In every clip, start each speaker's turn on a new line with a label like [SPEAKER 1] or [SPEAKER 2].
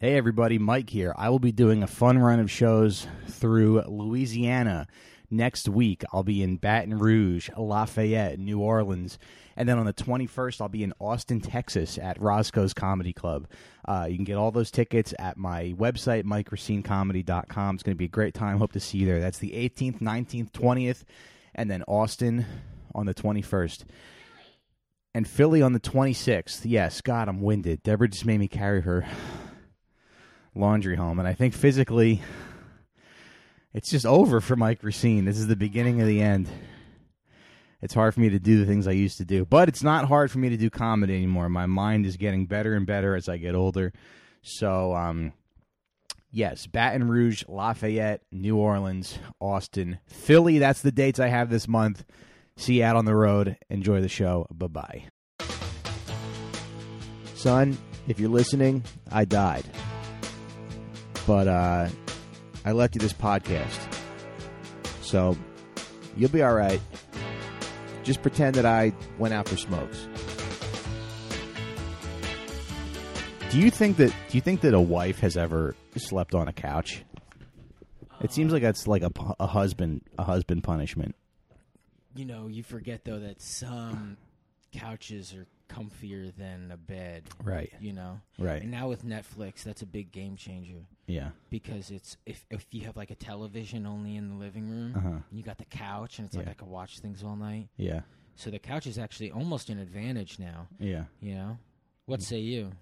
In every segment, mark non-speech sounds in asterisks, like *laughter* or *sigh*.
[SPEAKER 1] Hey, everybody, Mike here. I will be doing a fun run of shows through Louisiana next week. I'll be in Baton Rouge, Lafayette, New Orleans. And then on the 21st, I'll be in Austin, Texas at Roscoe's Comedy Club. Uh, you can get all those tickets at my website, mikeracinecomedy.com. It's going to be a great time. Hope to see you there. That's the 18th, 19th, 20th, and then Austin on the 21st and Philly on the 26th. Yes, God, I'm winded. Deborah just made me carry her laundry home, and I think physically, it's just over for Mike Racine. This is the beginning of the end. It's hard for me to do the things I used to do, but it's not hard for me to do comedy anymore. My mind is getting better and better as I get older. So, um, Yes, Baton Rouge, Lafayette, New Orleans, Austin, Philly. That's the dates I have this month. See you out on the road. Enjoy the show. Bye bye. Son, if you're listening, I died. But uh, I left you this podcast. So you'll be all right. Just pretend that I went out for smokes. Do you think that do you think that a wife has ever slept on a couch? It seems like that's like a, pu- a husband a husband punishment.
[SPEAKER 2] You know, you forget though that some couches are comfier than a bed.
[SPEAKER 1] Right.
[SPEAKER 2] You know.
[SPEAKER 1] Right.
[SPEAKER 2] And now with Netflix, that's a big game changer
[SPEAKER 1] Yeah.
[SPEAKER 2] because it's if if you have like a television only in the living room,
[SPEAKER 1] Uh-huh.
[SPEAKER 2] and you got the couch, and it's like
[SPEAKER 1] Yeah.
[SPEAKER 2] I could watch things all night.
[SPEAKER 1] Yeah.
[SPEAKER 2] So the couch is actually almost an advantage now.
[SPEAKER 1] Yeah.
[SPEAKER 2] You know. What say you?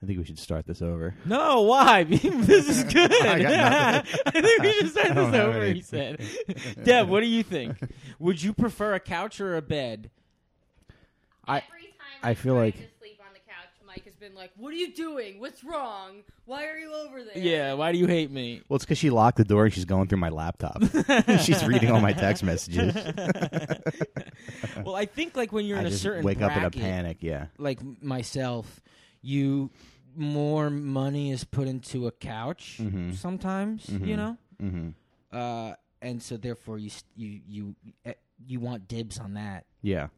[SPEAKER 1] I think we should start this over.
[SPEAKER 2] No, why? *laughs* this is good.
[SPEAKER 1] *laughs* I got
[SPEAKER 2] *laughs* I think we should start
[SPEAKER 1] don't
[SPEAKER 2] this
[SPEAKER 1] have
[SPEAKER 2] over,
[SPEAKER 1] any. *laughs*
[SPEAKER 2] he said. Deb, what do you think? Would you prefer a couch or a bed?
[SPEAKER 1] I-
[SPEAKER 3] Every time
[SPEAKER 1] I
[SPEAKER 3] I,
[SPEAKER 1] feel
[SPEAKER 3] tried
[SPEAKER 1] like-
[SPEAKER 3] to sleep on the couch, Mike has been like, "What are you doing? What's wrong? Why are you over there?"
[SPEAKER 2] Yeah, why do you
[SPEAKER 1] *laughs*
[SPEAKER 2] hate me?
[SPEAKER 1] Well, it's because she locked the door and she's going through my *laughs* laptop. she's reading all my text messages.
[SPEAKER 2] well, I think like when you're
[SPEAKER 1] I
[SPEAKER 2] in a
[SPEAKER 1] just
[SPEAKER 2] certain
[SPEAKER 1] wake up
[SPEAKER 2] bracket,
[SPEAKER 1] in a panic. Yeah.
[SPEAKER 2] like m- myself, you more money is put into a couch
[SPEAKER 1] Mhm.
[SPEAKER 2] sometimes, you
[SPEAKER 1] Mhm.
[SPEAKER 2] know?
[SPEAKER 1] Mm-hmm.
[SPEAKER 2] Uh and so therefore you s- you you eh, you want dibs on that.
[SPEAKER 1] Yeah.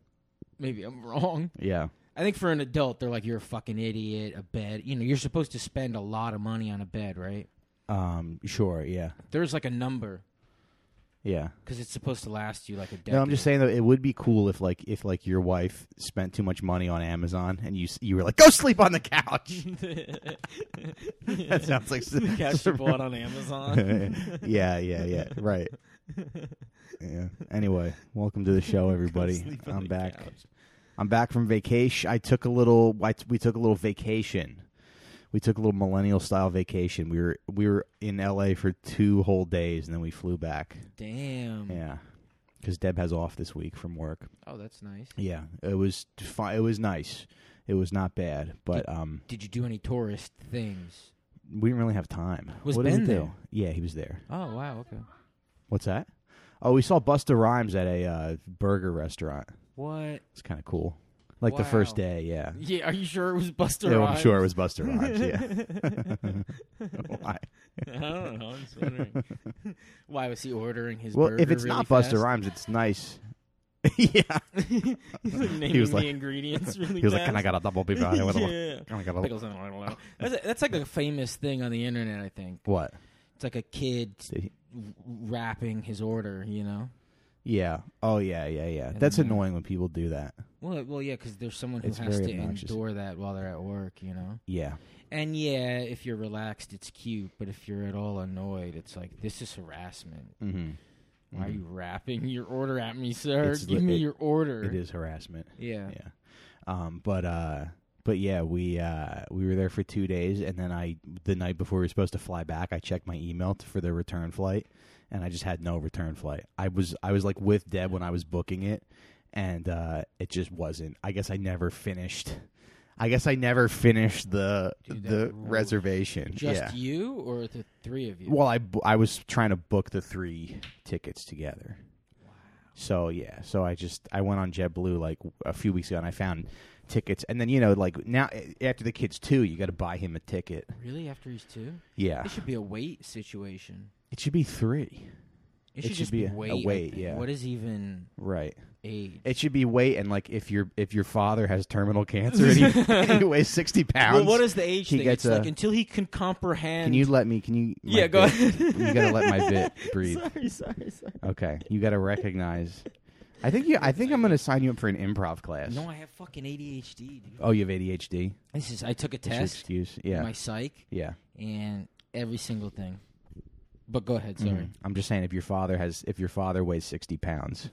[SPEAKER 2] Maybe I'm wrong.
[SPEAKER 1] Yeah.
[SPEAKER 2] I think for an adult, they're like, "You're a fucking idiot." A bed, you know, you're supposed to spend a lot of money on a bed, right?
[SPEAKER 1] Um. Sure. Yeah.
[SPEAKER 2] There's like a number
[SPEAKER 1] Yeah.
[SPEAKER 2] because it's supposed to last you like a decade.
[SPEAKER 1] No, I'm just saying though, it would be cool if like if like your wife spent too much money on Amazon and you s- you were like, go sleep on the couch. *laughs*
[SPEAKER 2] *laughs* that
[SPEAKER 1] that sounds like
[SPEAKER 2] *laughs* the couch you bought on Amazon.
[SPEAKER 1] *laughs* yeah, yeah, yeah. Right. Yeah. Anyway, welcome to the show, everybody.
[SPEAKER 2] sleep on
[SPEAKER 1] I'm
[SPEAKER 2] the
[SPEAKER 1] back.
[SPEAKER 2] couch.
[SPEAKER 1] I'm back from vacation. I took a little. I t- we took a little vacation. We took a little millennial style vacation. We were we were in L.A. for two whole days, and then we flew back.
[SPEAKER 2] Damn.
[SPEAKER 1] Yeah, because Deb has off this week from work.
[SPEAKER 2] Oh, that's nice.
[SPEAKER 1] Yeah, it was fun. It was nice. It was not bad, but um,
[SPEAKER 2] Did you do any tourist things?
[SPEAKER 1] we didn't really have time.
[SPEAKER 2] Was
[SPEAKER 1] what did we
[SPEAKER 2] Ben
[SPEAKER 1] do?
[SPEAKER 2] there?
[SPEAKER 1] Yeah, he was there.
[SPEAKER 2] Oh wow. Okay.
[SPEAKER 1] What's that? Oh, we saw Busta Rhymes at a uh, burger restaurant.
[SPEAKER 2] What?
[SPEAKER 1] It's kind of cool. Like the first
[SPEAKER 2] Wow.
[SPEAKER 1] day, yeah.
[SPEAKER 2] Yeah. Are you sure it was Buster?
[SPEAKER 1] Yeah, well, I'm sure it was
[SPEAKER 2] *laughs*
[SPEAKER 1] Buster Rhymes. Yeah. *laughs* Why?
[SPEAKER 2] I don't know. I'm just wondering. Why was he ordering his?
[SPEAKER 1] Well,
[SPEAKER 2] burger
[SPEAKER 1] if it's
[SPEAKER 2] really
[SPEAKER 1] not Buster
[SPEAKER 2] fast?
[SPEAKER 1] Rhymes, it's
[SPEAKER 2] *laughs*
[SPEAKER 1] nice. yeah.
[SPEAKER 2] He's like naming
[SPEAKER 1] like-
[SPEAKER 2] the ingredients
[SPEAKER 1] He
[SPEAKER 2] really
[SPEAKER 1] was like,
[SPEAKER 2] fast.
[SPEAKER 1] "Can I got a double beef? Can I got a-
[SPEAKER 2] *laughs* yeah.
[SPEAKER 1] can I got a
[SPEAKER 2] Pickles and that's, that's like a famous thing on the internet, I think.
[SPEAKER 1] what?"
[SPEAKER 2] It's like a kid
[SPEAKER 1] Did he-
[SPEAKER 2] w- rapping his order, you know?
[SPEAKER 1] Yeah. Oh yeah, yeah, yeah.
[SPEAKER 2] And
[SPEAKER 1] That's
[SPEAKER 2] then-
[SPEAKER 1] annoying when people do that.
[SPEAKER 2] Well, well, yeah, because there's someone who
[SPEAKER 1] It's
[SPEAKER 2] has
[SPEAKER 1] very
[SPEAKER 2] to
[SPEAKER 1] obnoxious.
[SPEAKER 2] endure that while they're at work, you know?
[SPEAKER 1] Yeah.
[SPEAKER 2] And yeah, if you're relaxed, it's cute, but if you're at all annoyed, it's like, this is harassment.
[SPEAKER 1] Mm-hmm.
[SPEAKER 2] Why are you rapping *laughs* your order at me, sir?
[SPEAKER 1] It's
[SPEAKER 2] Give
[SPEAKER 1] li-
[SPEAKER 2] me
[SPEAKER 1] it-
[SPEAKER 2] your order.
[SPEAKER 1] It is harassment.
[SPEAKER 2] Yeah.
[SPEAKER 1] Yeah. Um, but uh, but yeah, we uh, we were there for two days, and then I the night before we were supposed to fly back, I checked my email t- for the return flight, and I just had no return flight. I was I was like with Deb when I was booking it, and uh, it just wasn't. I guess I never finished. I guess I never finished the
[SPEAKER 2] Dude, that
[SPEAKER 1] the
[SPEAKER 2] rules.
[SPEAKER 1] reservation.
[SPEAKER 2] Just
[SPEAKER 1] yeah.
[SPEAKER 2] you or the three of you?
[SPEAKER 1] Well, I, bu- I was trying to book the three tickets together. So yeah, so I just I went on JetBlue like a few weeks ago and I found tickets, and then you know like now eh, after the kid's two, you got to buy him a ticket.
[SPEAKER 2] Really? After he's two?
[SPEAKER 1] Yeah,
[SPEAKER 2] It should be a weight situation.
[SPEAKER 1] it should be three.
[SPEAKER 2] It should,
[SPEAKER 1] should
[SPEAKER 2] just
[SPEAKER 1] be
[SPEAKER 2] be
[SPEAKER 1] a- a
[SPEAKER 2] weight. I
[SPEAKER 1] weight,
[SPEAKER 2] think.
[SPEAKER 1] yeah.
[SPEAKER 2] What is even
[SPEAKER 1] Right.
[SPEAKER 2] age?
[SPEAKER 1] It should be weight and like if your if your father has terminal
[SPEAKER 2] *laughs*
[SPEAKER 1] cancer and he, and he weighs sixty pounds.
[SPEAKER 2] well, what is the age
[SPEAKER 1] he
[SPEAKER 2] thing?
[SPEAKER 1] gets
[SPEAKER 2] it's like
[SPEAKER 1] a-
[SPEAKER 2] until he can comprehend.
[SPEAKER 1] Can you let me? Can you? my
[SPEAKER 2] Yeah, go
[SPEAKER 1] bit-
[SPEAKER 2] ahead.
[SPEAKER 1] *laughs* You gotta let my
[SPEAKER 2] *laughs*
[SPEAKER 1] bit breathe.
[SPEAKER 2] sorry, sorry, sorry.
[SPEAKER 1] Okay, you gotta recognize. I think you. I think I'm gonna sign you up for an improv class.
[SPEAKER 2] No, I have fucking ADHD. Dude.
[SPEAKER 1] oh, you have ADHD.
[SPEAKER 2] This is I took a
[SPEAKER 1] That's your
[SPEAKER 2] test,
[SPEAKER 1] excuse. Yeah.
[SPEAKER 2] my psych,
[SPEAKER 1] yeah.
[SPEAKER 2] and every single thing. But go ahead, sorry.
[SPEAKER 1] Mhm. I'm just saying, if your father has, if your father weighs sixty pounds,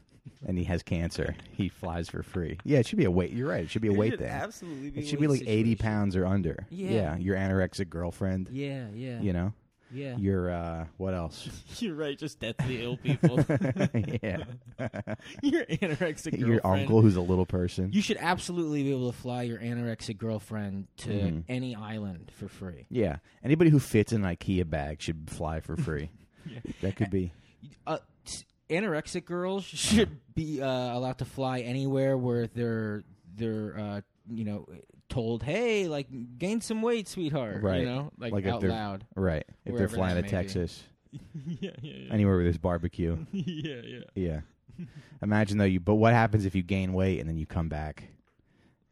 [SPEAKER 1] and he has cancer, he flies for free. Yeah, it should be a weight. You're right. It should be a weight thing.
[SPEAKER 2] Absolutely,
[SPEAKER 1] It should be like eighty pounds or under.
[SPEAKER 2] Yeah.
[SPEAKER 1] Your anorexic girlfriend.
[SPEAKER 2] Yeah, yeah,
[SPEAKER 1] You know.
[SPEAKER 2] yeah.
[SPEAKER 1] Your uh, what else? *laughs*
[SPEAKER 2] *laughs* You're right. Just deathly ill people.
[SPEAKER 1] yeah.
[SPEAKER 2] *laughs* your anorexic girlfriend.
[SPEAKER 1] Your uncle who's a little person.
[SPEAKER 2] You should absolutely be able to fly your anorexic girlfriend to
[SPEAKER 1] Mhm.
[SPEAKER 2] any island for free.
[SPEAKER 1] Yeah. Anybody who fits in an IKEA bag should fly
[SPEAKER 2] *laughs*
[SPEAKER 1] for free. That could be.
[SPEAKER 2] Uh, s- anorexic girls should be uh, allowed to fly anywhere where they're they're uh, you know told, hey, like gain some weight, sweetheart.
[SPEAKER 1] Right.
[SPEAKER 2] You know, like,
[SPEAKER 1] Like if
[SPEAKER 2] out
[SPEAKER 1] they're-
[SPEAKER 2] loud.
[SPEAKER 1] Right. If they're
[SPEAKER 2] Wherever
[SPEAKER 1] flying to
[SPEAKER 2] that may be.
[SPEAKER 1] Texas,
[SPEAKER 2] yeah, yeah,
[SPEAKER 1] anywhere where there's barbecue.
[SPEAKER 2] yeah, yeah.
[SPEAKER 1] *laughs*
[SPEAKER 4] *laughs*
[SPEAKER 1] Yeah. Imagine though you but what happens if you gain weight and then you come back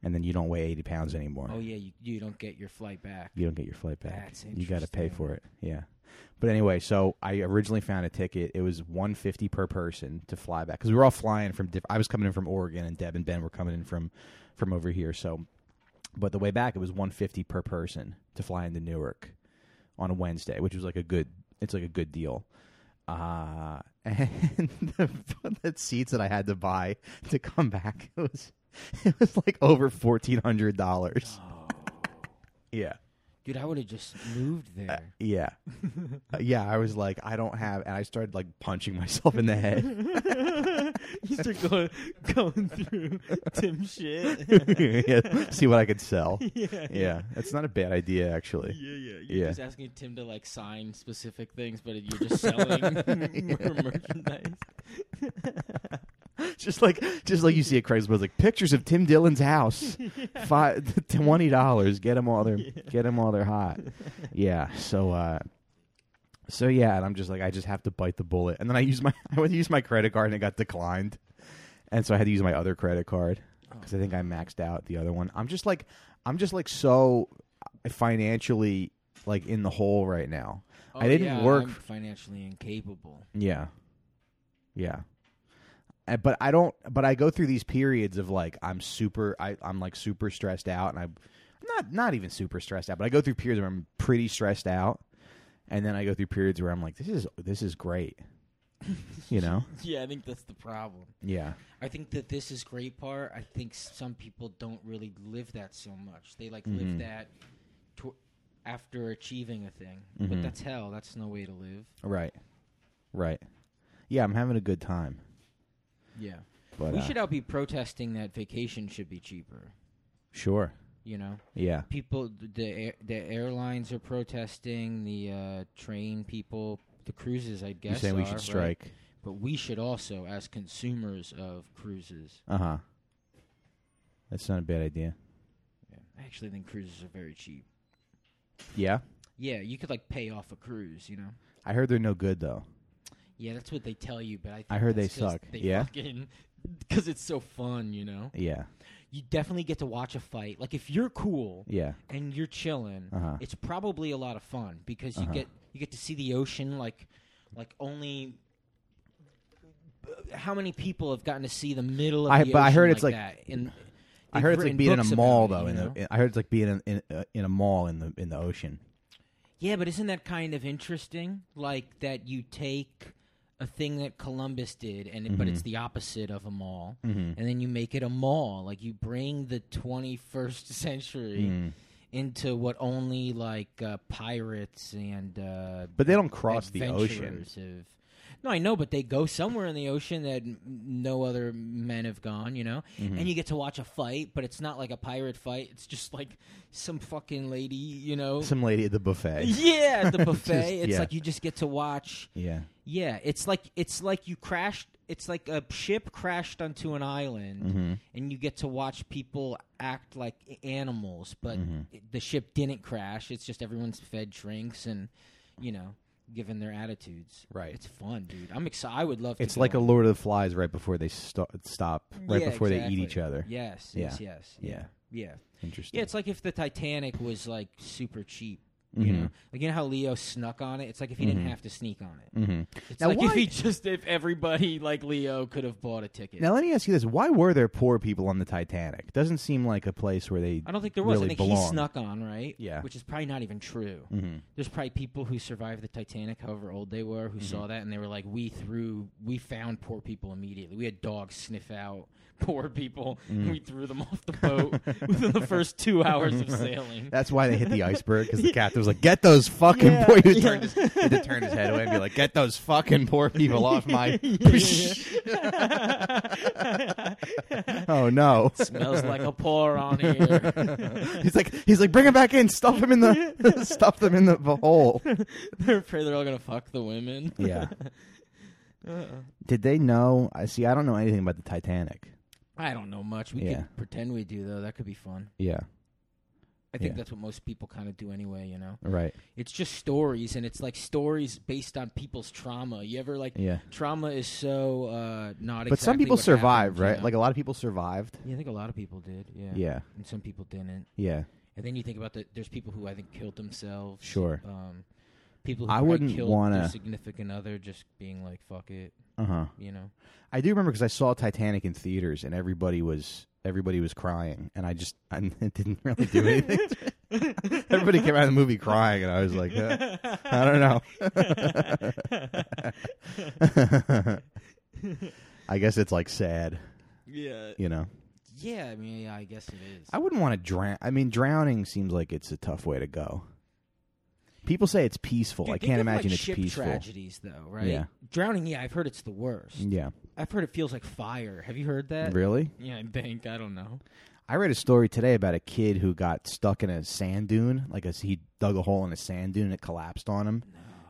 [SPEAKER 1] and then you don't weigh 80 pounds anymore.
[SPEAKER 2] Oh yeah, you, you don't get your flight back.
[SPEAKER 1] You don't get your flight back.
[SPEAKER 2] That's
[SPEAKER 1] you got to pay
[SPEAKER 2] interesting.
[SPEAKER 1] for it. Yeah. But anyway, so I originally found a ticket. It was 150 per person to fly back cuz we were all flying from diff- I was coming in from Oregon and Deb and Ben were coming in from from over here. So but the way back it was 150 per person to fly into Newark on a Wednesday, which was like a good it's like a good deal. Uh, *laughs* and the, *laughs* the seats that I had to buy to come back *laughs* it was it was like over fourteen hundred dollars.
[SPEAKER 2] Oh.
[SPEAKER 1] Yeah,
[SPEAKER 2] Dude, I would have just moved there. *laughs*
[SPEAKER 1] yeah, Uh, yeah. I was like, I don't have, and I started like punching myself in the
[SPEAKER 2] *laughs*
[SPEAKER 1] head. *laughs*
[SPEAKER 2] you start going going through Tim shit.
[SPEAKER 1] Yeah, See what I could sell.
[SPEAKER 2] *laughs* yeah.
[SPEAKER 1] Yeah, that's not a bad idea actually.
[SPEAKER 2] Yeah, yeah. You're
[SPEAKER 1] *laughs* Yeah.
[SPEAKER 2] just asking Tim to like sign specific things, but you're just selling *laughs*
[SPEAKER 4] *laughs*
[SPEAKER 2] merchandise.
[SPEAKER 1] *laughs* Just like, just like you see at Craigslist, like pictures of Tim Dillon's house, five, *laughs* twenty dollars. Get them while they're get them while they're hot. Yeah. So, uh, so yeah, and I'm just like, I just have to bite the bullet, and then I use my *laughs* I would use my credit card, and it got declined, and so I had to use my other credit card because I think I maxed out the other one. I'm just like, I'm just like so financially like in the hole right now. I didn't
[SPEAKER 2] Oh, yeah,
[SPEAKER 1] work.
[SPEAKER 2] I'm financially incapable.
[SPEAKER 1] Yeah. Yeah. Uh, But I don't but I go through these periods of like I'm super I, I'm like super stressed out and I not not even super stressed out, but I go through periods where I'm pretty stressed out and then I go through periods where I'm like, This is this is great. you
[SPEAKER 2] *laughs*
[SPEAKER 1] know?
[SPEAKER 2] *laughs* Yeah, I think that's the problem.
[SPEAKER 1] Yeah.
[SPEAKER 2] I think that this is great part. I think some people don't really live that so much. They like
[SPEAKER 1] Mhm.
[SPEAKER 2] live that tw- after achieving a thing,
[SPEAKER 1] Mhm.
[SPEAKER 2] but that's hell. That's no way to live.
[SPEAKER 1] Right. Right. Yeah, I'm having a good time.
[SPEAKER 2] Yeah,
[SPEAKER 1] But
[SPEAKER 2] we
[SPEAKER 1] uh,
[SPEAKER 2] should all be protesting that vacation should be cheaper.
[SPEAKER 1] sure.
[SPEAKER 2] You know,
[SPEAKER 1] Yeah.
[SPEAKER 2] people the air, the airlines are protesting the uh, train people the cruises i guess
[SPEAKER 1] You're saying we
[SPEAKER 2] are,
[SPEAKER 1] should
[SPEAKER 2] right?
[SPEAKER 1] strike.
[SPEAKER 2] but we should also as consumers of cruises
[SPEAKER 1] Uh huh. That's not a bad idea.
[SPEAKER 2] i actually think cruises are very cheap
[SPEAKER 1] Yeah.
[SPEAKER 2] yeah you could like pay off a cruise you know
[SPEAKER 1] I heard they're no good though.
[SPEAKER 2] yeah that's what they tell you but i think
[SPEAKER 1] I heard
[SPEAKER 2] that's
[SPEAKER 1] they
[SPEAKER 2] 'cause
[SPEAKER 1] suck.
[SPEAKER 2] they
[SPEAKER 1] Yeah?
[SPEAKER 2] *laughs* because it's so fun you know
[SPEAKER 1] Yeah.
[SPEAKER 2] you definitely get to watch a fight like if you're cool
[SPEAKER 1] Yeah.
[SPEAKER 2] and you're chilling
[SPEAKER 1] Uh-huh.
[SPEAKER 2] it's probably a lot of fun because you
[SPEAKER 1] Uh-huh.
[SPEAKER 2] get you get to see the ocean like like only how many people have gotten to see the middle of
[SPEAKER 1] I-
[SPEAKER 2] the
[SPEAKER 1] but I heard
[SPEAKER 2] ocean
[SPEAKER 1] it's
[SPEAKER 2] that in
[SPEAKER 1] I heard it's like being in a mall though.
[SPEAKER 2] in
[SPEAKER 1] in the, I heard it's like being in in, uh, in a mall in the in the ocean.
[SPEAKER 2] yeah but isn't that kind of interesting like that you take a thing that Columbus did and but it's
[SPEAKER 1] Mm-hmm.
[SPEAKER 2] the opposite of a mall and then you make it a mall like you bring the 21st *laughs* century
[SPEAKER 1] Mm.
[SPEAKER 2] into what only like uh, pirates and uh,
[SPEAKER 1] But they don't cross the ocean.
[SPEAKER 2] adventurers have- no, I know, but they go somewhere in the ocean that n- no other men have gone, you know?
[SPEAKER 1] Mm-hmm.
[SPEAKER 2] And you get to watch a fight, but it's not like a pirate fight. It's just like some fucking lady, you know?
[SPEAKER 1] Some lady at the *laughs* buffet.
[SPEAKER 2] yeah, at the buffet.
[SPEAKER 1] Just-
[SPEAKER 2] it's
[SPEAKER 1] yeah.
[SPEAKER 2] like you just get to watch.
[SPEAKER 1] Yeah.
[SPEAKER 2] Yeah, it's like it's like you crashed. It's like a ship crashed onto an island,
[SPEAKER 1] Mm-hmm.
[SPEAKER 2] and you get to watch people act like a-
[SPEAKER 1] Mm-hmm.
[SPEAKER 2] animals. But the ship didn't crash. It's just everyone's fed drinks, and you know given their attitudes.
[SPEAKER 1] Right.
[SPEAKER 2] It's fun, dude. I'm excited. I would love. to
[SPEAKER 1] It's
[SPEAKER 2] go
[SPEAKER 1] like a
[SPEAKER 2] on.
[SPEAKER 1] Lord of the Flies right before they sto- stop, right
[SPEAKER 2] Yeah,
[SPEAKER 1] before they eat
[SPEAKER 2] exactly.
[SPEAKER 1] each other.
[SPEAKER 2] Yes.
[SPEAKER 1] Yeah.
[SPEAKER 2] Yes. Yes.
[SPEAKER 1] Yeah.
[SPEAKER 2] Yeah.
[SPEAKER 1] Interesting.
[SPEAKER 2] Yeah. It's like if the Titanic was like super cheap. You
[SPEAKER 1] Mhm.
[SPEAKER 2] know, like you know how Leo snuck on it. It's like if he
[SPEAKER 1] Mm-hmm.
[SPEAKER 2] didn't have to sneak on it.
[SPEAKER 1] Mhm.
[SPEAKER 2] It's
[SPEAKER 1] Now,
[SPEAKER 2] like if
[SPEAKER 1] why-
[SPEAKER 2] he just if everybody like Leo could have bought a ticket.
[SPEAKER 1] Now let me ask you this: Why were there poor people on the Titanic? Doesn't seem like a place where they.
[SPEAKER 2] I don't think there was.
[SPEAKER 1] Really
[SPEAKER 2] I think he
[SPEAKER 1] belong.
[SPEAKER 2] snuck on, right?
[SPEAKER 1] Yeah.
[SPEAKER 2] Which is probably not even true.
[SPEAKER 1] Mhm.
[SPEAKER 2] There's probably people who survived the Titanic, however old they were, who saw
[SPEAKER 1] Mm-hmm.
[SPEAKER 2] that and they were like, "We threw, we found poor people immediately. We had dogs sniff out *laughs* poor people.
[SPEAKER 1] Mm.
[SPEAKER 2] And we threw them off the
[SPEAKER 1] *laughs*
[SPEAKER 2] boat within the first two hours of
[SPEAKER 4] *laughs*
[SPEAKER 2] sailing."
[SPEAKER 1] That's why they hit the iceberg because the captain was like, "Get those fucking
[SPEAKER 2] Yeah,
[SPEAKER 1] poor." *laughs* He
[SPEAKER 2] yeah.
[SPEAKER 1] turned his, he had to turn his head away and be like, "Get those fucking poor people off
[SPEAKER 2] *laughs*
[SPEAKER 1] my." *laughs* oh no!
[SPEAKER 2] Smells like a pour on here.
[SPEAKER 1] *laughs*
[SPEAKER 2] *laughs*
[SPEAKER 1] he's like, he's like, bring him back in. Stuff him in the, *laughs* stuff them in the hole.
[SPEAKER 2] they're afraid they're all gonna fuck the women.
[SPEAKER 1] Yeah. Uh, Did they know? I see. I don't know anything about the Titanic.
[SPEAKER 2] I don't know much. We
[SPEAKER 1] Yeah.
[SPEAKER 2] could pretend we do though. That could be fun.
[SPEAKER 1] Yeah.
[SPEAKER 2] I think
[SPEAKER 1] Yeah.
[SPEAKER 2] that's what most people kind of do anyway. You know.
[SPEAKER 1] Right.
[SPEAKER 2] it's just stories and it's like stories based on people's trauma you ever like
[SPEAKER 1] Yeah.
[SPEAKER 2] trauma is so uh not
[SPEAKER 1] but some
[SPEAKER 2] exactly
[SPEAKER 1] people
[SPEAKER 2] what
[SPEAKER 1] survived,
[SPEAKER 2] happened,
[SPEAKER 1] right?
[SPEAKER 2] you know?
[SPEAKER 1] Like a lot of people survived.
[SPEAKER 2] yeah, i think a lot of people did yeah
[SPEAKER 1] Yeah.
[SPEAKER 2] and some people didn't
[SPEAKER 1] Yeah.
[SPEAKER 2] and then you think about the there's people who i think killed themselves
[SPEAKER 1] Sure.
[SPEAKER 2] um people who
[SPEAKER 1] I
[SPEAKER 2] probably
[SPEAKER 1] wouldn't
[SPEAKER 2] killed
[SPEAKER 1] wanna-
[SPEAKER 2] their significant other just being like fuck it
[SPEAKER 1] Uh huh.
[SPEAKER 2] you know
[SPEAKER 1] I do remember because I saw Titanic in theaters and everybody was everybody was crying, and I just *laughs* I didn't really do anything. *laughs* everybody came out of the movie crying, and I was like, uh, I don't know. *laughs* I guess it's like sad,
[SPEAKER 2] yeah
[SPEAKER 1] you know.
[SPEAKER 2] yeah i mean yeah, i guess it is
[SPEAKER 1] I wouldn't want to drown. I mean, drowning seems like it's a tough way to go. People say it's peaceful.
[SPEAKER 2] Dude,
[SPEAKER 1] I
[SPEAKER 2] think
[SPEAKER 1] can't
[SPEAKER 2] of, like,
[SPEAKER 1] imagine it's
[SPEAKER 2] ship
[SPEAKER 1] peaceful.
[SPEAKER 2] tragedies though right
[SPEAKER 1] Yeah. Mm.
[SPEAKER 2] drowning yeah i've heard it's the worst
[SPEAKER 1] Yeah,
[SPEAKER 2] i've heard it feels like fire have you heard that
[SPEAKER 1] really.
[SPEAKER 2] yeah i think i don't know
[SPEAKER 1] I read a story today about a kid who got stuck in a sand dune. Like a, he dug a hole in a sand dune and it collapsed on him.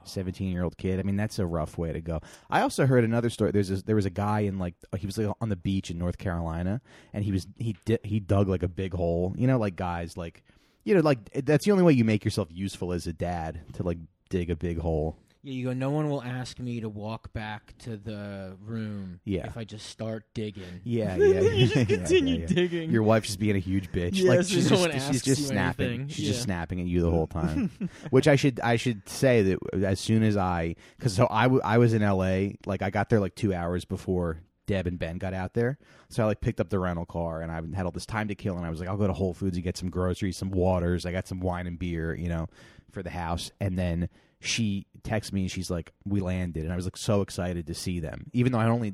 [SPEAKER 1] Seventeen-year-old kid. I mean, that's a rough way to go. I also heard another story. There's this, there was a guy in like uh, he was like on the beach in North Carolina, and he was he di- he dug like a big hole. You know, like guys like you know like that's the only way you make yourself useful as a dad to like dig a big hole.
[SPEAKER 2] Yeah, you go. No one will ask me to walk back to the room.
[SPEAKER 1] Yeah.
[SPEAKER 2] if I just start digging.
[SPEAKER 1] *laughs* Yeah, yeah.
[SPEAKER 2] You just
[SPEAKER 1] yeah, yeah,
[SPEAKER 2] continue
[SPEAKER 1] yeah. *laughs*
[SPEAKER 2] digging.
[SPEAKER 1] Your wife just being a huge bitch.
[SPEAKER 2] Yeah,
[SPEAKER 1] like
[SPEAKER 2] so
[SPEAKER 1] she's
[SPEAKER 2] no
[SPEAKER 1] just,
[SPEAKER 2] one
[SPEAKER 1] she's
[SPEAKER 2] asks
[SPEAKER 1] just
[SPEAKER 2] you
[SPEAKER 1] snapping.
[SPEAKER 2] anything.
[SPEAKER 1] She's just
[SPEAKER 2] Yeah.
[SPEAKER 1] snapping at you the whole time. Which I should I should say that as soon as I because so I, w- I was in L.A. like I got there like two hours before Deb and Ben got out there. So I like picked up the rental car and I had all this time to kill and I was like I'll go to Whole Foods and get some groceries, some waters. I got some wine and beer, you know, for the house and then. She texts me and she's like, "We landed," and I was like so excited to see them, even though I only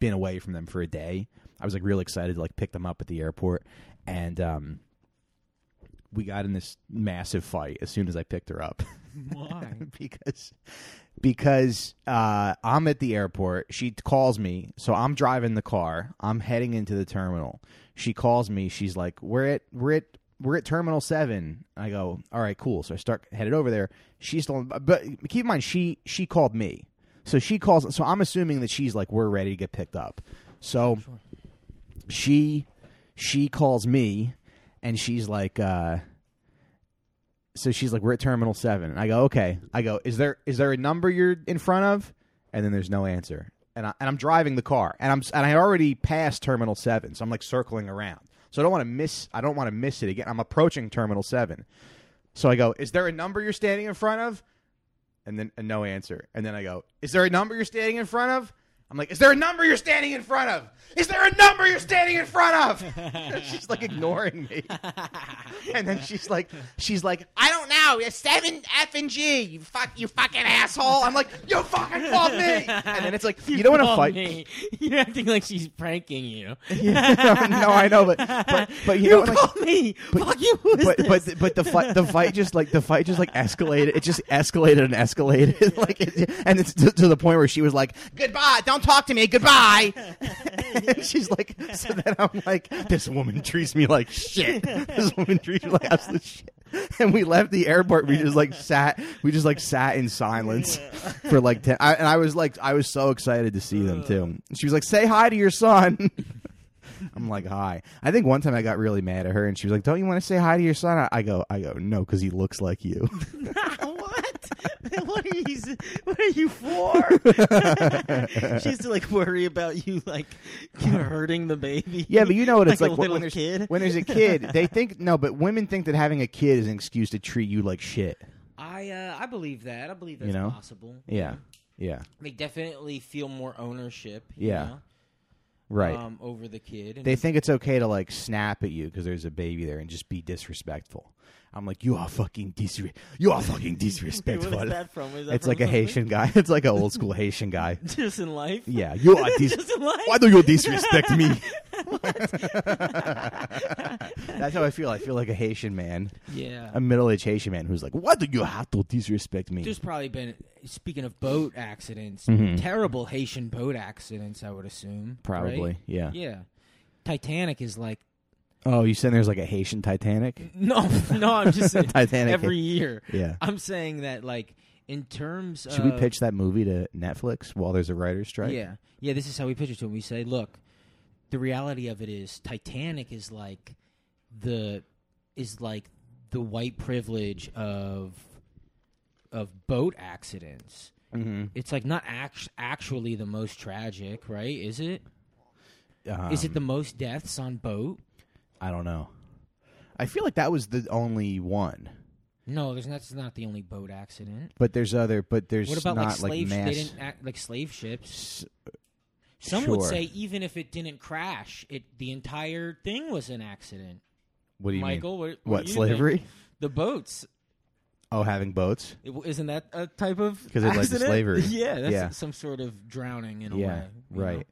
[SPEAKER 1] been away from them for a day. I was like real excited to like pick them up at the airport, and um, we got in this massive fight as soon as I picked her up
[SPEAKER 2] Why?
[SPEAKER 1] *laughs* because because uh, I'm at the airport. She calls me, so I'm driving the car. I'm heading into the terminal. She calls me. She's like, "We're at we're at we're at terminal seven. I go, "All right, cool." So I start headed over there. She's still, but keep in mind she she called me, so she calls. So I'm assuming that she's like, "We're ready to get picked up." So she she calls me and she's like uh so she's like we're at terminal 7 and i go okay i go is there is there a number you're in front of and then there's no answer and, I, and i'm driving the car and i'm s- and i already passed terminal 7 so i'm like circling around so i don't want to miss i don't want to miss it again i'm approaching terminal 7 so i go is there a number you're standing in front of and then and no answer. And then I go, "Is there a number you're standing in front of?" I'm like, "Is there a number you're standing in front of? Is there a number you're standing in front of?" *laughs* she's like ignoring me. and then she's like, she's like, "I don't know. It's seven F and G. You fuck, you fucking asshole." I'm like, "You fucking called me." And then it's like, you, don't want to
[SPEAKER 2] Call
[SPEAKER 1] fight.
[SPEAKER 2] me. Oh, *laughs* You're acting like she's pranking
[SPEAKER 1] *laughs*
[SPEAKER 2] you.
[SPEAKER 1] no, I know, but but, but you, know,
[SPEAKER 2] you
[SPEAKER 1] like,
[SPEAKER 2] call me. Fuck you. Who is
[SPEAKER 1] but
[SPEAKER 2] this?
[SPEAKER 1] but but the fight the fight just like the fight just like escalated. It just escalated and escalated, *laughs* like it, and it's to, to the point where she was like, "Goodbye, don't talk to me, goodbye." *laughs* and she's like, so then I'm like, "This woman treats me like
[SPEAKER 4] *laughs*
[SPEAKER 1] shit. This woman treats me like absolute shit." And we left the airport. We just like sat. We just like sat in silence for like ten. I, and I was like, I was so excited to see them too. She was like, "Say hi to your son." *laughs* I'm like, hi. I think one time I got really mad at her, and she was like, "Don't you want to say hi to your son?" I, I go, I go, no, because he looks like you.
[SPEAKER 2] what?
[SPEAKER 4] *laughs* what *laughs* are you? What are
[SPEAKER 1] *laughs*
[SPEAKER 4] you for? she has to like worry about you like hurting the baby.
[SPEAKER 1] *laughs* *laughs* Yeah, but you know what it's
[SPEAKER 4] like,
[SPEAKER 1] like,
[SPEAKER 4] a
[SPEAKER 1] when,
[SPEAKER 4] little
[SPEAKER 1] when there's,
[SPEAKER 4] kid.
[SPEAKER 1] when there's a kid. They think no, but women think that having a kid is an excuse to treat you like shit.
[SPEAKER 2] I uh, I believe that. I believe
[SPEAKER 1] You
[SPEAKER 2] that's
[SPEAKER 1] know?
[SPEAKER 2] possible.
[SPEAKER 1] Yeah, yeah,
[SPEAKER 2] They definitely feel more ownership. you
[SPEAKER 1] Yeah.
[SPEAKER 2] know,
[SPEAKER 1] right.
[SPEAKER 2] Um, over the kid. And
[SPEAKER 1] they think it's okay to like snap at you because there's a baby there and just be disrespectful. I'm like, you are fucking disre- you are fucking
[SPEAKER 4] *laughs* Wait, what
[SPEAKER 1] disrespectful.
[SPEAKER 4] is that from? Is that
[SPEAKER 1] it's
[SPEAKER 4] from
[SPEAKER 1] like a
[SPEAKER 4] something?
[SPEAKER 1] Haitian guy. *laughs* It's like an old school Haitian guy.
[SPEAKER 4] *laughs* Just in life.
[SPEAKER 1] Yeah, you are dis-
[SPEAKER 4] *laughs* Just in life.
[SPEAKER 1] Why do you disrespect
[SPEAKER 4] *laughs*
[SPEAKER 1] me? That's how I feel. I feel like a Haitian man,
[SPEAKER 2] yeah.
[SPEAKER 1] a middle-aged Haitian man who's like, "Why do you have to disrespect me?"
[SPEAKER 2] There's probably been speaking of boat accidents,
[SPEAKER 1] Mm-hmm.
[SPEAKER 2] terrible Haitian boat accidents. I would assume. right?
[SPEAKER 1] Probably, yeah.
[SPEAKER 2] Yeah. Titanic is like *laughs*
[SPEAKER 1] Oh, you saying there's like a Haitian Titanic?
[SPEAKER 2] no, no. I'm just saying
[SPEAKER 1] Titanic.
[SPEAKER 2] every year.
[SPEAKER 1] Yeah.
[SPEAKER 2] I'm saying that like in terms.
[SPEAKER 1] Should we
[SPEAKER 2] of,
[SPEAKER 1] pitch that movie to Netflix while there's a writer's strike?
[SPEAKER 2] Uh, Yeah, yeah. This is how we pitch it to him. We say, look, the reality of it is Titanic is like the is like the white privilege of of boat accidents.
[SPEAKER 1] Mm-hmm.
[SPEAKER 2] It's like not act- actually the most tragic, right? Is it?
[SPEAKER 1] Um,
[SPEAKER 2] Is it the most deaths on boat?
[SPEAKER 1] I don't know. I feel like that was the only one,
[SPEAKER 2] No, there's not, that's not the only boat accident.
[SPEAKER 1] but there's other. But there's
[SPEAKER 2] What about
[SPEAKER 1] not
[SPEAKER 2] like slave? sh-
[SPEAKER 1] mass.
[SPEAKER 2] They didn't act like slave ships.
[SPEAKER 1] S-
[SPEAKER 2] Some would
[SPEAKER 1] sure.
[SPEAKER 2] say even if it didn't crash, it the entire thing was an accident.
[SPEAKER 1] What do you
[SPEAKER 2] Michael,
[SPEAKER 1] mean?
[SPEAKER 2] what, what
[SPEAKER 1] what
[SPEAKER 2] do you
[SPEAKER 1] slavery?
[SPEAKER 2] think? The boats.
[SPEAKER 1] Oh, having boats.
[SPEAKER 2] It- Isn't that a type of
[SPEAKER 1] 'Cause it led to
[SPEAKER 2] accident?
[SPEAKER 1] slavery.
[SPEAKER 2] *laughs* Yeah, that's
[SPEAKER 1] Yeah.
[SPEAKER 2] some sort of drowning in a
[SPEAKER 1] yeah,
[SPEAKER 2] way. Oh, you know?
[SPEAKER 1] right.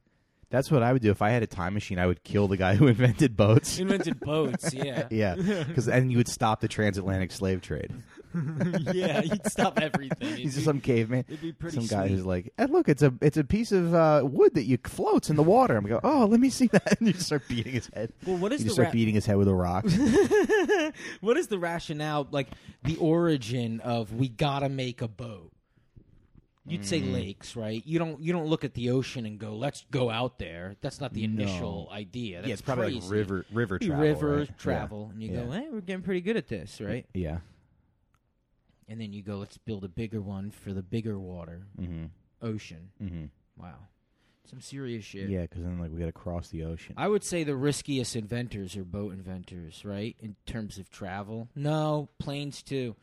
[SPEAKER 1] That's what I would do if I had a time machine. I would kill the guy *laughs* who invented
[SPEAKER 2] *laughs*
[SPEAKER 1] boats.
[SPEAKER 2] Invented boats. Yeah,
[SPEAKER 1] *laughs* yeah, because and you would stop the transatlantic slave trade.
[SPEAKER 2] *laughs* yeah. You'd stop
[SPEAKER 1] *laughs*
[SPEAKER 2] everything.
[SPEAKER 1] He's just some caveman.
[SPEAKER 2] It'd be pretty
[SPEAKER 1] Some guy
[SPEAKER 2] sweet.
[SPEAKER 1] who's like, "Eh, look, it's a it's a piece of uh, wood that you floats in the water. I'm going, oh, let me see that. *laughs* And you just start beating his head.
[SPEAKER 2] well, what
[SPEAKER 1] You
[SPEAKER 2] is
[SPEAKER 1] just
[SPEAKER 2] the
[SPEAKER 1] start
[SPEAKER 2] ra-
[SPEAKER 1] beating his head with a
[SPEAKER 2] *laughs*
[SPEAKER 1] rock.
[SPEAKER 2] what is the rationale? Like the origin of we gotta make a boat. You'd say
[SPEAKER 1] Mm.
[SPEAKER 2] lakes, right? You don't you don't look at the ocean and go, let's go out there. That's not the initial idea. That's
[SPEAKER 1] yeah, it's probably
[SPEAKER 2] crazy.
[SPEAKER 1] like river river
[SPEAKER 2] Be
[SPEAKER 1] travel.
[SPEAKER 2] river
[SPEAKER 1] right? Yeah.
[SPEAKER 2] travel, and you go,
[SPEAKER 1] Yeah.
[SPEAKER 2] hey, we're getting pretty good at this, right?
[SPEAKER 1] Yeah.
[SPEAKER 2] And then you go, let's build a bigger one for the bigger water
[SPEAKER 1] Mm-hmm.
[SPEAKER 2] ocean.
[SPEAKER 1] Mm-hmm.
[SPEAKER 2] Wow, some serious shit.
[SPEAKER 1] Yeah, because then like we got to cross the ocean.
[SPEAKER 2] I would say the riskiest inventors are boat inventors, right? In terms of travel. No, planes too.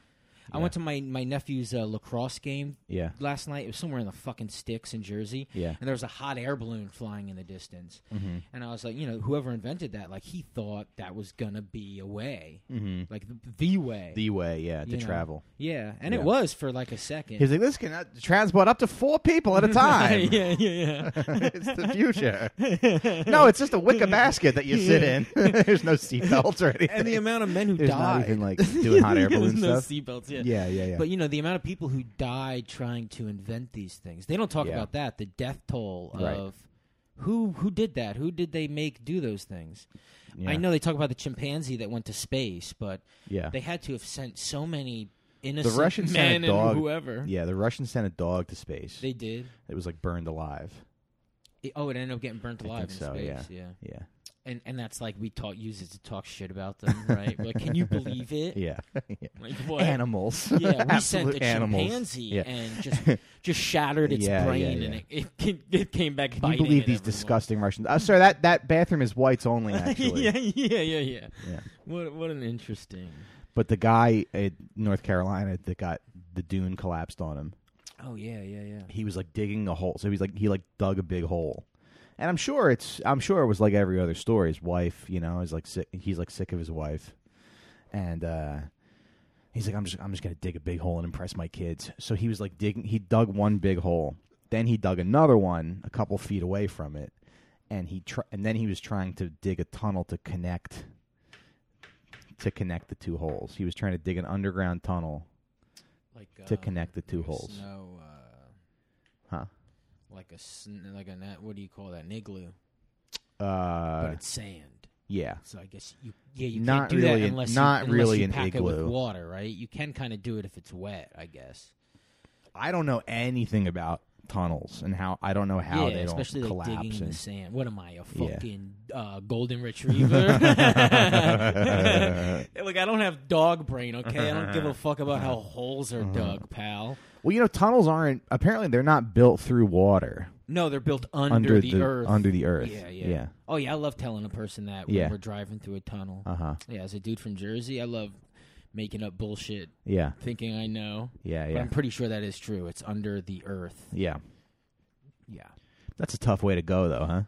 [SPEAKER 2] I
[SPEAKER 1] Yeah.
[SPEAKER 2] went to my my nephew's uh, lacrosse game
[SPEAKER 1] yeah.
[SPEAKER 2] last night. It was somewhere in the fucking sticks in Jersey.
[SPEAKER 1] Yeah.
[SPEAKER 2] And there was a hot air balloon flying in the distance.
[SPEAKER 1] Mm-hmm.
[SPEAKER 2] And I was like, you know, whoever invented that, like he thought that was going to be a way,
[SPEAKER 1] Mm-hmm.
[SPEAKER 2] like the, the way.
[SPEAKER 1] The way, yeah, to
[SPEAKER 2] You know.
[SPEAKER 1] travel.
[SPEAKER 2] yeah, and
[SPEAKER 1] Yeah.
[SPEAKER 2] it was for like a second.
[SPEAKER 1] He's like, this can uh, transport up to four people at
[SPEAKER 2] *laughs*
[SPEAKER 1] a time.
[SPEAKER 2] yeah, yeah, yeah.
[SPEAKER 1] *laughs* it's the
[SPEAKER 2] *laughs*
[SPEAKER 1] future. no, it's just a wicker basket that you sit in. *laughs* There's no seatbelts or anything.
[SPEAKER 2] And the amount of men who
[SPEAKER 1] There's
[SPEAKER 2] died
[SPEAKER 1] not even like doing
[SPEAKER 2] *laughs*
[SPEAKER 1] hot air
[SPEAKER 2] There was
[SPEAKER 1] balloon
[SPEAKER 2] no
[SPEAKER 1] stuff.
[SPEAKER 2] seatbelts, yeah.
[SPEAKER 1] Yeah, yeah, yeah.
[SPEAKER 2] But you know the amount of people who died trying to invent these things. They don't talk
[SPEAKER 1] Yeah.
[SPEAKER 2] about that. The death toll of
[SPEAKER 1] Right.
[SPEAKER 2] who who did that? Who did they make do those things?
[SPEAKER 1] yeah.
[SPEAKER 2] I know they talk about the chimpanzee that went to space, but
[SPEAKER 1] Yeah.
[SPEAKER 2] they had to have sent so many
[SPEAKER 1] the
[SPEAKER 2] innocent
[SPEAKER 1] Russians
[SPEAKER 2] men
[SPEAKER 1] sent a dog.
[SPEAKER 2] and whoever.
[SPEAKER 1] Yeah, the Russians sent a dog to space.
[SPEAKER 2] They did.
[SPEAKER 1] it was like burned alive.
[SPEAKER 2] It- oh, it ended up getting burnt
[SPEAKER 1] I
[SPEAKER 2] alive in
[SPEAKER 1] think so,
[SPEAKER 2] space.
[SPEAKER 1] yeah.
[SPEAKER 2] yeah.
[SPEAKER 1] Yeah.
[SPEAKER 2] And and that's like we talk use it to talk shit about them, right?
[SPEAKER 1] *laughs*
[SPEAKER 2] like, can you believe it?
[SPEAKER 1] Yeah. yeah.
[SPEAKER 2] Like what?
[SPEAKER 1] Animals.
[SPEAKER 2] Yeah,
[SPEAKER 1] *laughs*
[SPEAKER 2] we sent
[SPEAKER 1] Absolute
[SPEAKER 2] the
[SPEAKER 1] animals.
[SPEAKER 2] chimpanzee
[SPEAKER 1] Yeah. *laughs*
[SPEAKER 2] and just just shattered its
[SPEAKER 1] Yeah, yeah,
[SPEAKER 2] brain,
[SPEAKER 1] yeah.
[SPEAKER 2] and it, it, came- it came back.
[SPEAKER 1] Can you
[SPEAKER 2] biting
[SPEAKER 1] believe
[SPEAKER 2] at
[SPEAKER 1] these
[SPEAKER 2] everyone.
[SPEAKER 1] disgusting Russians? Uh, sir, that, that bathroom is whites only, actually.
[SPEAKER 2] *laughs* yeah, yeah, yeah, yeah.
[SPEAKER 1] Yeah.
[SPEAKER 2] What what an interesting.
[SPEAKER 1] But the guy at North Carolina that got the dune collapsed on him,
[SPEAKER 2] Oh yeah, yeah, yeah.
[SPEAKER 1] he was like digging a hole. So he's like he like dug a big hole, and I'm sure it's I'm sure it was like every other story. His wife, you know, is like sick. He's like sick of his wife, and uh, he's like I'm just I'm just gonna dig a big hole and impress my kids. So he was like digging. He dug one big hole, then he dug another one a couple feet away from it, and he tr- and then he was trying to dig a tunnel to connect to connect the two holes. He was trying to dig an underground tunnel
[SPEAKER 2] Like
[SPEAKER 1] to
[SPEAKER 2] um,
[SPEAKER 1] connect the two
[SPEAKER 2] like a
[SPEAKER 1] holes.
[SPEAKER 2] Snow, uh,
[SPEAKER 1] Huh.
[SPEAKER 2] like a sn- like a na- what do you call that? Niglu, but
[SPEAKER 1] Uh,
[SPEAKER 2] it's sand.
[SPEAKER 1] yeah.
[SPEAKER 2] So I guess you yeah you
[SPEAKER 1] Not
[SPEAKER 2] can't do
[SPEAKER 1] really
[SPEAKER 2] that
[SPEAKER 1] an-
[SPEAKER 2] unless
[SPEAKER 1] not
[SPEAKER 2] you, unless
[SPEAKER 1] really
[SPEAKER 2] you
[SPEAKER 1] an
[SPEAKER 2] pack it
[SPEAKER 1] igloo.
[SPEAKER 2] with water, right? You can kind of do it if it's wet, I guess.
[SPEAKER 1] I don't know anything about tunnels and how I don't know how
[SPEAKER 2] yeah,
[SPEAKER 1] they don't
[SPEAKER 2] especially like
[SPEAKER 1] collapse.
[SPEAKER 2] digging in
[SPEAKER 1] and-
[SPEAKER 2] the sand. What am I, a
[SPEAKER 1] Yeah.
[SPEAKER 2] fucking uh,
[SPEAKER 1] *laughs*
[SPEAKER 2] golden retriever? like I don't have dog brain, okay? I don't give a fuck about how holes
[SPEAKER 1] Uh-huh.
[SPEAKER 2] are dug, pal.
[SPEAKER 1] well, you know, tunnels aren't apparently they're not built through water
[SPEAKER 2] No, they're built under,
[SPEAKER 1] under
[SPEAKER 2] the,
[SPEAKER 1] the,
[SPEAKER 2] earth.
[SPEAKER 1] under the earth.
[SPEAKER 2] yeah, yeah, Oh yeah, I love telling a person that when
[SPEAKER 1] Yeah.
[SPEAKER 2] we're driving through a tunnel.
[SPEAKER 1] Uh huh.
[SPEAKER 2] yeah, as a dude from Jersey, I love making up bullshit,
[SPEAKER 1] Yeah.
[SPEAKER 2] thinking I know.
[SPEAKER 1] Yeah.
[SPEAKER 2] But
[SPEAKER 1] Yeah.
[SPEAKER 2] I'm pretty sure that is true. It's under the earth.
[SPEAKER 1] Yeah.
[SPEAKER 2] Yeah.
[SPEAKER 1] That's a tough way to go, though, huh?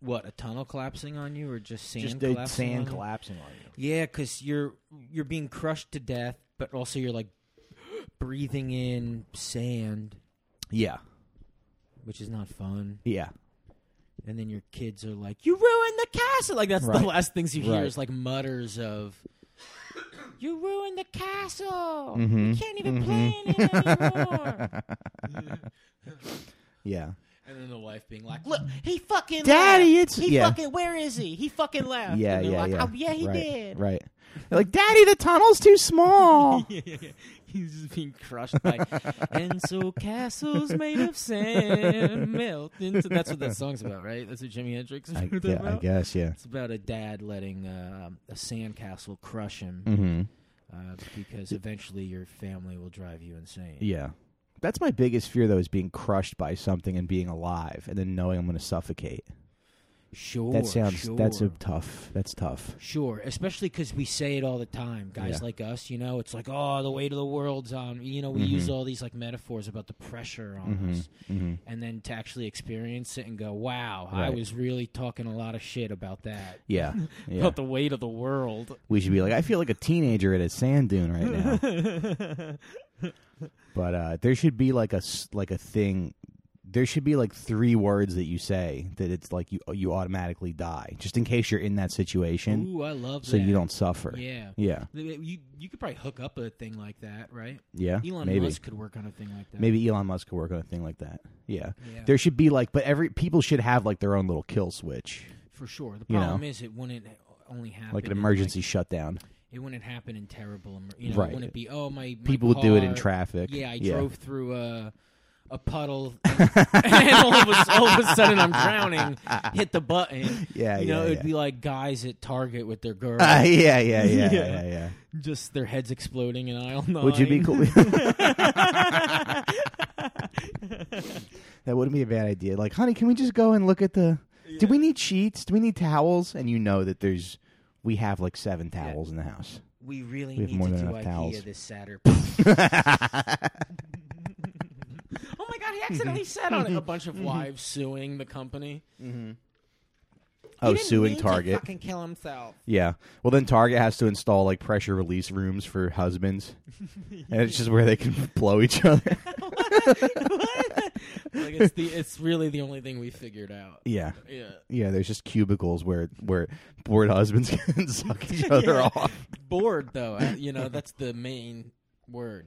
[SPEAKER 2] What a tunnel collapsing on you, or just sand
[SPEAKER 1] Just the
[SPEAKER 2] collapsing?
[SPEAKER 1] sand
[SPEAKER 2] on you?
[SPEAKER 1] collapsing on you.
[SPEAKER 2] Yeah, because you're you're being crushed to death, but also you're like breathing in sand,
[SPEAKER 1] Yeah.
[SPEAKER 2] which is not fun.
[SPEAKER 1] Yeah.
[SPEAKER 2] And then your kids are like, "You ruined the castle!" Like that's
[SPEAKER 1] Right.
[SPEAKER 2] the last things you hear
[SPEAKER 1] Right.
[SPEAKER 2] is like mutters of, "You ruined the castle.
[SPEAKER 1] Mhm.
[SPEAKER 2] You can't even
[SPEAKER 1] Mm-hmm.
[SPEAKER 2] play in it anymore."
[SPEAKER 1] *laughs* Yeah.
[SPEAKER 2] and then the wife being like, "Look, *laughs* he fucking
[SPEAKER 1] Daddy,
[SPEAKER 2] left.
[SPEAKER 1] it's-
[SPEAKER 2] he
[SPEAKER 1] yeah.
[SPEAKER 2] fucking where is he? He fucking left."
[SPEAKER 1] Yeah.
[SPEAKER 2] and
[SPEAKER 1] Yeah.
[SPEAKER 2] they're like,
[SPEAKER 1] yeah.
[SPEAKER 2] "Oh, yeah, he
[SPEAKER 1] right,
[SPEAKER 2] did."
[SPEAKER 1] Right. They're like, Daddy, the tunnel's too
[SPEAKER 2] *laughs*
[SPEAKER 1] small.
[SPEAKER 2] yeah, yeah, yeah. He's just being crushed by. *laughs* and so castles made of sand melt into. That's what that song's about, right? That's what Jimi Hendrix is *laughs*
[SPEAKER 1] I,
[SPEAKER 2] about.
[SPEAKER 1] yeah, I guess. Yeah.
[SPEAKER 2] It's about a dad letting uh, a sandcastle crush him
[SPEAKER 1] Mm-hmm.
[SPEAKER 2] uh, because eventually your family will drive you insane.
[SPEAKER 1] Yeah. That's my biggest fear, though, is being crushed by something and being alive, and then knowing I'm going to suffocate.
[SPEAKER 2] Sure.
[SPEAKER 1] that sounds.
[SPEAKER 2] Sure.
[SPEAKER 1] That's a tough. That's tough.
[SPEAKER 2] Sure, especially because we say it all the time, guys
[SPEAKER 1] Yeah.
[SPEAKER 2] like us. You know, it's like, oh, the weight of the world's on. You know, we
[SPEAKER 1] Mhm.
[SPEAKER 2] use all these like metaphors about the pressure on
[SPEAKER 1] Mhm.
[SPEAKER 2] us.
[SPEAKER 1] Mm-hmm.
[SPEAKER 2] and then to actually experience it and go, wow, I
[SPEAKER 1] Right.
[SPEAKER 2] was really talking a lot of shit about that.
[SPEAKER 1] Yeah.
[SPEAKER 2] *laughs*
[SPEAKER 1] yeah.
[SPEAKER 2] About the weight of the *laughs* world.
[SPEAKER 1] We should be like, I feel like a teenager at a sand dune right
[SPEAKER 2] *laughs*
[SPEAKER 1] now. But uh, there should be like a s- like a thing. There should be like three words that you say that it's like you you automatically die, just in case you're in that situation,
[SPEAKER 2] Ooh, I love
[SPEAKER 1] so
[SPEAKER 2] that.
[SPEAKER 1] you don't suffer.
[SPEAKER 2] Yeah.
[SPEAKER 1] yeah,
[SPEAKER 2] You, you could probably hook up a thing like that, right?
[SPEAKER 1] yeah.
[SPEAKER 2] Elon
[SPEAKER 1] maybe
[SPEAKER 2] Musk could work on a thing like that.
[SPEAKER 1] maybe Elon Musk could work on a thing like that. Yeah.
[SPEAKER 2] Yeah,
[SPEAKER 1] there should be like, but every people should have like their own little kill switch,
[SPEAKER 2] for sure. The
[SPEAKER 1] you know.
[SPEAKER 2] problem is it wouldn't only happen
[SPEAKER 1] like an
[SPEAKER 2] in,
[SPEAKER 1] emergency shutdown.
[SPEAKER 2] it wouldn't happen in terrible. emer- You know,
[SPEAKER 1] Right.
[SPEAKER 2] It wouldn't be, oh, my. my
[SPEAKER 1] People would do it in
[SPEAKER 2] car-
[SPEAKER 1] traffic.
[SPEAKER 2] Yeah, I drove through a
[SPEAKER 1] *laughs*
[SPEAKER 2] a puddle, and all of, a, all of a sudden I'm drowning. Hit the button.
[SPEAKER 1] Yeah,
[SPEAKER 2] you know,
[SPEAKER 1] yeah,
[SPEAKER 2] it'd
[SPEAKER 1] yeah.
[SPEAKER 2] be like guys at Target with their girls,
[SPEAKER 1] Uh, *laughs* yeah, yeah, yeah, yeah, yeah,
[SPEAKER 2] *laughs* Yeah.
[SPEAKER 1] yeah.
[SPEAKER 2] just their heads exploding in aisle
[SPEAKER 1] *laughs*
[SPEAKER 2] nine.
[SPEAKER 1] Would you be cool?
[SPEAKER 2] *laughs*
[SPEAKER 1] that wouldn't be a bad idea. Like, honey, can we just go and look at the? Do we need sheets? Do we need towels? And you know that there's, we have like seven towels in the house.
[SPEAKER 2] We really
[SPEAKER 1] We have
[SPEAKER 2] need
[SPEAKER 1] more
[SPEAKER 2] to
[SPEAKER 1] than
[SPEAKER 2] do
[SPEAKER 1] enough
[SPEAKER 2] IKEA
[SPEAKER 1] towels. *laughs*
[SPEAKER 2] this Saturday. *laughs* oh Oh my God!
[SPEAKER 1] *laughs*
[SPEAKER 2] He accidentally sat on it. A bunch of wives suing the company. He
[SPEAKER 1] Oh,
[SPEAKER 2] didn't
[SPEAKER 1] suing
[SPEAKER 2] mean to
[SPEAKER 1] Target.
[SPEAKER 2] fucking kill himself.
[SPEAKER 1] Yeah. Well, then Target has to install like pressure release rooms for
[SPEAKER 2] *laughs*
[SPEAKER 1] husbands, and it's just where they can *laughs* blow each other.
[SPEAKER 2] *laughs* Like it's the it's really the only thing we figured out.
[SPEAKER 1] *laughs* yeah.
[SPEAKER 2] Yeah.
[SPEAKER 1] Yeah, there's just cubicles where where bored husbands *laughs* can suck
[SPEAKER 2] *laughs*
[SPEAKER 1] each other
[SPEAKER 2] Yeah.
[SPEAKER 1] off.
[SPEAKER 2] bored though uh, you know that's the main word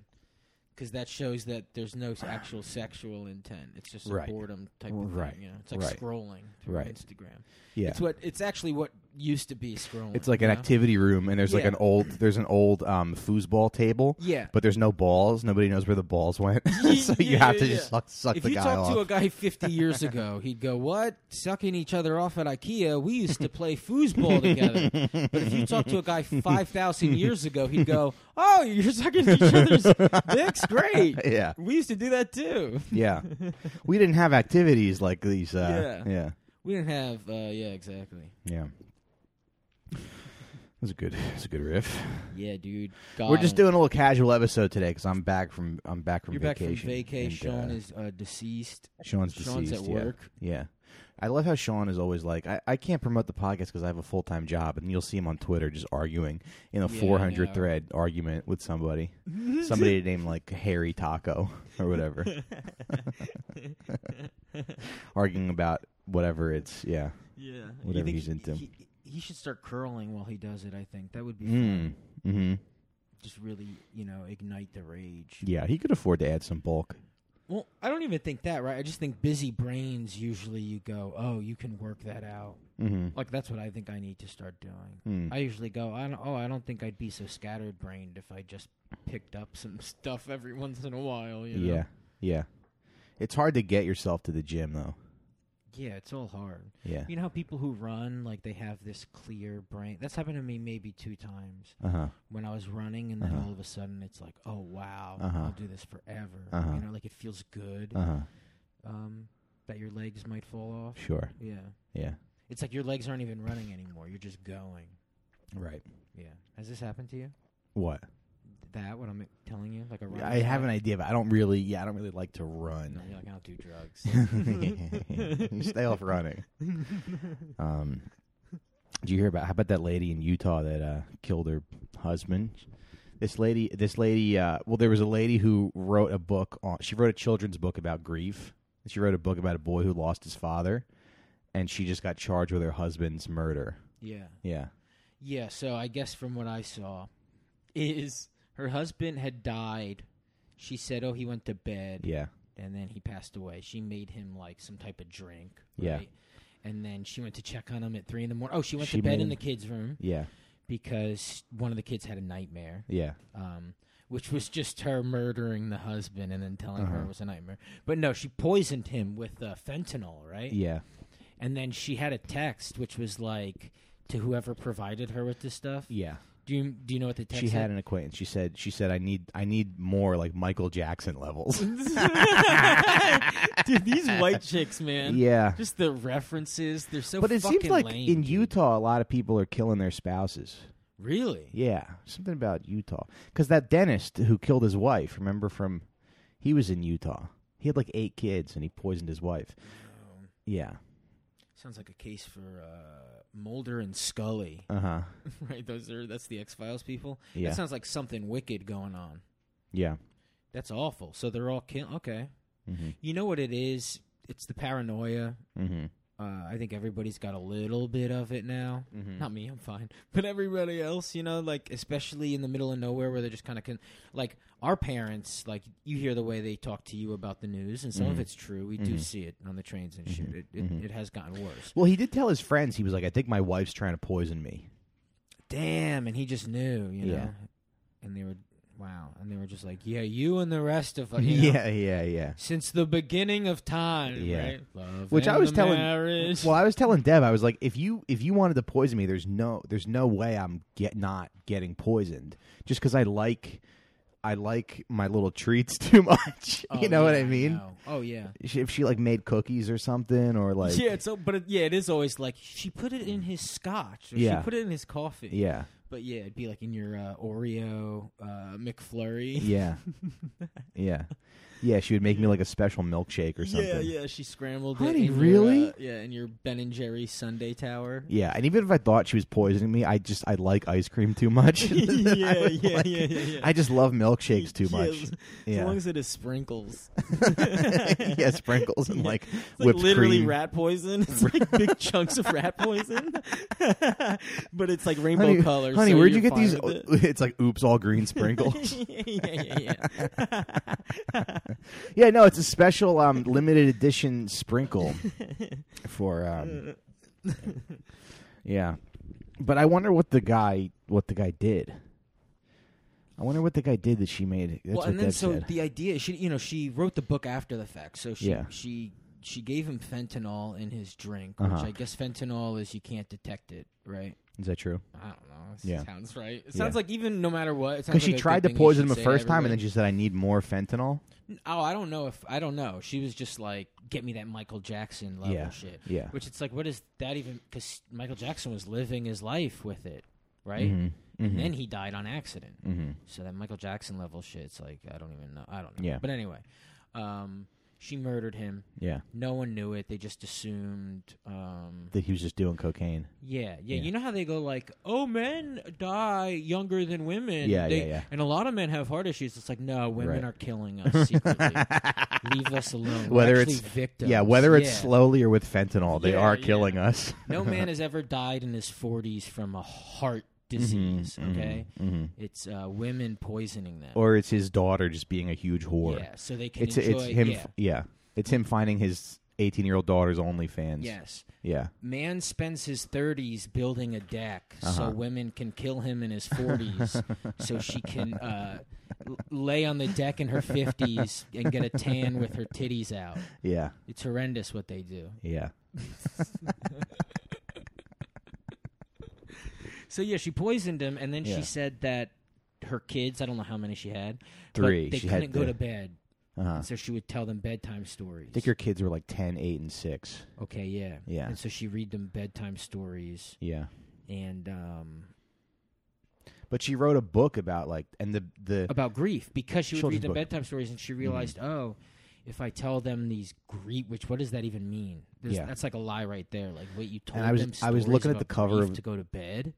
[SPEAKER 2] because that shows that there's no actual sexual intent it's just a
[SPEAKER 1] Right.
[SPEAKER 2] boredom type of
[SPEAKER 1] Right.
[SPEAKER 2] thing you know it's like
[SPEAKER 1] Right.
[SPEAKER 2] scrolling through
[SPEAKER 1] Right.
[SPEAKER 2] instagram
[SPEAKER 1] Yeah.
[SPEAKER 2] it's what it's actually what used to be scrolling
[SPEAKER 1] It's like
[SPEAKER 2] you
[SPEAKER 1] an
[SPEAKER 2] know?
[SPEAKER 1] activity room, and there's like
[SPEAKER 2] Yeah.
[SPEAKER 1] an old there's an old um, foosball table.
[SPEAKER 2] Yeah.
[SPEAKER 1] but there's no balls. Nobody knows where the balls
[SPEAKER 2] *laughs*
[SPEAKER 1] went, *laughs* so you
[SPEAKER 2] Yeah,
[SPEAKER 1] have to
[SPEAKER 2] yeah,
[SPEAKER 1] just
[SPEAKER 2] yeah.
[SPEAKER 1] suck suck
[SPEAKER 2] if
[SPEAKER 1] the
[SPEAKER 2] you
[SPEAKER 1] guy
[SPEAKER 2] talk
[SPEAKER 1] off.
[SPEAKER 2] to a *laughs* guy 50 years ago he'd go what sucking each other off at ikea we used to play foosball together but if you talk to a guy 5000 years ago he'd go oh you're sucking each other's dicks great
[SPEAKER 1] *laughs* *laughs* yeah,
[SPEAKER 2] we used to do that too *laughs*
[SPEAKER 1] yeah. we didn't have activities like these. Uh, yeah,
[SPEAKER 2] Yeah.
[SPEAKER 1] yeah,
[SPEAKER 2] We didn't have. Uh, yeah, exactly.
[SPEAKER 1] yeah. It was a good. It was a good riff.
[SPEAKER 2] Yeah, dude. God,
[SPEAKER 1] We're just doing a little casual episode today because I'm back from I'm back from
[SPEAKER 2] Um, You're
[SPEAKER 1] vacation.
[SPEAKER 2] back from vacation. Sean
[SPEAKER 1] and, uh,
[SPEAKER 2] is uh, deceased.
[SPEAKER 1] Sean's
[SPEAKER 2] Sean's
[SPEAKER 1] deceased.
[SPEAKER 2] at
[SPEAKER 1] yeah.
[SPEAKER 2] work.
[SPEAKER 1] Yeah. I love how Sean is always like, I, I can't promote the podcast because I have a full time job. And you'll see him on Twitter just arguing in a
[SPEAKER 2] Yeah, I
[SPEAKER 1] 400
[SPEAKER 2] know.
[SPEAKER 1] thread argument with
[SPEAKER 2] *laughs*
[SPEAKER 1] somebody. somebody named like Harry Taco or
[SPEAKER 2] *laughs*
[SPEAKER 1] whatever. arguing about whatever it's, yeah.
[SPEAKER 2] Yeah.
[SPEAKER 1] Whatever he's into.
[SPEAKER 2] He, he should start curling while he does it. I think that would be
[SPEAKER 1] Mm.
[SPEAKER 2] fun.
[SPEAKER 1] hmm
[SPEAKER 2] just really, you know, ignite the rage.
[SPEAKER 1] Yeah, he could afford to add some bulk.
[SPEAKER 2] Well, I don't even think that, right? I just think busy brains. Usually, you go, oh, you can work that out.
[SPEAKER 1] Mm-hmm.
[SPEAKER 2] Like that's what I think I need to start doing.
[SPEAKER 1] Mm.
[SPEAKER 2] I usually go, I don't, oh, I don't think I'd be so scattered *laughs* brained if I just picked up some stuff every once in a while. You know?
[SPEAKER 1] Yeah, yeah. It's hard to get yourself to the gym though.
[SPEAKER 2] Yeah, it's all hard.
[SPEAKER 1] Yeah.
[SPEAKER 2] You know how people who run like they have this clear brain. That's happened to me maybe two times
[SPEAKER 1] Uh huh.
[SPEAKER 2] when I was running, and then
[SPEAKER 1] Uh-huh.
[SPEAKER 2] all of a sudden it's like, oh wow,
[SPEAKER 1] Uh-huh.
[SPEAKER 2] I'll do this forever.
[SPEAKER 1] Uh-huh.
[SPEAKER 2] You know, like it feels good.
[SPEAKER 1] Uh huh.
[SPEAKER 2] Um, that your legs might fall off.
[SPEAKER 1] Sure.
[SPEAKER 2] Yeah,
[SPEAKER 1] Yeah.
[SPEAKER 2] it's like your legs aren't even running anymore. You're just going.
[SPEAKER 1] Right.
[SPEAKER 2] Yeah. Has this happened to you?
[SPEAKER 1] What?
[SPEAKER 2] That what I'm telling you, like a run.
[SPEAKER 1] I have an idea, but I don't really. Yeah, I don't really like to
[SPEAKER 2] No,
[SPEAKER 1] run.
[SPEAKER 2] you're like I'll do drugs.
[SPEAKER 1] *laughs*
[SPEAKER 2] *laughs*
[SPEAKER 1] Stay off running. Um, did you hear about how about that lady in Utah that uh, killed her husband? This lady, this lady. Uh, well, there was a lady who wrote a book on. She wrote a children's book about grief. She wrote a book about a boy who lost his father, and she just got charged with her husband's murder.
[SPEAKER 2] yeah.
[SPEAKER 1] Yeah.
[SPEAKER 2] Yeah, so I guess from what I saw is her husband had died. She said, "Oh, he went to bed
[SPEAKER 1] Yeah.
[SPEAKER 2] and then he passed away." She made him like some type of drink,
[SPEAKER 1] Yeah.
[SPEAKER 2] right? And then she went to check on him at 3 in the morning. Oh, she went
[SPEAKER 1] She
[SPEAKER 2] to bed
[SPEAKER 1] made-
[SPEAKER 2] in the kids' room
[SPEAKER 1] Yeah.
[SPEAKER 2] because one of the kids had a nightmare.
[SPEAKER 1] Yeah.
[SPEAKER 2] Um which was just her murdering the husband and then telling her
[SPEAKER 1] Uh-huh.
[SPEAKER 2] it was a nightmare. But no, she poisoned him with uh, fentanyl, right?
[SPEAKER 1] Yeah.
[SPEAKER 2] And then she had a text which was like to whoever provided her with this stuff.
[SPEAKER 1] Yeah.
[SPEAKER 2] Do you do you know what the text
[SPEAKER 1] She had
[SPEAKER 2] said?
[SPEAKER 1] an acquaintance. She said. She said, "I need. I need more like Michael Jackson levels."
[SPEAKER 2] Dude, *laughs* these white chicks, man.
[SPEAKER 1] yeah.
[SPEAKER 2] Just the references, they're so.
[SPEAKER 1] But it seems
[SPEAKER 2] fucking
[SPEAKER 1] like
[SPEAKER 2] lame,
[SPEAKER 1] in
[SPEAKER 2] dude.
[SPEAKER 1] Utah, a lot of people are killing their spouses.
[SPEAKER 2] Really?
[SPEAKER 1] Yeah, something about Utah. Because that dentist who killed his wife, remember from, he was in Utah. He had like eight kids, and he poisoned his wife.
[SPEAKER 2] Um,
[SPEAKER 1] Yeah.
[SPEAKER 2] sounds like a case for uh, Mulder and Scully, *laughs*
[SPEAKER 1] Uh huh.
[SPEAKER 2] right? Those are that's the X Files people.
[SPEAKER 1] Yeah.
[SPEAKER 2] That sounds like something wicked going on.
[SPEAKER 1] yeah.
[SPEAKER 2] That's awful. So they're all kill. Okay.
[SPEAKER 1] Mm-hmm.
[SPEAKER 2] You know what it is? It's the paranoia.
[SPEAKER 1] Mm-hmm.
[SPEAKER 2] Uh, I think everybody's got a little bit of it now.
[SPEAKER 1] mm-hmm.
[SPEAKER 2] Not me, I'm fine. *laughs* But everybody else, you know, like especially in the middle of nowhere where they're just kind of con- like our parents, like you hear the way they talk to you about the news, and some
[SPEAKER 1] Mhm.
[SPEAKER 2] of it's true. We
[SPEAKER 1] Mhm.
[SPEAKER 2] do see it on the trains and shit. It it,
[SPEAKER 1] Mhm.
[SPEAKER 2] it has gotten worse.
[SPEAKER 1] Well, he did tell his friends he was like, "I think my wife's trying to poison me."
[SPEAKER 2] Damn, and he just knew, you know.
[SPEAKER 1] Yeah.
[SPEAKER 2] And they were wow, and they were just like, yeah, you and the
[SPEAKER 1] *laughs*
[SPEAKER 2] rest of us, you know,
[SPEAKER 1] Yeah, yeah, yeah.
[SPEAKER 2] since the beginning of time,
[SPEAKER 1] Yeah.
[SPEAKER 2] right? Love
[SPEAKER 1] Which I
[SPEAKER 2] and
[SPEAKER 1] was
[SPEAKER 2] the
[SPEAKER 1] telling-
[SPEAKER 2] marriage.
[SPEAKER 1] Well, I was telling Dev, I was like, if you if you wanted to poison me, there's no there's no way I'm get not getting poisoned just because I like I like my little treats *laughs* too much.
[SPEAKER 2] Oh,
[SPEAKER 1] you know what
[SPEAKER 2] yeah,
[SPEAKER 1] I mean?
[SPEAKER 2] know. Oh yeah.
[SPEAKER 1] She, if she like made cookies or something, or like
[SPEAKER 2] yeah, it's so, but it, yeah, it is always like she put it in his scotch. Or
[SPEAKER 1] Yeah.
[SPEAKER 2] she put it in his coffee. *laughs*
[SPEAKER 1] yeah,
[SPEAKER 2] but yeah, it'd be like in your uh, Oreo uh, McFlurry.
[SPEAKER 1] yeah, yeah, yeah. She would make me like a special milkshake or something.
[SPEAKER 2] *laughs* yeah, yeah. She scrambled
[SPEAKER 1] Honey,
[SPEAKER 2] it. in your,
[SPEAKER 1] really?
[SPEAKER 2] uh, yeah, in your Ben and Jerry Sunday Tower.
[SPEAKER 1] Yeah, and even if I thought she was poisoning me, I just I like ice cream too much. *laughs*
[SPEAKER 2] *laughs* Yeah,
[SPEAKER 1] *laughs* I would
[SPEAKER 2] yeah, yeah, yeah, yeah.
[SPEAKER 1] I just love
[SPEAKER 2] *laughs*
[SPEAKER 1] milkshakes too
[SPEAKER 2] Yeah,
[SPEAKER 1] much.
[SPEAKER 2] as-
[SPEAKER 1] Yeah.
[SPEAKER 2] As long as it is sprinkles.
[SPEAKER 1] *laughs* yeah, sprinkles and
[SPEAKER 2] Yeah.
[SPEAKER 1] like
[SPEAKER 2] It's like
[SPEAKER 1] whipped
[SPEAKER 2] literally
[SPEAKER 1] cream.
[SPEAKER 2] rat poison. *laughs*
[SPEAKER 1] *laughs*
[SPEAKER 2] It's like big chunks of rat poison, *laughs* but it's like rainbow
[SPEAKER 1] honey, *laughs*
[SPEAKER 2] colors.
[SPEAKER 1] honey,
[SPEAKER 2] so
[SPEAKER 1] where'd you
[SPEAKER 2] you're
[SPEAKER 1] get
[SPEAKER 2] fine
[SPEAKER 1] these? *laughs*
[SPEAKER 2] with it.
[SPEAKER 1] It's like oops, all green sprinkles.
[SPEAKER 2] *laughs* yeah, yeah, yeah.
[SPEAKER 1] yeah, no, it's a special um, limited edition
[SPEAKER 2] *laughs*
[SPEAKER 1] sprinkle for. Um, yeah, but I wonder what the guy what the guy did. I wonder what the guy did that she made. That's
[SPEAKER 2] well,
[SPEAKER 1] what
[SPEAKER 2] and then
[SPEAKER 1] Deb
[SPEAKER 2] so
[SPEAKER 1] said.
[SPEAKER 2] the idea, she you know, she wrote the book after the fact. So she
[SPEAKER 1] Yeah.
[SPEAKER 2] she she gave him fentanyl in his drink,
[SPEAKER 1] Uh-huh.
[SPEAKER 2] which I guess fentanyl is you can't detect it, right?
[SPEAKER 1] Is that true?
[SPEAKER 2] I don't know. It
[SPEAKER 1] Yeah.
[SPEAKER 2] sounds right. It
[SPEAKER 1] Yeah.
[SPEAKER 2] sounds like even no matter what,
[SPEAKER 1] Because she tried to poison him the first time, and then she said, "I need more fentanyl."
[SPEAKER 2] then oh, I don't know if I don't know. She was just like, get me that Michael Jackson level
[SPEAKER 1] Yeah.
[SPEAKER 2] shit.
[SPEAKER 1] Yeah.
[SPEAKER 2] Which it's like, what is that even? Because Michael Jackson was living his life with it, right?
[SPEAKER 1] Mhm.
[SPEAKER 2] And
[SPEAKER 1] Mhm.
[SPEAKER 2] then he died on accident.
[SPEAKER 1] Mhm.
[SPEAKER 2] So that Michael Jackson level shit's like I don't even know. I don't know.
[SPEAKER 1] Yeah.
[SPEAKER 2] But anyway, um, she murdered him.
[SPEAKER 1] Yeah,
[SPEAKER 2] No one knew it. They just assumed. Um,
[SPEAKER 1] that he was just doing cocaine.
[SPEAKER 2] yeah, yeah,
[SPEAKER 1] Yeah.
[SPEAKER 2] You know how they go like, "Oh, men die younger than women."
[SPEAKER 1] Yeah,
[SPEAKER 2] They-
[SPEAKER 1] yeah, yeah.
[SPEAKER 2] And a lot of men have heart issues. It's like, no, women
[SPEAKER 1] Right.
[SPEAKER 2] are killing us
[SPEAKER 1] *laughs*
[SPEAKER 2] secretly. Leave us alone. We're
[SPEAKER 1] Whether
[SPEAKER 2] actually
[SPEAKER 1] it's-
[SPEAKER 2] victims.
[SPEAKER 1] Yeah, whether it's
[SPEAKER 2] Yeah.
[SPEAKER 1] slowly or with fentanyl, they
[SPEAKER 2] Yeah,
[SPEAKER 1] are
[SPEAKER 2] yeah.
[SPEAKER 1] killing
[SPEAKER 2] *laughs*
[SPEAKER 1] us.
[SPEAKER 2] no
[SPEAKER 1] *laughs*
[SPEAKER 2] man has ever died in his forties from a heart
[SPEAKER 1] Mm-hmm,
[SPEAKER 2] disease. Okay,
[SPEAKER 1] hmm
[SPEAKER 2] it's uh, women poisoning them.
[SPEAKER 1] Or it's his daughter just being a huge whore.
[SPEAKER 2] yeah, so they can
[SPEAKER 1] it's
[SPEAKER 2] enjoy.
[SPEAKER 1] it's him.
[SPEAKER 2] yeah.
[SPEAKER 1] Yeah. it's him finding his 18 year old daughter's OnlyFans.
[SPEAKER 2] Yes.
[SPEAKER 1] Yeah.
[SPEAKER 2] Man spends his 30s building a deck
[SPEAKER 1] Uh-huh.
[SPEAKER 2] so women can kill him
[SPEAKER 1] *laughs*
[SPEAKER 2] in his 40s so she can uh, l- lay on the deck in her 50s and get a tan with her titties out.
[SPEAKER 1] Yeah.
[SPEAKER 2] It's horrendous what they do.
[SPEAKER 1] Yeah.
[SPEAKER 2] So yeah, she poisoned him, and then
[SPEAKER 1] Yeah.
[SPEAKER 2] she said that her kids—I don't know how many she had. but
[SPEAKER 1] Three.
[SPEAKER 2] They
[SPEAKER 1] She had
[SPEAKER 2] couldn't go
[SPEAKER 1] the-
[SPEAKER 2] to bed,
[SPEAKER 1] Uh-huh.
[SPEAKER 2] so she would tell them bedtime stories.
[SPEAKER 1] I think her kids were like 10, 8, and 6.
[SPEAKER 2] okay, yeah,
[SPEAKER 1] Yeah.
[SPEAKER 2] And so she read them bedtime stories,
[SPEAKER 1] Yeah.
[SPEAKER 2] and um,
[SPEAKER 1] But she wrote a book about like, and the, the,
[SPEAKER 2] about grief because she would
[SPEAKER 1] Children's
[SPEAKER 2] read the
[SPEAKER 1] book. Mm-hmm.
[SPEAKER 2] bedtime stories, and she realized, oh, if I tell them these grief, which what does that even mean? There's,
[SPEAKER 1] Yeah.
[SPEAKER 2] that's like a lie right there. Like wait, you told
[SPEAKER 1] I was-
[SPEAKER 2] them.
[SPEAKER 1] I was
[SPEAKER 2] stories
[SPEAKER 1] looking at
[SPEAKER 2] about
[SPEAKER 1] the cover
[SPEAKER 2] grief
[SPEAKER 1] of-
[SPEAKER 2] to go to bed.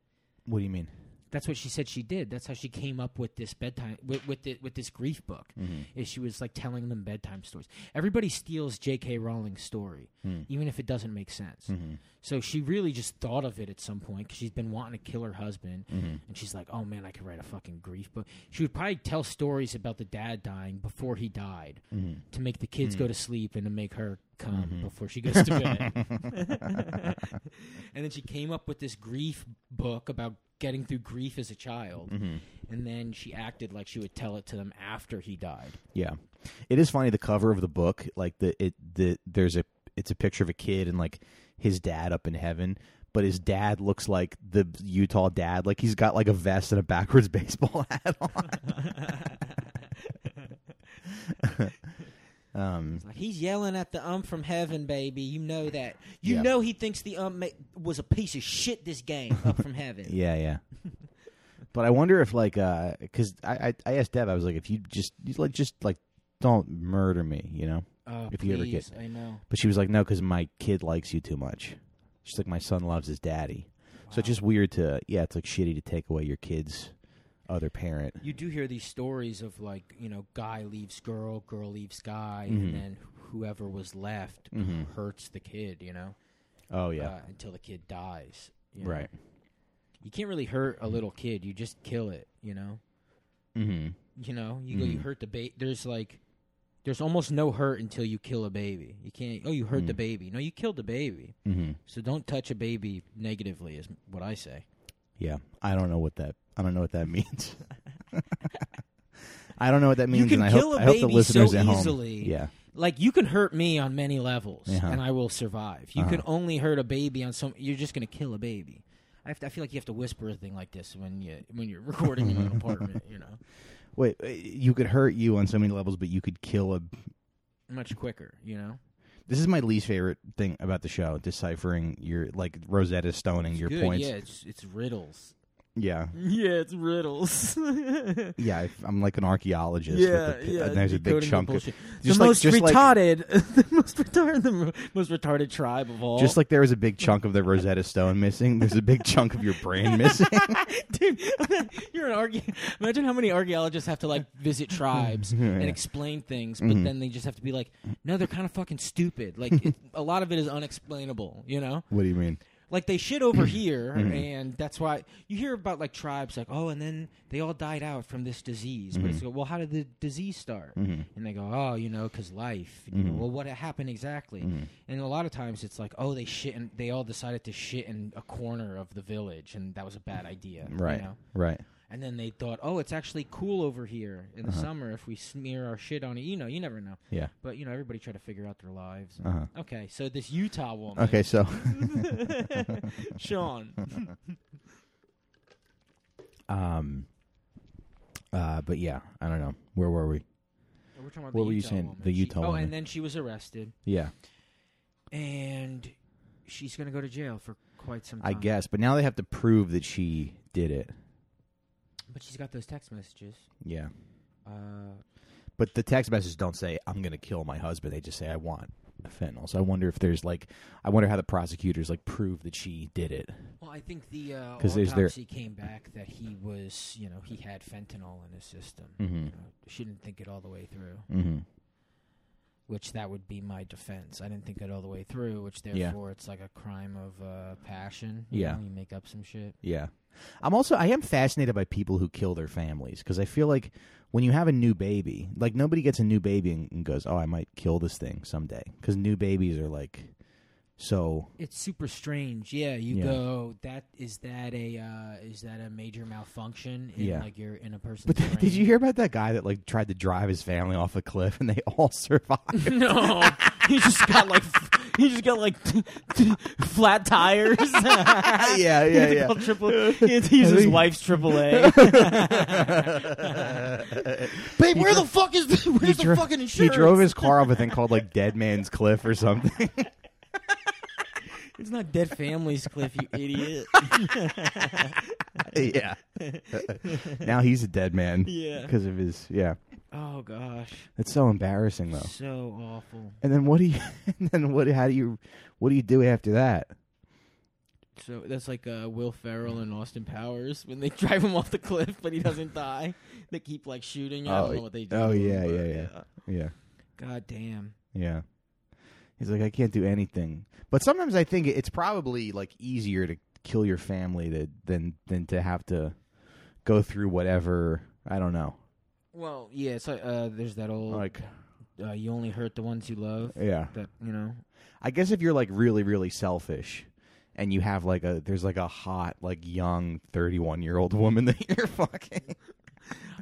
[SPEAKER 1] what do you mean?
[SPEAKER 2] That's what she said she did. That's how she came up with this bedtime with with, the, with this grief book. Is she was like telling them bedtime stories. Everybody steals J.K. Rowling's story,
[SPEAKER 1] Mm-hmm.
[SPEAKER 2] even if it doesn't make sense. So she really just thought of it at some point because she's been wanting to kill her husband, and she's like, "Oh man, I could write a fucking grief book." She would probably tell stories about the dad dying before he died to make the kids go to sleep and to make her come before she goes to bed. and then she came up with this grief book about getting through grief as a child and then she acted like she would tell it to them after he died
[SPEAKER 1] Yeah, it is funny. The cover of the book, like the it the there's a it's a picture of a kid and like his dad up in heaven, but his dad looks like the Utah dad. Like he's got like a vest and a backwards *laughs* baseball hat on. um,
[SPEAKER 2] like he's yelling at the ump from heaven baby you know that you
[SPEAKER 1] Yeah.
[SPEAKER 2] know he thinks the ump ma- was a piece of shit this game up from heaven
[SPEAKER 1] *laughs* yeah, yeah. But I wonder if like uh, because I, I I asked Deb, I was like, if you just you like just like don't murder me, you know.
[SPEAKER 2] Oh,
[SPEAKER 1] If you ever get-
[SPEAKER 2] please, i know
[SPEAKER 1] But she was like, no, because my kid likes you too much. She's like, my son loves his daddy. So it's just weird to, yeah, it's like shitty to take away your kid's other parent.
[SPEAKER 2] you do hear these stories of like you know guy leaves girl girl leaves guy
[SPEAKER 1] Mhm.
[SPEAKER 2] and then whoever was left
[SPEAKER 1] Mhm.
[SPEAKER 2] hurts the kid you know
[SPEAKER 1] Oh, yeah.
[SPEAKER 2] uh, until the kid dies you know?
[SPEAKER 1] right.
[SPEAKER 2] you can't really hurt a little kid you just kill it you know
[SPEAKER 1] Mm-hmm.
[SPEAKER 2] You know, you go, you
[SPEAKER 1] Mhm.
[SPEAKER 2] hurt the baby. There's like, there's almost no hurt until you kill a baby. You can't. Oh, you hurt the
[SPEAKER 1] Mm.
[SPEAKER 2] baby. No, you killed the baby.
[SPEAKER 1] Mm-hmm.
[SPEAKER 2] So don't touch a baby negatively, is what I say.
[SPEAKER 1] Yeah. I don't know what that, I don't know what that *laughs* means. I don't know what that means.
[SPEAKER 2] you can
[SPEAKER 1] and I
[SPEAKER 2] kill
[SPEAKER 1] hope,
[SPEAKER 2] a
[SPEAKER 1] I hope
[SPEAKER 2] baby
[SPEAKER 1] the listeners
[SPEAKER 2] so
[SPEAKER 1] at home.
[SPEAKER 2] easily.
[SPEAKER 1] Yeah.
[SPEAKER 2] Like you can hurt me on many levels,
[SPEAKER 1] Uh-huh.
[SPEAKER 2] and I will survive. You can
[SPEAKER 1] Uh-huh.
[SPEAKER 2] only hurt a baby on some. You're just gonna kill a baby. I, have to, I feel like you have to whisper a thing like this when you when you're *laughs* recording
[SPEAKER 1] *laughs*
[SPEAKER 2] in an apartment. You know,
[SPEAKER 1] Wait, uh, you could hurt you on so many levels, but you could kill a.
[SPEAKER 2] much quicker. You know,
[SPEAKER 1] This is my least favorite thing about the show: deciphering your like Rosetta Stoning your
[SPEAKER 2] Good,
[SPEAKER 1] points.
[SPEAKER 2] Yeah, it's it's riddles.
[SPEAKER 1] yeah,
[SPEAKER 4] Yeah, it's riddles. yeah,
[SPEAKER 1] Yeah, I- I'm like an archaeologist. with the,
[SPEAKER 4] yeah.
[SPEAKER 1] and there's a big
[SPEAKER 2] decoding the
[SPEAKER 1] chunk. Of,
[SPEAKER 2] bullshit.
[SPEAKER 1] just
[SPEAKER 4] the
[SPEAKER 1] like,
[SPEAKER 4] most
[SPEAKER 1] just Like,
[SPEAKER 2] *laughs*
[SPEAKER 4] retarded, the most retarded, the mo- most retarded tribe of all.
[SPEAKER 1] just
[SPEAKER 2] *laughs*
[SPEAKER 1] like there was a big chunk of the Rosetta Stone missing, there's a big *laughs* chunk of your brain
[SPEAKER 2] *laughs*
[SPEAKER 1] missing.
[SPEAKER 4] dude,
[SPEAKER 2] You're an archae- Imagine how many archaeologists have to like visit
[SPEAKER 1] *laughs*
[SPEAKER 2] tribes and explain things,
[SPEAKER 1] Mm-hmm.
[SPEAKER 2] but then they just have to be like, no, they're kind of fucking stupid. Like it, a lot of it is unexplainable, you know?
[SPEAKER 1] what do you mean?
[SPEAKER 2] Like they shit over
[SPEAKER 1] Mm-hmm.
[SPEAKER 2] here, and that's why you hear about like tribes like, oh, and then they all died out from this disease. But
[SPEAKER 1] Mm-hmm.
[SPEAKER 2] it's like, well, how did the disease start? And they go, oh, you know, because life. And you
[SPEAKER 1] Mm-hmm.
[SPEAKER 2] go, well, what happened exactly? And a lot of times it's like, oh, they shit, and they all decided to shit in a corner of the village, and that was a bad idea, you
[SPEAKER 1] Right,
[SPEAKER 2] know?
[SPEAKER 1] right.
[SPEAKER 2] And then they thought, oh, it's actually cool over here in the summer if we smear our shit on it. You know, you never know.
[SPEAKER 1] Uh-huh. Yeah.
[SPEAKER 2] But you know, everybody tried to figure out their lives.
[SPEAKER 1] Uh-huh.
[SPEAKER 2] Okay, so this Utah woman,
[SPEAKER 1] Okay, so
[SPEAKER 2] *laughs* Sean,
[SPEAKER 1] um, uh, but yeah, I don't know. Where were we?
[SPEAKER 2] we're talking about
[SPEAKER 1] What
[SPEAKER 2] the
[SPEAKER 1] were you
[SPEAKER 2] Utah
[SPEAKER 1] saying?
[SPEAKER 2] woman.
[SPEAKER 1] The
[SPEAKER 2] She-
[SPEAKER 1] Utah
[SPEAKER 2] oh,
[SPEAKER 1] woman.
[SPEAKER 2] and then she was arrested,
[SPEAKER 1] Yeah,
[SPEAKER 2] and she's gonna go to jail for quite some
[SPEAKER 1] I
[SPEAKER 2] time.
[SPEAKER 1] guess. But now they have to prove that she did it.
[SPEAKER 2] But she's got those text messages.
[SPEAKER 1] Yeah.
[SPEAKER 2] Uh,
[SPEAKER 1] But the text messages don't say "I'm going to kill my husband." They just say "I want fentanyl." So I wonder if there's like, I wonder how the prosecutors like prove that she did it.
[SPEAKER 2] well, I think the uh,
[SPEAKER 1] 'Cause there's their-
[SPEAKER 2] autopsy came back that he was, you know, he had fentanyl in his system.
[SPEAKER 1] Mm-hmm.
[SPEAKER 2] You know, she didn't think it all the way through.
[SPEAKER 1] Mm-hmm.
[SPEAKER 2] which that would be my defense. I didn't think it all the way through, which therefore it's like a crime of uh, passion. you
[SPEAKER 1] Yeah.
[SPEAKER 2] know, you make up some shit.
[SPEAKER 1] Yeah. I'm also I am fascinated by people who kill their families because I feel like when you have a new baby, like nobody gets a new baby and, and goes, "Oh, I might kill this thing someday." Because new babies are like so.
[SPEAKER 2] It's super strange. Yeah, you
[SPEAKER 1] Yeah.
[SPEAKER 2] go. That is that a uh, is that a major malfunction in
[SPEAKER 1] Yeah.
[SPEAKER 2] like you're in a person's
[SPEAKER 1] But *laughs*
[SPEAKER 2] brain?
[SPEAKER 1] did you hear
[SPEAKER 2] *laughs*
[SPEAKER 1] about that guy that like tried to drive his family off a cliff and they *laughs* all survived?
[SPEAKER 4] No, he just got like f- he just
[SPEAKER 2] *laughs*
[SPEAKER 4] got like t- t- flat tires. yeah,
[SPEAKER 1] Uh, *laughs* yeah,
[SPEAKER 4] Triple, he had to use his
[SPEAKER 1] think-
[SPEAKER 4] wife's
[SPEAKER 1] *laughs*
[SPEAKER 4] AAA.
[SPEAKER 1] Babe,
[SPEAKER 4] Where the fuck is the, where's the
[SPEAKER 1] dro-
[SPEAKER 4] fucking
[SPEAKER 1] He
[SPEAKER 4] insurance?
[SPEAKER 1] drove his car off a thing called like Dead Man's Cliff or something.
[SPEAKER 2] It's not dead families, Cliff. You idiot.
[SPEAKER 1] *laughs* yeah.
[SPEAKER 2] *laughs*
[SPEAKER 1] now he's a dead man.
[SPEAKER 4] Yeah.
[SPEAKER 1] *laughs* Because of his yeah.
[SPEAKER 2] oh gosh,
[SPEAKER 1] It's so embarrassing though.
[SPEAKER 2] *laughs* so awful.
[SPEAKER 1] And then what do you? *laughs* And then what? How do you? What do you do after that?
[SPEAKER 4] So that's like uh, Will Ferrell and Austin Powers when they *laughs* drive him off the cliff, but
[SPEAKER 1] *laughs*
[SPEAKER 4] he doesn't die. They keep like shooting. I
[SPEAKER 1] Oh,
[SPEAKER 4] don't know what they do.
[SPEAKER 1] oh, yeah,
[SPEAKER 4] but,
[SPEAKER 1] yeah, yeah. Yeah,
[SPEAKER 2] God damn.
[SPEAKER 1] yeah. He's like, I can't do anything. But sometimes I think it's probably like easier to kill your family to, than than to have to go through whatever. I don't know.
[SPEAKER 2] Well, yeah. So uh, there's that old
[SPEAKER 1] Like,
[SPEAKER 2] uh, you only hurt the ones you love.
[SPEAKER 1] yeah.
[SPEAKER 2] That you know.
[SPEAKER 1] I guess if you're like really, really selfish. And you have like a there's like a hot like young 31 year old woman *laughs* that you're fucking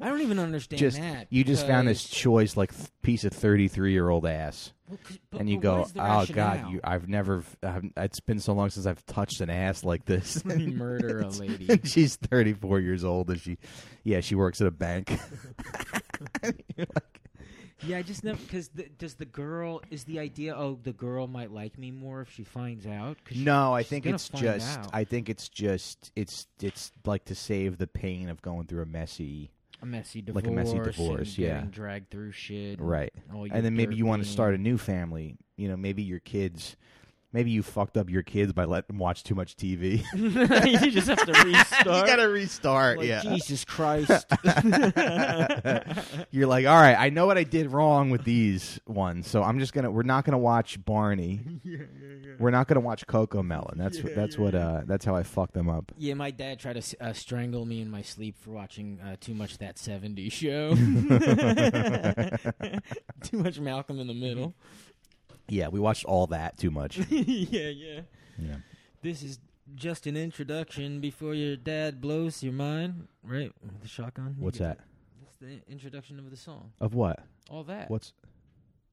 [SPEAKER 2] I don't even understand
[SPEAKER 1] just
[SPEAKER 2] that.
[SPEAKER 1] you just found this
[SPEAKER 2] because-
[SPEAKER 1] choice like th- piece of 33 year old ass
[SPEAKER 2] Well, 'cause- but-
[SPEAKER 1] and you
[SPEAKER 2] but
[SPEAKER 1] go,
[SPEAKER 2] what
[SPEAKER 1] oh
[SPEAKER 2] is the rationale?"
[SPEAKER 1] god,
[SPEAKER 2] *laughs*
[SPEAKER 1] you, I've never, I've, it's been so long since I've touched an ass like this.
[SPEAKER 2] Let
[SPEAKER 1] *laughs*
[SPEAKER 2] me *laughs* murder a lady.
[SPEAKER 1] And she's 34 years old, and she, yeah, she works at a bank. *laughs*
[SPEAKER 2] Yeah, I just never because the, does the girl is the idea? Oh, the girl might like me more if she finds out. 'Cause she-
[SPEAKER 1] no, I
[SPEAKER 2] she's
[SPEAKER 1] think
[SPEAKER 2] gonna
[SPEAKER 1] it's
[SPEAKER 2] find
[SPEAKER 1] just,
[SPEAKER 2] out.
[SPEAKER 1] I think it's just, it's, it's like to save the pain of going through a messy,
[SPEAKER 2] a messy divorce,
[SPEAKER 1] like a messy
[SPEAKER 2] and
[SPEAKER 1] divorce, yeah.
[SPEAKER 2] getting dragged through shit, and
[SPEAKER 1] right?
[SPEAKER 2] all your
[SPEAKER 1] And then maybe
[SPEAKER 2] dirt
[SPEAKER 1] you want to
[SPEAKER 2] being-
[SPEAKER 1] start a new family. You know, maybe your kids, maybe you fucked up your kids by letting them watch too much *laughs* TV.
[SPEAKER 4] *laughs* you just have to
[SPEAKER 1] *laughs*
[SPEAKER 4] restart.
[SPEAKER 1] you gotta restart.
[SPEAKER 4] Like,
[SPEAKER 1] yeah. *laughs*
[SPEAKER 2] Jesus Christ!
[SPEAKER 1] You're like, all right, I know what I did wrong with these ones, so I'm just gonna. We're not gonna watch Barney. We're not gonna watch Coco Melon. That's what. That's what. Uh, that's how I fucked them up.
[SPEAKER 2] yeah, my dad tried to s- uh, strangle me in my sleep for watching uh, too much that
[SPEAKER 1] *laughs*
[SPEAKER 2] '70s show, too much Malcolm in
[SPEAKER 1] *laughs*
[SPEAKER 2] the Middle.
[SPEAKER 1] Yeah, we watched all that too much.
[SPEAKER 4] *laughs* yeah, yeah.
[SPEAKER 1] Yeah.
[SPEAKER 2] This is just an introduction before your dad blows your mind, right? With the shotgun. You
[SPEAKER 1] What's
[SPEAKER 2] get
[SPEAKER 1] that?
[SPEAKER 2] That's the introduction of the song.
[SPEAKER 1] Of what?
[SPEAKER 2] All that.
[SPEAKER 1] What's?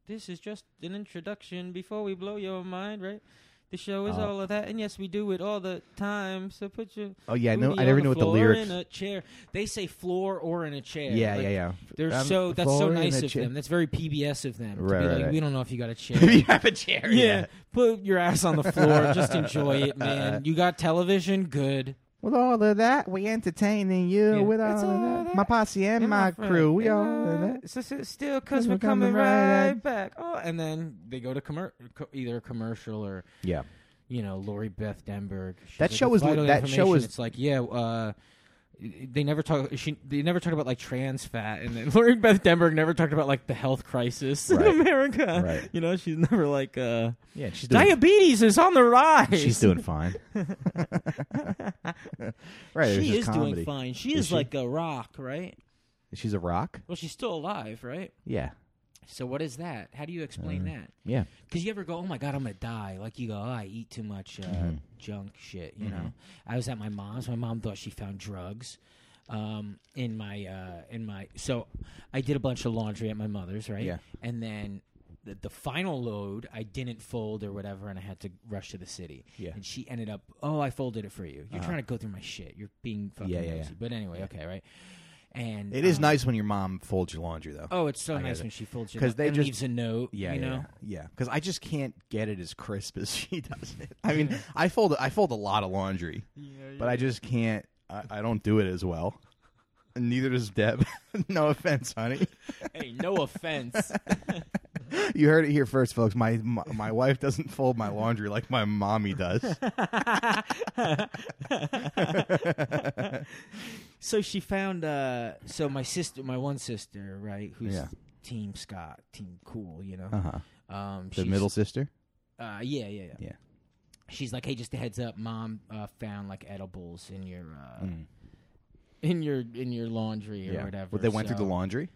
[SPEAKER 2] This is just an introduction before we blow your mind, right? The show is
[SPEAKER 1] Oh.
[SPEAKER 2] all of that, and yes, we do it all the time. So put your
[SPEAKER 1] Oh yeah, I know.
[SPEAKER 2] booty
[SPEAKER 1] I
[SPEAKER 2] on
[SPEAKER 1] never knew what the
[SPEAKER 2] floor
[SPEAKER 1] lyrics.
[SPEAKER 2] In a chair, they say floor or in a chair.
[SPEAKER 1] Yeah,
[SPEAKER 2] Like,
[SPEAKER 1] yeah, yeah.
[SPEAKER 2] They're
[SPEAKER 1] Um,
[SPEAKER 2] so that's
[SPEAKER 1] floor
[SPEAKER 2] so
[SPEAKER 1] in a
[SPEAKER 2] nice of
[SPEAKER 1] chair.
[SPEAKER 2] them. That's very PBS of them. to
[SPEAKER 1] Right,
[SPEAKER 2] be
[SPEAKER 1] right,
[SPEAKER 2] like,
[SPEAKER 1] right.
[SPEAKER 2] We don't know if you got
[SPEAKER 1] *laughs*
[SPEAKER 2] a chair.
[SPEAKER 1] you have a chair. Uh,
[SPEAKER 2] yeah, put your ass on the floor. just enjoy
[SPEAKER 1] *laughs*
[SPEAKER 2] it, man. You got television, good.
[SPEAKER 1] With all of that, we entertaining you.
[SPEAKER 2] Yeah.
[SPEAKER 1] With all,
[SPEAKER 2] It's
[SPEAKER 1] of
[SPEAKER 2] all
[SPEAKER 1] that.
[SPEAKER 2] that
[SPEAKER 1] my posse and, my, crew, we all. of that.
[SPEAKER 2] still because
[SPEAKER 1] we're
[SPEAKER 2] we're coming,
[SPEAKER 1] coming
[SPEAKER 2] right,
[SPEAKER 1] right
[SPEAKER 2] back. Oh, and then they go to commer- co- either a commercial or *laughs*
[SPEAKER 1] Yeah.
[SPEAKER 2] you know Lori Beth Denberg. She's
[SPEAKER 1] That
[SPEAKER 2] like,
[SPEAKER 1] show was
[SPEAKER 2] "With
[SPEAKER 1] li-
[SPEAKER 2] vital
[SPEAKER 1] that show
[SPEAKER 2] information,"
[SPEAKER 1] was-
[SPEAKER 2] It's like yeah. uh they never talk. She they never talked about like trans fat, and then *laughs* Lori Beth Denberg never talked about like the health crisis
[SPEAKER 1] Right.
[SPEAKER 4] In America,
[SPEAKER 1] Right.
[SPEAKER 4] you know, she's never like uh,
[SPEAKER 1] Yeah. She's doing.
[SPEAKER 4] diabetes is on the rise.
[SPEAKER 1] She's doing
[SPEAKER 2] *laughs*
[SPEAKER 1] fine. *laughs* right. it was
[SPEAKER 4] she
[SPEAKER 1] just
[SPEAKER 4] is
[SPEAKER 1] comedy.
[SPEAKER 4] doing fine. She is,
[SPEAKER 1] Is she? *laughs*
[SPEAKER 4] like a rock, right?
[SPEAKER 1] She's a rock.
[SPEAKER 4] Well, she's still alive, right?
[SPEAKER 1] Yeah.
[SPEAKER 2] So what is that? How do you explain that?
[SPEAKER 1] Uh, Yeah.
[SPEAKER 2] Because you ever go, oh my god, I'm gonna die. Like you go, oh, I eat too much uh,
[SPEAKER 1] Mm-hmm.
[SPEAKER 2] junk shit. You know, I was at my mom's. My mom thought she found drugs um, in my uh, in my. So I did a bunch of laundry at my mother's, right?
[SPEAKER 1] Yeah.
[SPEAKER 2] And then the, the final load I didn't fold or whatever, and I had to rush to the city.
[SPEAKER 1] Yeah. Uh-huh.
[SPEAKER 2] And she ended up, oh, I folded it for you. You're trying to go through my shit. You're being fucking
[SPEAKER 1] Yeah, yeah, yeah.
[SPEAKER 2] nosy. But anyway, okay, right. And
[SPEAKER 1] It is
[SPEAKER 2] um,
[SPEAKER 1] nice when your mom folds your laundry though.
[SPEAKER 2] Oh, it's so
[SPEAKER 1] I
[SPEAKER 2] nice
[SPEAKER 1] gotta-
[SPEAKER 2] when she folds it
[SPEAKER 1] 'cause
[SPEAKER 2] up
[SPEAKER 1] they
[SPEAKER 2] and
[SPEAKER 1] just-
[SPEAKER 2] leaves a note.
[SPEAKER 1] yeah,
[SPEAKER 2] you
[SPEAKER 1] yeah,
[SPEAKER 2] know.
[SPEAKER 1] yeah. Because I just can't get it as crisp as *laughs* she does it. I mean, I fold I fold a lot of laundry, but I just can't. I, I don't do it as well. And neither does Deb. *laughs* no offense, honey.
[SPEAKER 4] *laughs* Hey,
[SPEAKER 2] *laughs*
[SPEAKER 4] no offense.
[SPEAKER 1] You heard it here first, folks. My, my my wife doesn't fold my laundry like my mommy
[SPEAKER 2] *laughs*
[SPEAKER 1] does. Uh-huh.
[SPEAKER 4] yeah, *laughs*
[SPEAKER 2] So she found. uh So my sister, my one sister, right, who's
[SPEAKER 1] Yeah.
[SPEAKER 2] Team Scott, Team Cool, you know.
[SPEAKER 1] Uh huh.
[SPEAKER 2] Um,
[SPEAKER 1] The
[SPEAKER 2] she's-
[SPEAKER 1] middle sister.
[SPEAKER 2] Uh, yeah, yeah, yeah.
[SPEAKER 1] Yeah.
[SPEAKER 2] She's like, hey, just a heads up, mom uh, found like edibles in your uh, in your in your laundry or
[SPEAKER 1] Mm. yeah.
[SPEAKER 2] whatever.
[SPEAKER 1] Well, they went through
[SPEAKER 2] so-
[SPEAKER 1] the laundry.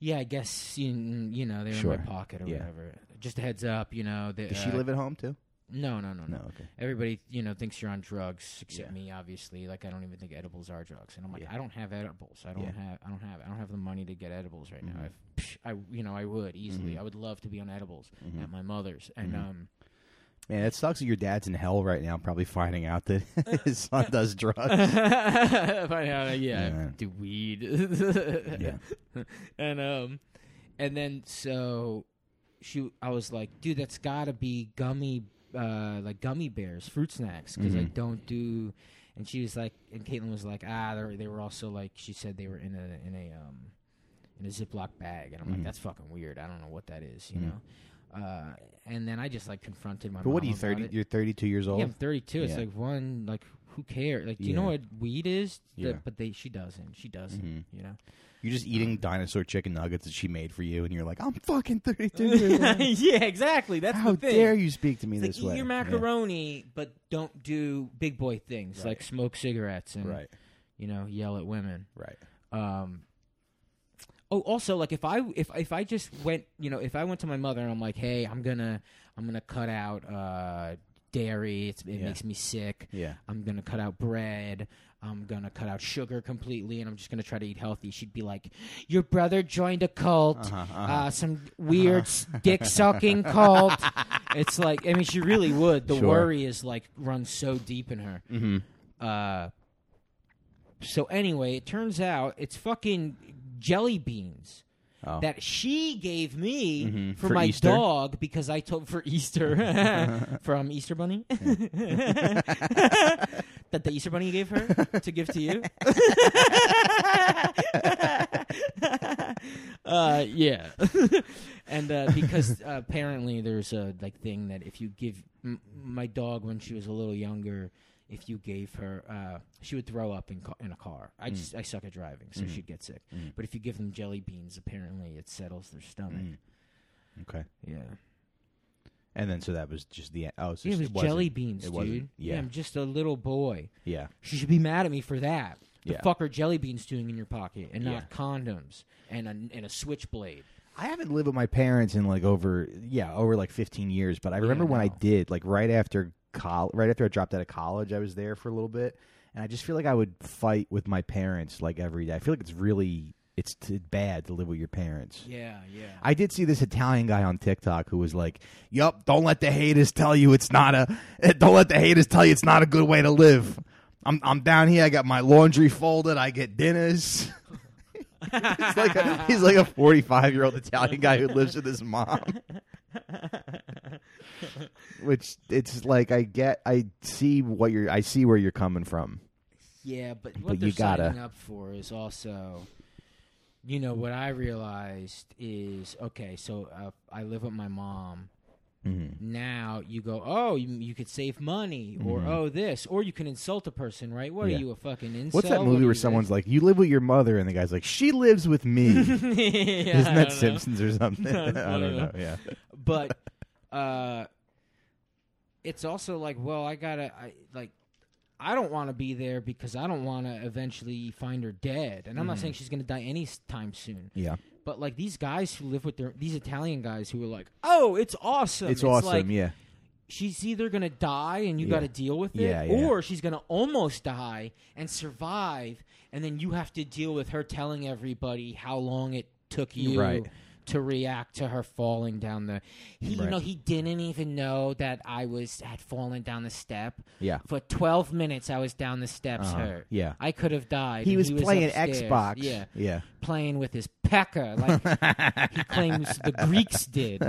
[SPEAKER 2] Yeah, I guess you, you know they were
[SPEAKER 1] Sure.
[SPEAKER 2] in my pocket or
[SPEAKER 1] Yeah.
[SPEAKER 2] whatever. Just a heads up, you know. They,
[SPEAKER 1] Does she
[SPEAKER 2] uh,
[SPEAKER 1] live at home too?
[SPEAKER 2] No, no, no, no.
[SPEAKER 1] No. Okay.
[SPEAKER 2] Everybody, you know, thinks you're on drugs, except
[SPEAKER 1] Yeah.
[SPEAKER 2] me, obviously. Like I don't even think edibles are drugs, and I'm like,
[SPEAKER 1] Yeah.
[SPEAKER 2] I don't have edibles. I don't
[SPEAKER 1] Yeah.
[SPEAKER 2] have, I don't have, I don't have the money to get edibles right
[SPEAKER 1] Mhm.
[SPEAKER 2] now. I've, psh, I, you know, I would easily.
[SPEAKER 1] Mhm.
[SPEAKER 2] I would love to be on edibles
[SPEAKER 1] Mhm.
[SPEAKER 2] at my mother's, and
[SPEAKER 1] Mhm.
[SPEAKER 2] um, *laughs*
[SPEAKER 1] Man, it sucks that your dad's in hell right now, probably finding out that *laughs* his son does drugs.
[SPEAKER 2] Find out, uh, yeah,
[SPEAKER 1] Yeah.
[SPEAKER 2] do weed. *laughs*
[SPEAKER 1] Yeah.
[SPEAKER 2] and um, and then so she, I was like, dude, that's gotta be gummy, uh, like gummy bears, fruit snacks, because I
[SPEAKER 1] Mhm.
[SPEAKER 2] don't do. And she was like, and Caitlin was like, ah, they were, they were also like, she said they were in a in a um in a Ziploc bag, and I'm
[SPEAKER 1] Mhm.
[SPEAKER 2] like, that's fucking weird. I don't know what that is, you
[SPEAKER 1] Mhm.
[SPEAKER 2] know. Uh, and then I just like confronted my.
[SPEAKER 1] But what
[SPEAKER 2] mom
[SPEAKER 1] are you
[SPEAKER 2] about
[SPEAKER 1] thirty?
[SPEAKER 2] it.
[SPEAKER 1] You're thirty-two years old.
[SPEAKER 2] Yeah, I'm 32. It's
[SPEAKER 1] Yeah.
[SPEAKER 2] like one, like who cares? Like, do you know
[SPEAKER 1] Yeah.
[SPEAKER 2] what weed is? The-
[SPEAKER 1] Yeah.
[SPEAKER 2] but they, she doesn't. She doesn't.
[SPEAKER 1] Mhm.
[SPEAKER 2] You know.
[SPEAKER 1] You're just eating dinosaur chicken nuggets that she made for you, and you're like, "I'm fucking
[SPEAKER 2] *laughs*
[SPEAKER 1] 32 years old.
[SPEAKER 2] yeah, exactly. That's
[SPEAKER 1] How
[SPEAKER 2] the thing.
[SPEAKER 1] dare you speak to me
[SPEAKER 2] It's
[SPEAKER 1] this
[SPEAKER 2] like eat
[SPEAKER 1] way?"
[SPEAKER 2] your
[SPEAKER 1] Yeah.
[SPEAKER 2] macaroni, but don't do big boy things
[SPEAKER 1] Right.
[SPEAKER 2] like smoke cigarettes and
[SPEAKER 1] Right,
[SPEAKER 2] you know yell at women.
[SPEAKER 1] right.
[SPEAKER 2] Um. Oh, also, like if I if if I just went, you know, if I went to my mother and I'm like, hey, I'm gonna I'm gonna cut out uh dairy. It's, it
[SPEAKER 1] Yeah.
[SPEAKER 2] makes me sick.
[SPEAKER 1] Yeah,
[SPEAKER 2] I'm gonna cut out bread. I'm gonna cut out sugar completely, and I'm just gonna try to eat healthy. She'd be like, "Your brother joined a cult, uh
[SPEAKER 1] Uh-huh, uh-huh.
[SPEAKER 2] some weird
[SPEAKER 1] *laughs*
[SPEAKER 2] dick sucking cult." It's like, I mean, she really would. The
[SPEAKER 1] Sure.
[SPEAKER 2] worry is like runs so deep in her.
[SPEAKER 1] Mhm.
[SPEAKER 2] Uh, so anyway, it turns out it's fucking jelly beans
[SPEAKER 1] Oh.
[SPEAKER 2] that she gave me
[SPEAKER 1] Mhm.
[SPEAKER 2] for,
[SPEAKER 1] For
[SPEAKER 2] my
[SPEAKER 1] Easter?
[SPEAKER 2] dog because I told for Easter from Easter Bunny *laughs* that the Easter Bunny gave her to give to you. uh, yeah, *laughs* and uh, because uh, apparently there's a like thing that if you give m- my dog when she was a little younger. If you gave her, uh, she would throw up in, ca- in a car. I just I suck at driving, so she'd get sick. But if you give them jelly beans, apparently it settles their stomach.
[SPEAKER 1] Mm. okay.
[SPEAKER 2] Yeah,
[SPEAKER 1] And then so that was just the oh, so
[SPEAKER 2] it was
[SPEAKER 1] wasn't-
[SPEAKER 2] jelly beans,
[SPEAKER 1] it
[SPEAKER 2] dude.
[SPEAKER 1] wasn't- Yeah,
[SPEAKER 2] I'm just a little boy.
[SPEAKER 1] yeah,
[SPEAKER 2] She should be mad at me for that. The
[SPEAKER 1] Yeah.
[SPEAKER 2] fuck are jelly beans doing in your pocket, and
[SPEAKER 1] Yeah.
[SPEAKER 2] not condoms and a and a switchblade?
[SPEAKER 1] I haven't lived with my parents in like over yeah over like fifteen years, but I remember when I
[SPEAKER 2] no.
[SPEAKER 1] did like right after col- right after I dropped out of college, I was there for a little bit, and I just feel like I would fight with my parents like every day. I feel like it's really it's t- bad to live with your parents.
[SPEAKER 2] Yeah, yeah.
[SPEAKER 1] I did see this Italian guy on TikTok who was like, "Yup, don't let the haters tell you it's not a *laughs* don't let the haters tell you it's not a good way to live." I'm I'm down here. I got my laundry folded. I get dinners. *laughs* he's like a, he's like a 45 year old Italian guy who lives with his mom. Which it's like I get I see what you're I see where you're coming from.
[SPEAKER 2] Yeah, but what
[SPEAKER 1] But
[SPEAKER 2] they're
[SPEAKER 1] you gotta-
[SPEAKER 2] signing up for is also, you know, what I realized is okay. So uh, I live with my mom.
[SPEAKER 1] Mhm.
[SPEAKER 2] Now you go, oh, you, you could save money, or oh, this, or you can insult a person, right? What
[SPEAKER 1] Mm-hmm. Yeah.
[SPEAKER 2] are you a fucking incel?
[SPEAKER 1] What's that
[SPEAKER 2] What
[SPEAKER 1] movie
[SPEAKER 2] are
[SPEAKER 1] where
[SPEAKER 2] you *laughs*
[SPEAKER 1] someone's *laughs* like, "You live with your mother," and the guy's like, "She lives with me."
[SPEAKER 2] this? Yeah,
[SPEAKER 1] Isn't that
[SPEAKER 2] I don't know.
[SPEAKER 1] Simpsons or
[SPEAKER 2] *laughs*
[SPEAKER 1] something?
[SPEAKER 2] No,
[SPEAKER 1] I
[SPEAKER 2] it's one
[SPEAKER 1] don't
[SPEAKER 2] of
[SPEAKER 1] know.
[SPEAKER 2] them.
[SPEAKER 1] Yeah.
[SPEAKER 2] But *laughs* uh, it's also like, well, I gotta, I like. I don't want to be there because I don't want to eventually find her dead, and I'm
[SPEAKER 1] Mm-hmm.
[SPEAKER 2] not saying she's going to die any s- time soon.
[SPEAKER 1] Yeah.
[SPEAKER 2] But like these guys who live with their these Italian guys who are like, oh, it's awesome.
[SPEAKER 1] It's awesome.
[SPEAKER 2] Like,
[SPEAKER 1] yeah.
[SPEAKER 2] She's either gonna die and you
[SPEAKER 1] Yeah.
[SPEAKER 2] got to deal with it,
[SPEAKER 1] Yeah, yeah.
[SPEAKER 2] or she's gonna almost die and survive, and then you have to deal with her telling everybody how long it took you.
[SPEAKER 1] Right.
[SPEAKER 2] To react to her falling down the, he, you
[SPEAKER 1] Right.
[SPEAKER 2] know, he didn't even know that I was had fallen down the step.
[SPEAKER 1] Yeah.
[SPEAKER 2] For twelve minutes, I was down the steps.
[SPEAKER 1] Uh-huh.
[SPEAKER 2] Hurt.
[SPEAKER 1] Yeah.
[SPEAKER 2] I could have died.
[SPEAKER 1] He
[SPEAKER 2] and
[SPEAKER 1] was, playing
[SPEAKER 2] upstairs.
[SPEAKER 1] Xbox.
[SPEAKER 2] Yeah, *laughs*
[SPEAKER 1] Yeah.
[SPEAKER 2] playing with his pecker, like he claims
[SPEAKER 1] *laughs*
[SPEAKER 2] the Greeks did.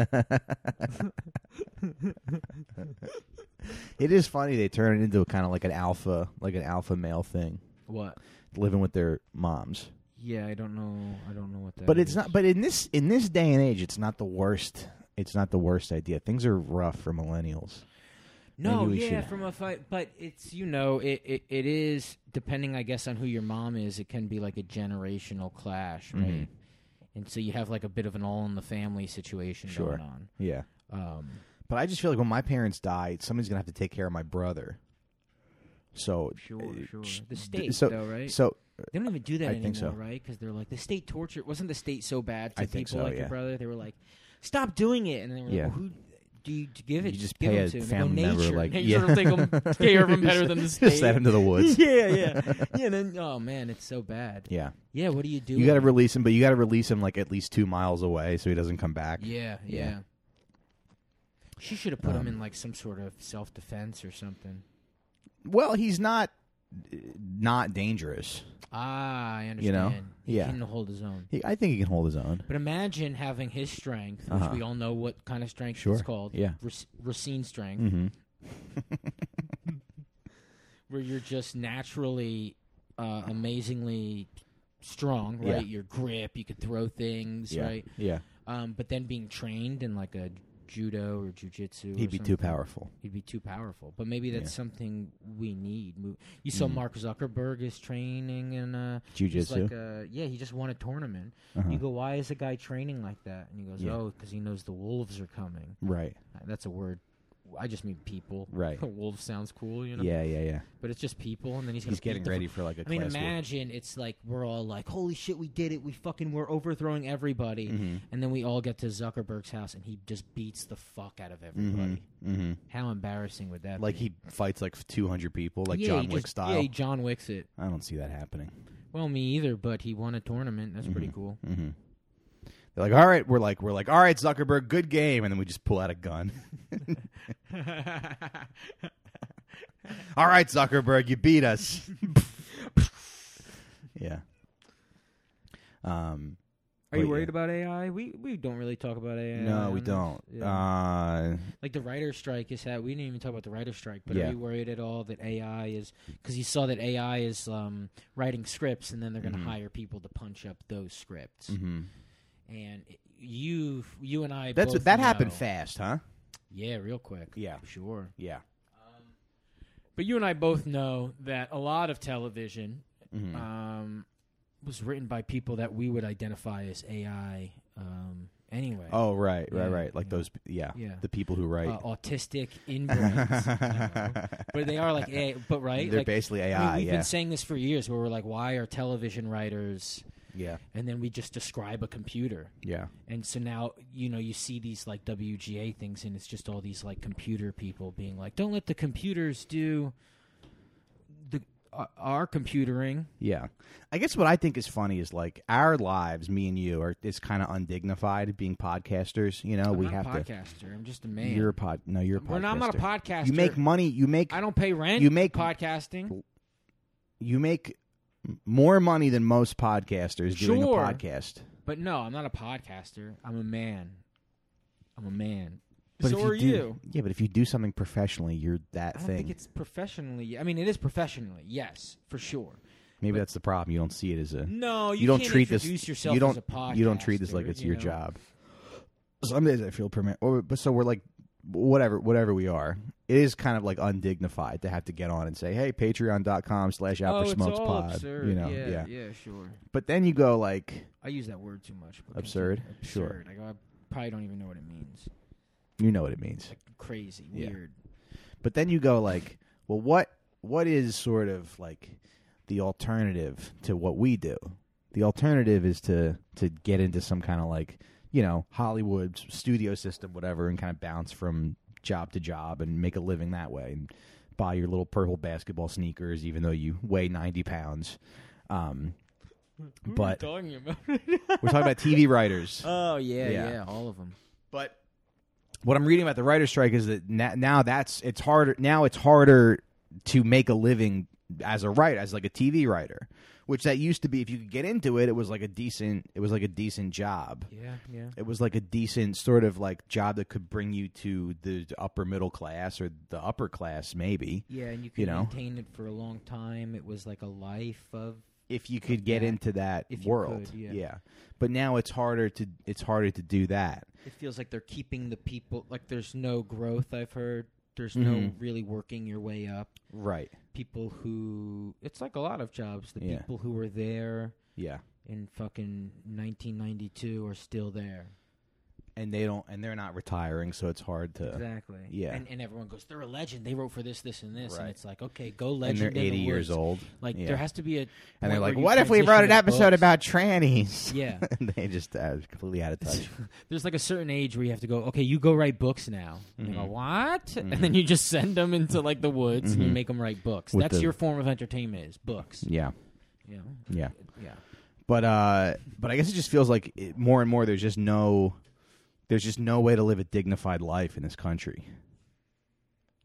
[SPEAKER 1] It is funny they turn it into a kind of like an alpha, like an alpha male thing,
[SPEAKER 2] What?
[SPEAKER 1] living with their moms.
[SPEAKER 2] Yeah, I don't know. I don't know what that.
[SPEAKER 1] But it's not. But in this in this day and age, it's not the worst. It's not the worst idea. Things are rough for millennials.
[SPEAKER 2] no,
[SPEAKER 1] maybe we
[SPEAKER 2] yeah,
[SPEAKER 1] should-
[SPEAKER 2] from a fight. But it's you know, it, it it is depending, I guess, on who your mom is. It can be like a generational clash, right? and so you have like a bit of an all in the family situation
[SPEAKER 1] Mm-hmm. Sure.
[SPEAKER 2] going on.
[SPEAKER 1] Yeah.
[SPEAKER 2] Um,
[SPEAKER 1] But I just feel like when my parents die, somebody's gonna have to take care of my brother. So uh, sh-
[SPEAKER 2] The state,
[SPEAKER 1] so-
[SPEAKER 2] though, right?
[SPEAKER 1] So
[SPEAKER 2] They don't even do that
[SPEAKER 1] I
[SPEAKER 2] anymore,
[SPEAKER 1] think so.
[SPEAKER 2] right? Because they're like the state torture. Wasn't the state so bad to
[SPEAKER 1] I
[SPEAKER 2] people
[SPEAKER 1] think so,
[SPEAKER 2] like
[SPEAKER 1] yeah.
[SPEAKER 2] your brother? They were like, "Stop doing it," and then they were
[SPEAKER 1] Yeah.
[SPEAKER 2] like, well, "Who do you to give
[SPEAKER 1] You
[SPEAKER 2] it?
[SPEAKER 1] just
[SPEAKER 2] give
[SPEAKER 1] pay
[SPEAKER 2] them
[SPEAKER 1] a
[SPEAKER 2] to 'em." They go,
[SPEAKER 1] family member,
[SPEAKER 2] nature.
[SPEAKER 1] like,
[SPEAKER 2] nature
[SPEAKER 1] yeah.
[SPEAKER 2] will take
[SPEAKER 1] *laughs*
[SPEAKER 2] 'em- take care of 'em better than the state.
[SPEAKER 1] just send him to the woods.
[SPEAKER 2] *laughs* yeah, yeah,
[SPEAKER 1] *laughs*
[SPEAKER 2] yeah. Then oh man, it's so bad.
[SPEAKER 1] yeah.
[SPEAKER 2] Yeah, what do you do?
[SPEAKER 1] You got to release him, but you got to release him like at least two miles away so he doesn't come back.
[SPEAKER 2] yeah, yeah,
[SPEAKER 1] Yeah.
[SPEAKER 2] She should have put
[SPEAKER 1] Um,
[SPEAKER 2] him in like some sort of self defense or something.
[SPEAKER 1] Well, he's not uh, not dangerous.
[SPEAKER 2] Ah, I understand.
[SPEAKER 1] You know?
[SPEAKER 2] he
[SPEAKER 1] Yeah.
[SPEAKER 2] can hold his own.
[SPEAKER 1] He, I think he can hold his own.
[SPEAKER 2] But imagine having his strength, which
[SPEAKER 1] Uh-huh.
[SPEAKER 2] we all know what kind of strength
[SPEAKER 1] Sure,
[SPEAKER 2] it's called.
[SPEAKER 1] yeah.
[SPEAKER 2] Rac- Racine strength,
[SPEAKER 1] Mm-hmm.
[SPEAKER 2] where you're just naturally, uh, amazingly strong,
[SPEAKER 1] Yeah.
[SPEAKER 2] right? Your grip, you could throw things,
[SPEAKER 1] Yeah.
[SPEAKER 2] right?
[SPEAKER 1] Yeah.
[SPEAKER 2] Um, but then being trained in like a judo or jujitsu, or
[SPEAKER 1] He'd be too
[SPEAKER 2] something,
[SPEAKER 1] powerful.
[SPEAKER 2] He'd be too powerful. But maybe that's
[SPEAKER 1] Yeah.
[SPEAKER 2] something we need. Mo- You saw
[SPEAKER 1] Mm.
[SPEAKER 2] Mark Zuckerberg is training in uh, he's
[SPEAKER 1] Jujitsu.
[SPEAKER 2] like a, yeah, he just won a tournament.
[SPEAKER 1] Uh-huh.
[SPEAKER 2] You go, why is a guy training like that? And he goes,
[SPEAKER 1] Yeah.
[SPEAKER 2] oh, because he knows the wolves are coming.
[SPEAKER 1] Right.
[SPEAKER 2] Uh, That's a word. I just mean people. *laughs*
[SPEAKER 1] Right.
[SPEAKER 2] Wolf sounds cool, you know.
[SPEAKER 1] Yeah. Yeah. Yeah.
[SPEAKER 2] But it's just people, and then he's,
[SPEAKER 1] He's
[SPEAKER 2] gonna
[SPEAKER 1] getting
[SPEAKER 2] beat the fu-
[SPEAKER 1] ready for like a
[SPEAKER 2] I mean,
[SPEAKER 1] class war.
[SPEAKER 2] imagine it's like we're all like, "Holy shit, we did it! We fucking we're overthrowing everybody!"
[SPEAKER 1] Mm-hmm.
[SPEAKER 2] And then we all get to Zuckerberg's house, and he just beats the fuck out of everybody.
[SPEAKER 1] hmm
[SPEAKER 2] How embarrassing would that
[SPEAKER 1] Like
[SPEAKER 2] be?
[SPEAKER 1] he fights like 200 people, like
[SPEAKER 2] Yeah,
[SPEAKER 1] John
[SPEAKER 2] he
[SPEAKER 1] Wick
[SPEAKER 2] just-
[SPEAKER 1] style.
[SPEAKER 2] Yeah, he John Wicks it.
[SPEAKER 1] I don't see that happening.
[SPEAKER 2] Well, me either, but he won a tournament. That's pretty cool.
[SPEAKER 1] Mm-hmm. They're like, all right, we're like, we're like, all right, Zuckerberg, good game, and then we just pull out a gun. all right, Zuckerberg, you beat us. *laughs* yeah. Um.
[SPEAKER 2] Are you
[SPEAKER 1] but
[SPEAKER 2] worried
[SPEAKER 1] yeah.
[SPEAKER 2] about AI? We we don't really talk about um, AI.
[SPEAKER 1] No, we
[SPEAKER 2] on this.
[SPEAKER 1] don't.
[SPEAKER 2] Yeah.
[SPEAKER 1] Uh,
[SPEAKER 2] like the writer strike is that we didn't even talk about the writer strike but
[SPEAKER 1] Yeah.
[SPEAKER 2] are you worried at all that ai is because you saw that ai is um, writing scripts and then they're going to
[SPEAKER 1] Mhm.
[SPEAKER 2] hire people to punch up those scripts
[SPEAKER 1] mhm.
[SPEAKER 2] and you you and i
[SPEAKER 1] That's
[SPEAKER 2] both
[SPEAKER 1] that happened
[SPEAKER 2] know-
[SPEAKER 1] fast, huh?
[SPEAKER 2] yeah real quick
[SPEAKER 1] Yeah.
[SPEAKER 2] sure Um,
[SPEAKER 1] Yeah.
[SPEAKER 2] but you and i both know that a lot of television
[SPEAKER 1] Mhm.
[SPEAKER 2] um, was written by people that we would identify as ai um, anyway
[SPEAKER 1] oh, right, right,
[SPEAKER 2] yeah,
[SPEAKER 1] right. Like
[SPEAKER 2] yeah.
[SPEAKER 1] those, yeah,
[SPEAKER 2] Yeah.
[SPEAKER 1] the people who write.
[SPEAKER 2] uh,
[SPEAKER 1] *laughs*
[SPEAKER 2] autistic inbrains you know? but they are like AI, but right
[SPEAKER 1] They're
[SPEAKER 2] like,
[SPEAKER 1] basically
[SPEAKER 2] I mean,
[SPEAKER 1] AI.
[SPEAKER 2] we've
[SPEAKER 1] yeah.
[SPEAKER 2] been saying this for years, where we're like, why are television writers?
[SPEAKER 1] yeah.
[SPEAKER 2] And then we just describe a computer,
[SPEAKER 1] Yeah.
[SPEAKER 2] and so now you know you see these like WGA things, and it's just all these like computer people being like, don't let the computers do the uh, our computering.
[SPEAKER 1] Yeah. I guess what I think is funny is like our lives, me and you, are it's kind of undignified being podcasters. You know,
[SPEAKER 2] I'm
[SPEAKER 1] we
[SPEAKER 2] not
[SPEAKER 1] have
[SPEAKER 2] a
[SPEAKER 1] to.
[SPEAKER 2] podcaster. I'm just a man.
[SPEAKER 1] You're a pod. No, you're a podcaster.
[SPEAKER 2] We're not, I'm not a podcaster.
[SPEAKER 1] You make money. You make
[SPEAKER 2] I don't pay rent.
[SPEAKER 1] you make-
[SPEAKER 2] podcasting.
[SPEAKER 1] you make more money than most podcasters doing a
[SPEAKER 2] Sure.
[SPEAKER 1] podcast.
[SPEAKER 2] But no, I'm not a podcaster. I'm a man. I'm a man.
[SPEAKER 1] But
[SPEAKER 2] so
[SPEAKER 1] if you
[SPEAKER 2] are
[SPEAKER 1] do,
[SPEAKER 2] you.
[SPEAKER 1] Yeah, but if you do something professionally, you're that
[SPEAKER 2] I don't
[SPEAKER 1] thing.
[SPEAKER 2] think it's professionally. I mean, it is professionally, yes, for sure.
[SPEAKER 1] Maybe that's the problem. You don't see it as a.
[SPEAKER 2] No, you,
[SPEAKER 1] don't
[SPEAKER 2] can't
[SPEAKER 1] treat this.
[SPEAKER 2] introduce yourself
[SPEAKER 1] you don't.
[SPEAKER 2] as a podcast.
[SPEAKER 1] you don't treat this like it's your job. Some days I feel permit, or but so we're like, whatever, whatever we are. It is kind of like undignified to have to get on and say, "Hey, Patreon.com/slash
[SPEAKER 2] Oh,
[SPEAKER 1] After
[SPEAKER 2] it's
[SPEAKER 1] Smokes
[SPEAKER 2] all
[SPEAKER 1] Pod."
[SPEAKER 2] absurd.
[SPEAKER 1] You know,
[SPEAKER 2] yeah, yeah, sure.
[SPEAKER 1] But then you go like,
[SPEAKER 2] I use that word too much. but
[SPEAKER 1] Absurd?
[SPEAKER 2] continue.
[SPEAKER 1] Sure.
[SPEAKER 2] Absurd. Like, I probably don't even know what it means.
[SPEAKER 1] you know what it means.
[SPEAKER 2] Like crazy,
[SPEAKER 1] Yeah.
[SPEAKER 2] weird.
[SPEAKER 1] But then you go like, well, what what is sort of like the alternative to what we do? The alternative is to to get into some kind of like you know Hollywood studio system, whatever, and kind of bounce from job to job and make a living that way and buy your little purple basketball sneakers, even though you weigh ninety pounds. Um, but
[SPEAKER 2] talking about?
[SPEAKER 1] *laughs* we're talking about TV writers.
[SPEAKER 2] oh yeah,
[SPEAKER 1] Yeah.
[SPEAKER 2] yeah, all of them.
[SPEAKER 1] But what I'm reading about the writer's strike is that na- now that's it's harder now it's harder to make a living as a writer as like a TV writer, which that used to be if you could get into it it was like a decent it was like a decent job.
[SPEAKER 2] Yeah, yeah.
[SPEAKER 1] It was like a decent sort of like job that could bring you to the upper middle class or the upper class maybe
[SPEAKER 2] Yeah, and you could
[SPEAKER 1] know?
[SPEAKER 2] maintain it for a long time. It was like a life of
[SPEAKER 1] if you could get
[SPEAKER 2] Yeah.
[SPEAKER 1] into that
[SPEAKER 2] If you
[SPEAKER 1] world.
[SPEAKER 2] could, yeah.
[SPEAKER 1] But now it's harder to it's harder to do that.
[SPEAKER 2] it feels like they're keeping the people like there's no growth i've heard there's no
[SPEAKER 1] Mhm.
[SPEAKER 2] really working your way up
[SPEAKER 1] Right.
[SPEAKER 2] people who it's like a lot of jobs the
[SPEAKER 1] Yeah.
[SPEAKER 2] people who were there
[SPEAKER 1] Yeah.
[SPEAKER 2] in fucking 1992 are still there.
[SPEAKER 1] and they don't, and they're not retiring, so it's hard to.
[SPEAKER 2] Exactly.
[SPEAKER 1] Yeah.
[SPEAKER 2] And, and everyone goes, they're a legend. They wrote for this, this, and this.
[SPEAKER 1] Right.
[SPEAKER 2] And it's like, okay, go
[SPEAKER 1] And
[SPEAKER 2] legend.
[SPEAKER 1] they're
[SPEAKER 2] in the
[SPEAKER 1] 80 years
[SPEAKER 2] woods.
[SPEAKER 1] old,
[SPEAKER 2] Like
[SPEAKER 1] Yeah.
[SPEAKER 2] there has to be a.
[SPEAKER 1] and
[SPEAKER 2] point
[SPEAKER 1] they're
[SPEAKER 2] where
[SPEAKER 1] like,
[SPEAKER 2] you
[SPEAKER 1] "What if we wrote an
[SPEAKER 2] transition to
[SPEAKER 1] episode
[SPEAKER 2] books."
[SPEAKER 1] about trannies?"
[SPEAKER 2] Yeah.
[SPEAKER 1] *laughs* and they just uh, completely out of
[SPEAKER 2] *laughs*
[SPEAKER 1] touch.
[SPEAKER 2] There's like a certain age where you have to go, okay, you go write books now. And they go,
[SPEAKER 1] Mhm.
[SPEAKER 2] what? And then you just send them into like the woods and
[SPEAKER 1] Mhm.
[SPEAKER 2] you make them write books.
[SPEAKER 1] With
[SPEAKER 2] That's
[SPEAKER 1] the- Mm-hmm.
[SPEAKER 2] your form of entertainment is books.
[SPEAKER 1] yeah,
[SPEAKER 2] You know?
[SPEAKER 1] yeah.
[SPEAKER 2] Yeah.
[SPEAKER 1] But uh, but I guess it just feels like it, more and more there's just no, there's just no way to live a dignified life in this country.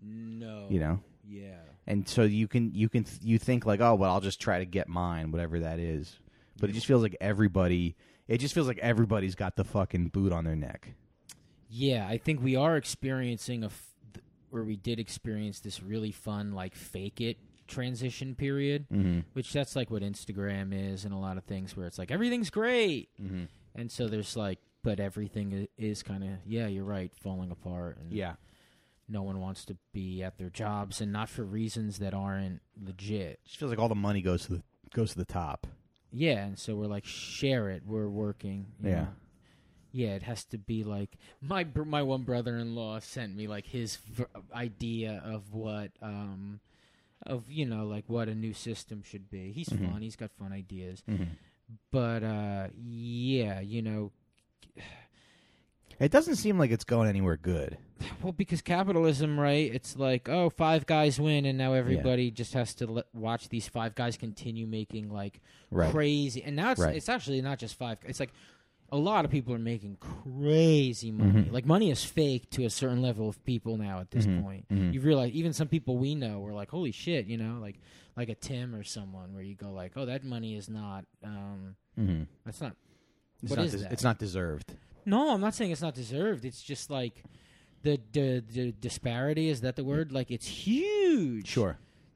[SPEAKER 2] No.
[SPEAKER 1] You know,
[SPEAKER 2] Yeah.
[SPEAKER 1] and so you can you can you think like, oh well, I'll just try to get mine, whatever that is. But it just feels like everybody. It just feels like everybody's got the fucking boot on their neck.
[SPEAKER 2] Yeah, I think we are experiencing a f- th- or we did experience this really fun like fake it transition period,
[SPEAKER 1] Mm-hmm.
[SPEAKER 2] which that's like what Instagram is and a lot of things where it's like everything's great.
[SPEAKER 1] Mm-hmm.
[SPEAKER 2] And so there's like but everything i- is kind of yeah, you're right, falling apart and
[SPEAKER 1] Yeah.
[SPEAKER 2] no one wants to be at their jobs and not for reasons that aren't legit.
[SPEAKER 1] It just feels like all the money goes to the goes to the top.
[SPEAKER 2] Yeah, and so we're like share it, we're working. you
[SPEAKER 1] Yeah.
[SPEAKER 2] know. Yeah, it has to be like my br- my one brother-in-law sent me like his v- idea of what um of you know like what a new system should be. He's
[SPEAKER 1] Mhm.
[SPEAKER 2] fun, he's got fun ideas.
[SPEAKER 1] Mm-hmm.
[SPEAKER 2] But uh yeah, you know, *sighs*
[SPEAKER 1] It doesn't seem like it's going anywhere good.
[SPEAKER 2] Well, because capitalism, right? It's like, oh, five guys win, and now everybody just has to let, watch these five guys continue making like
[SPEAKER 1] Right.
[SPEAKER 2] crazy. And now it's
[SPEAKER 1] Right.
[SPEAKER 2] it's actually not just five. It's like a lot of people are making crazy money.
[SPEAKER 1] Mhm.
[SPEAKER 2] Like money is fake to a certain level of people now at this
[SPEAKER 1] Mhm.
[SPEAKER 2] point.
[SPEAKER 1] Mhm.
[SPEAKER 2] You realize even some people we know were like, holy shit, you know, like like a Tim or someone where you go like, oh, that money is not. um
[SPEAKER 1] Mm-hmm.
[SPEAKER 2] That's not
[SPEAKER 1] It's
[SPEAKER 2] What
[SPEAKER 1] not
[SPEAKER 2] is
[SPEAKER 1] des-
[SPEAKER 2] that?
[SPEAKER 1] It's not deserved.
[SPEAKER 2] no, I'm not saying it's not deserved. It's just like the the, the disparity is that the word? Like it's huge.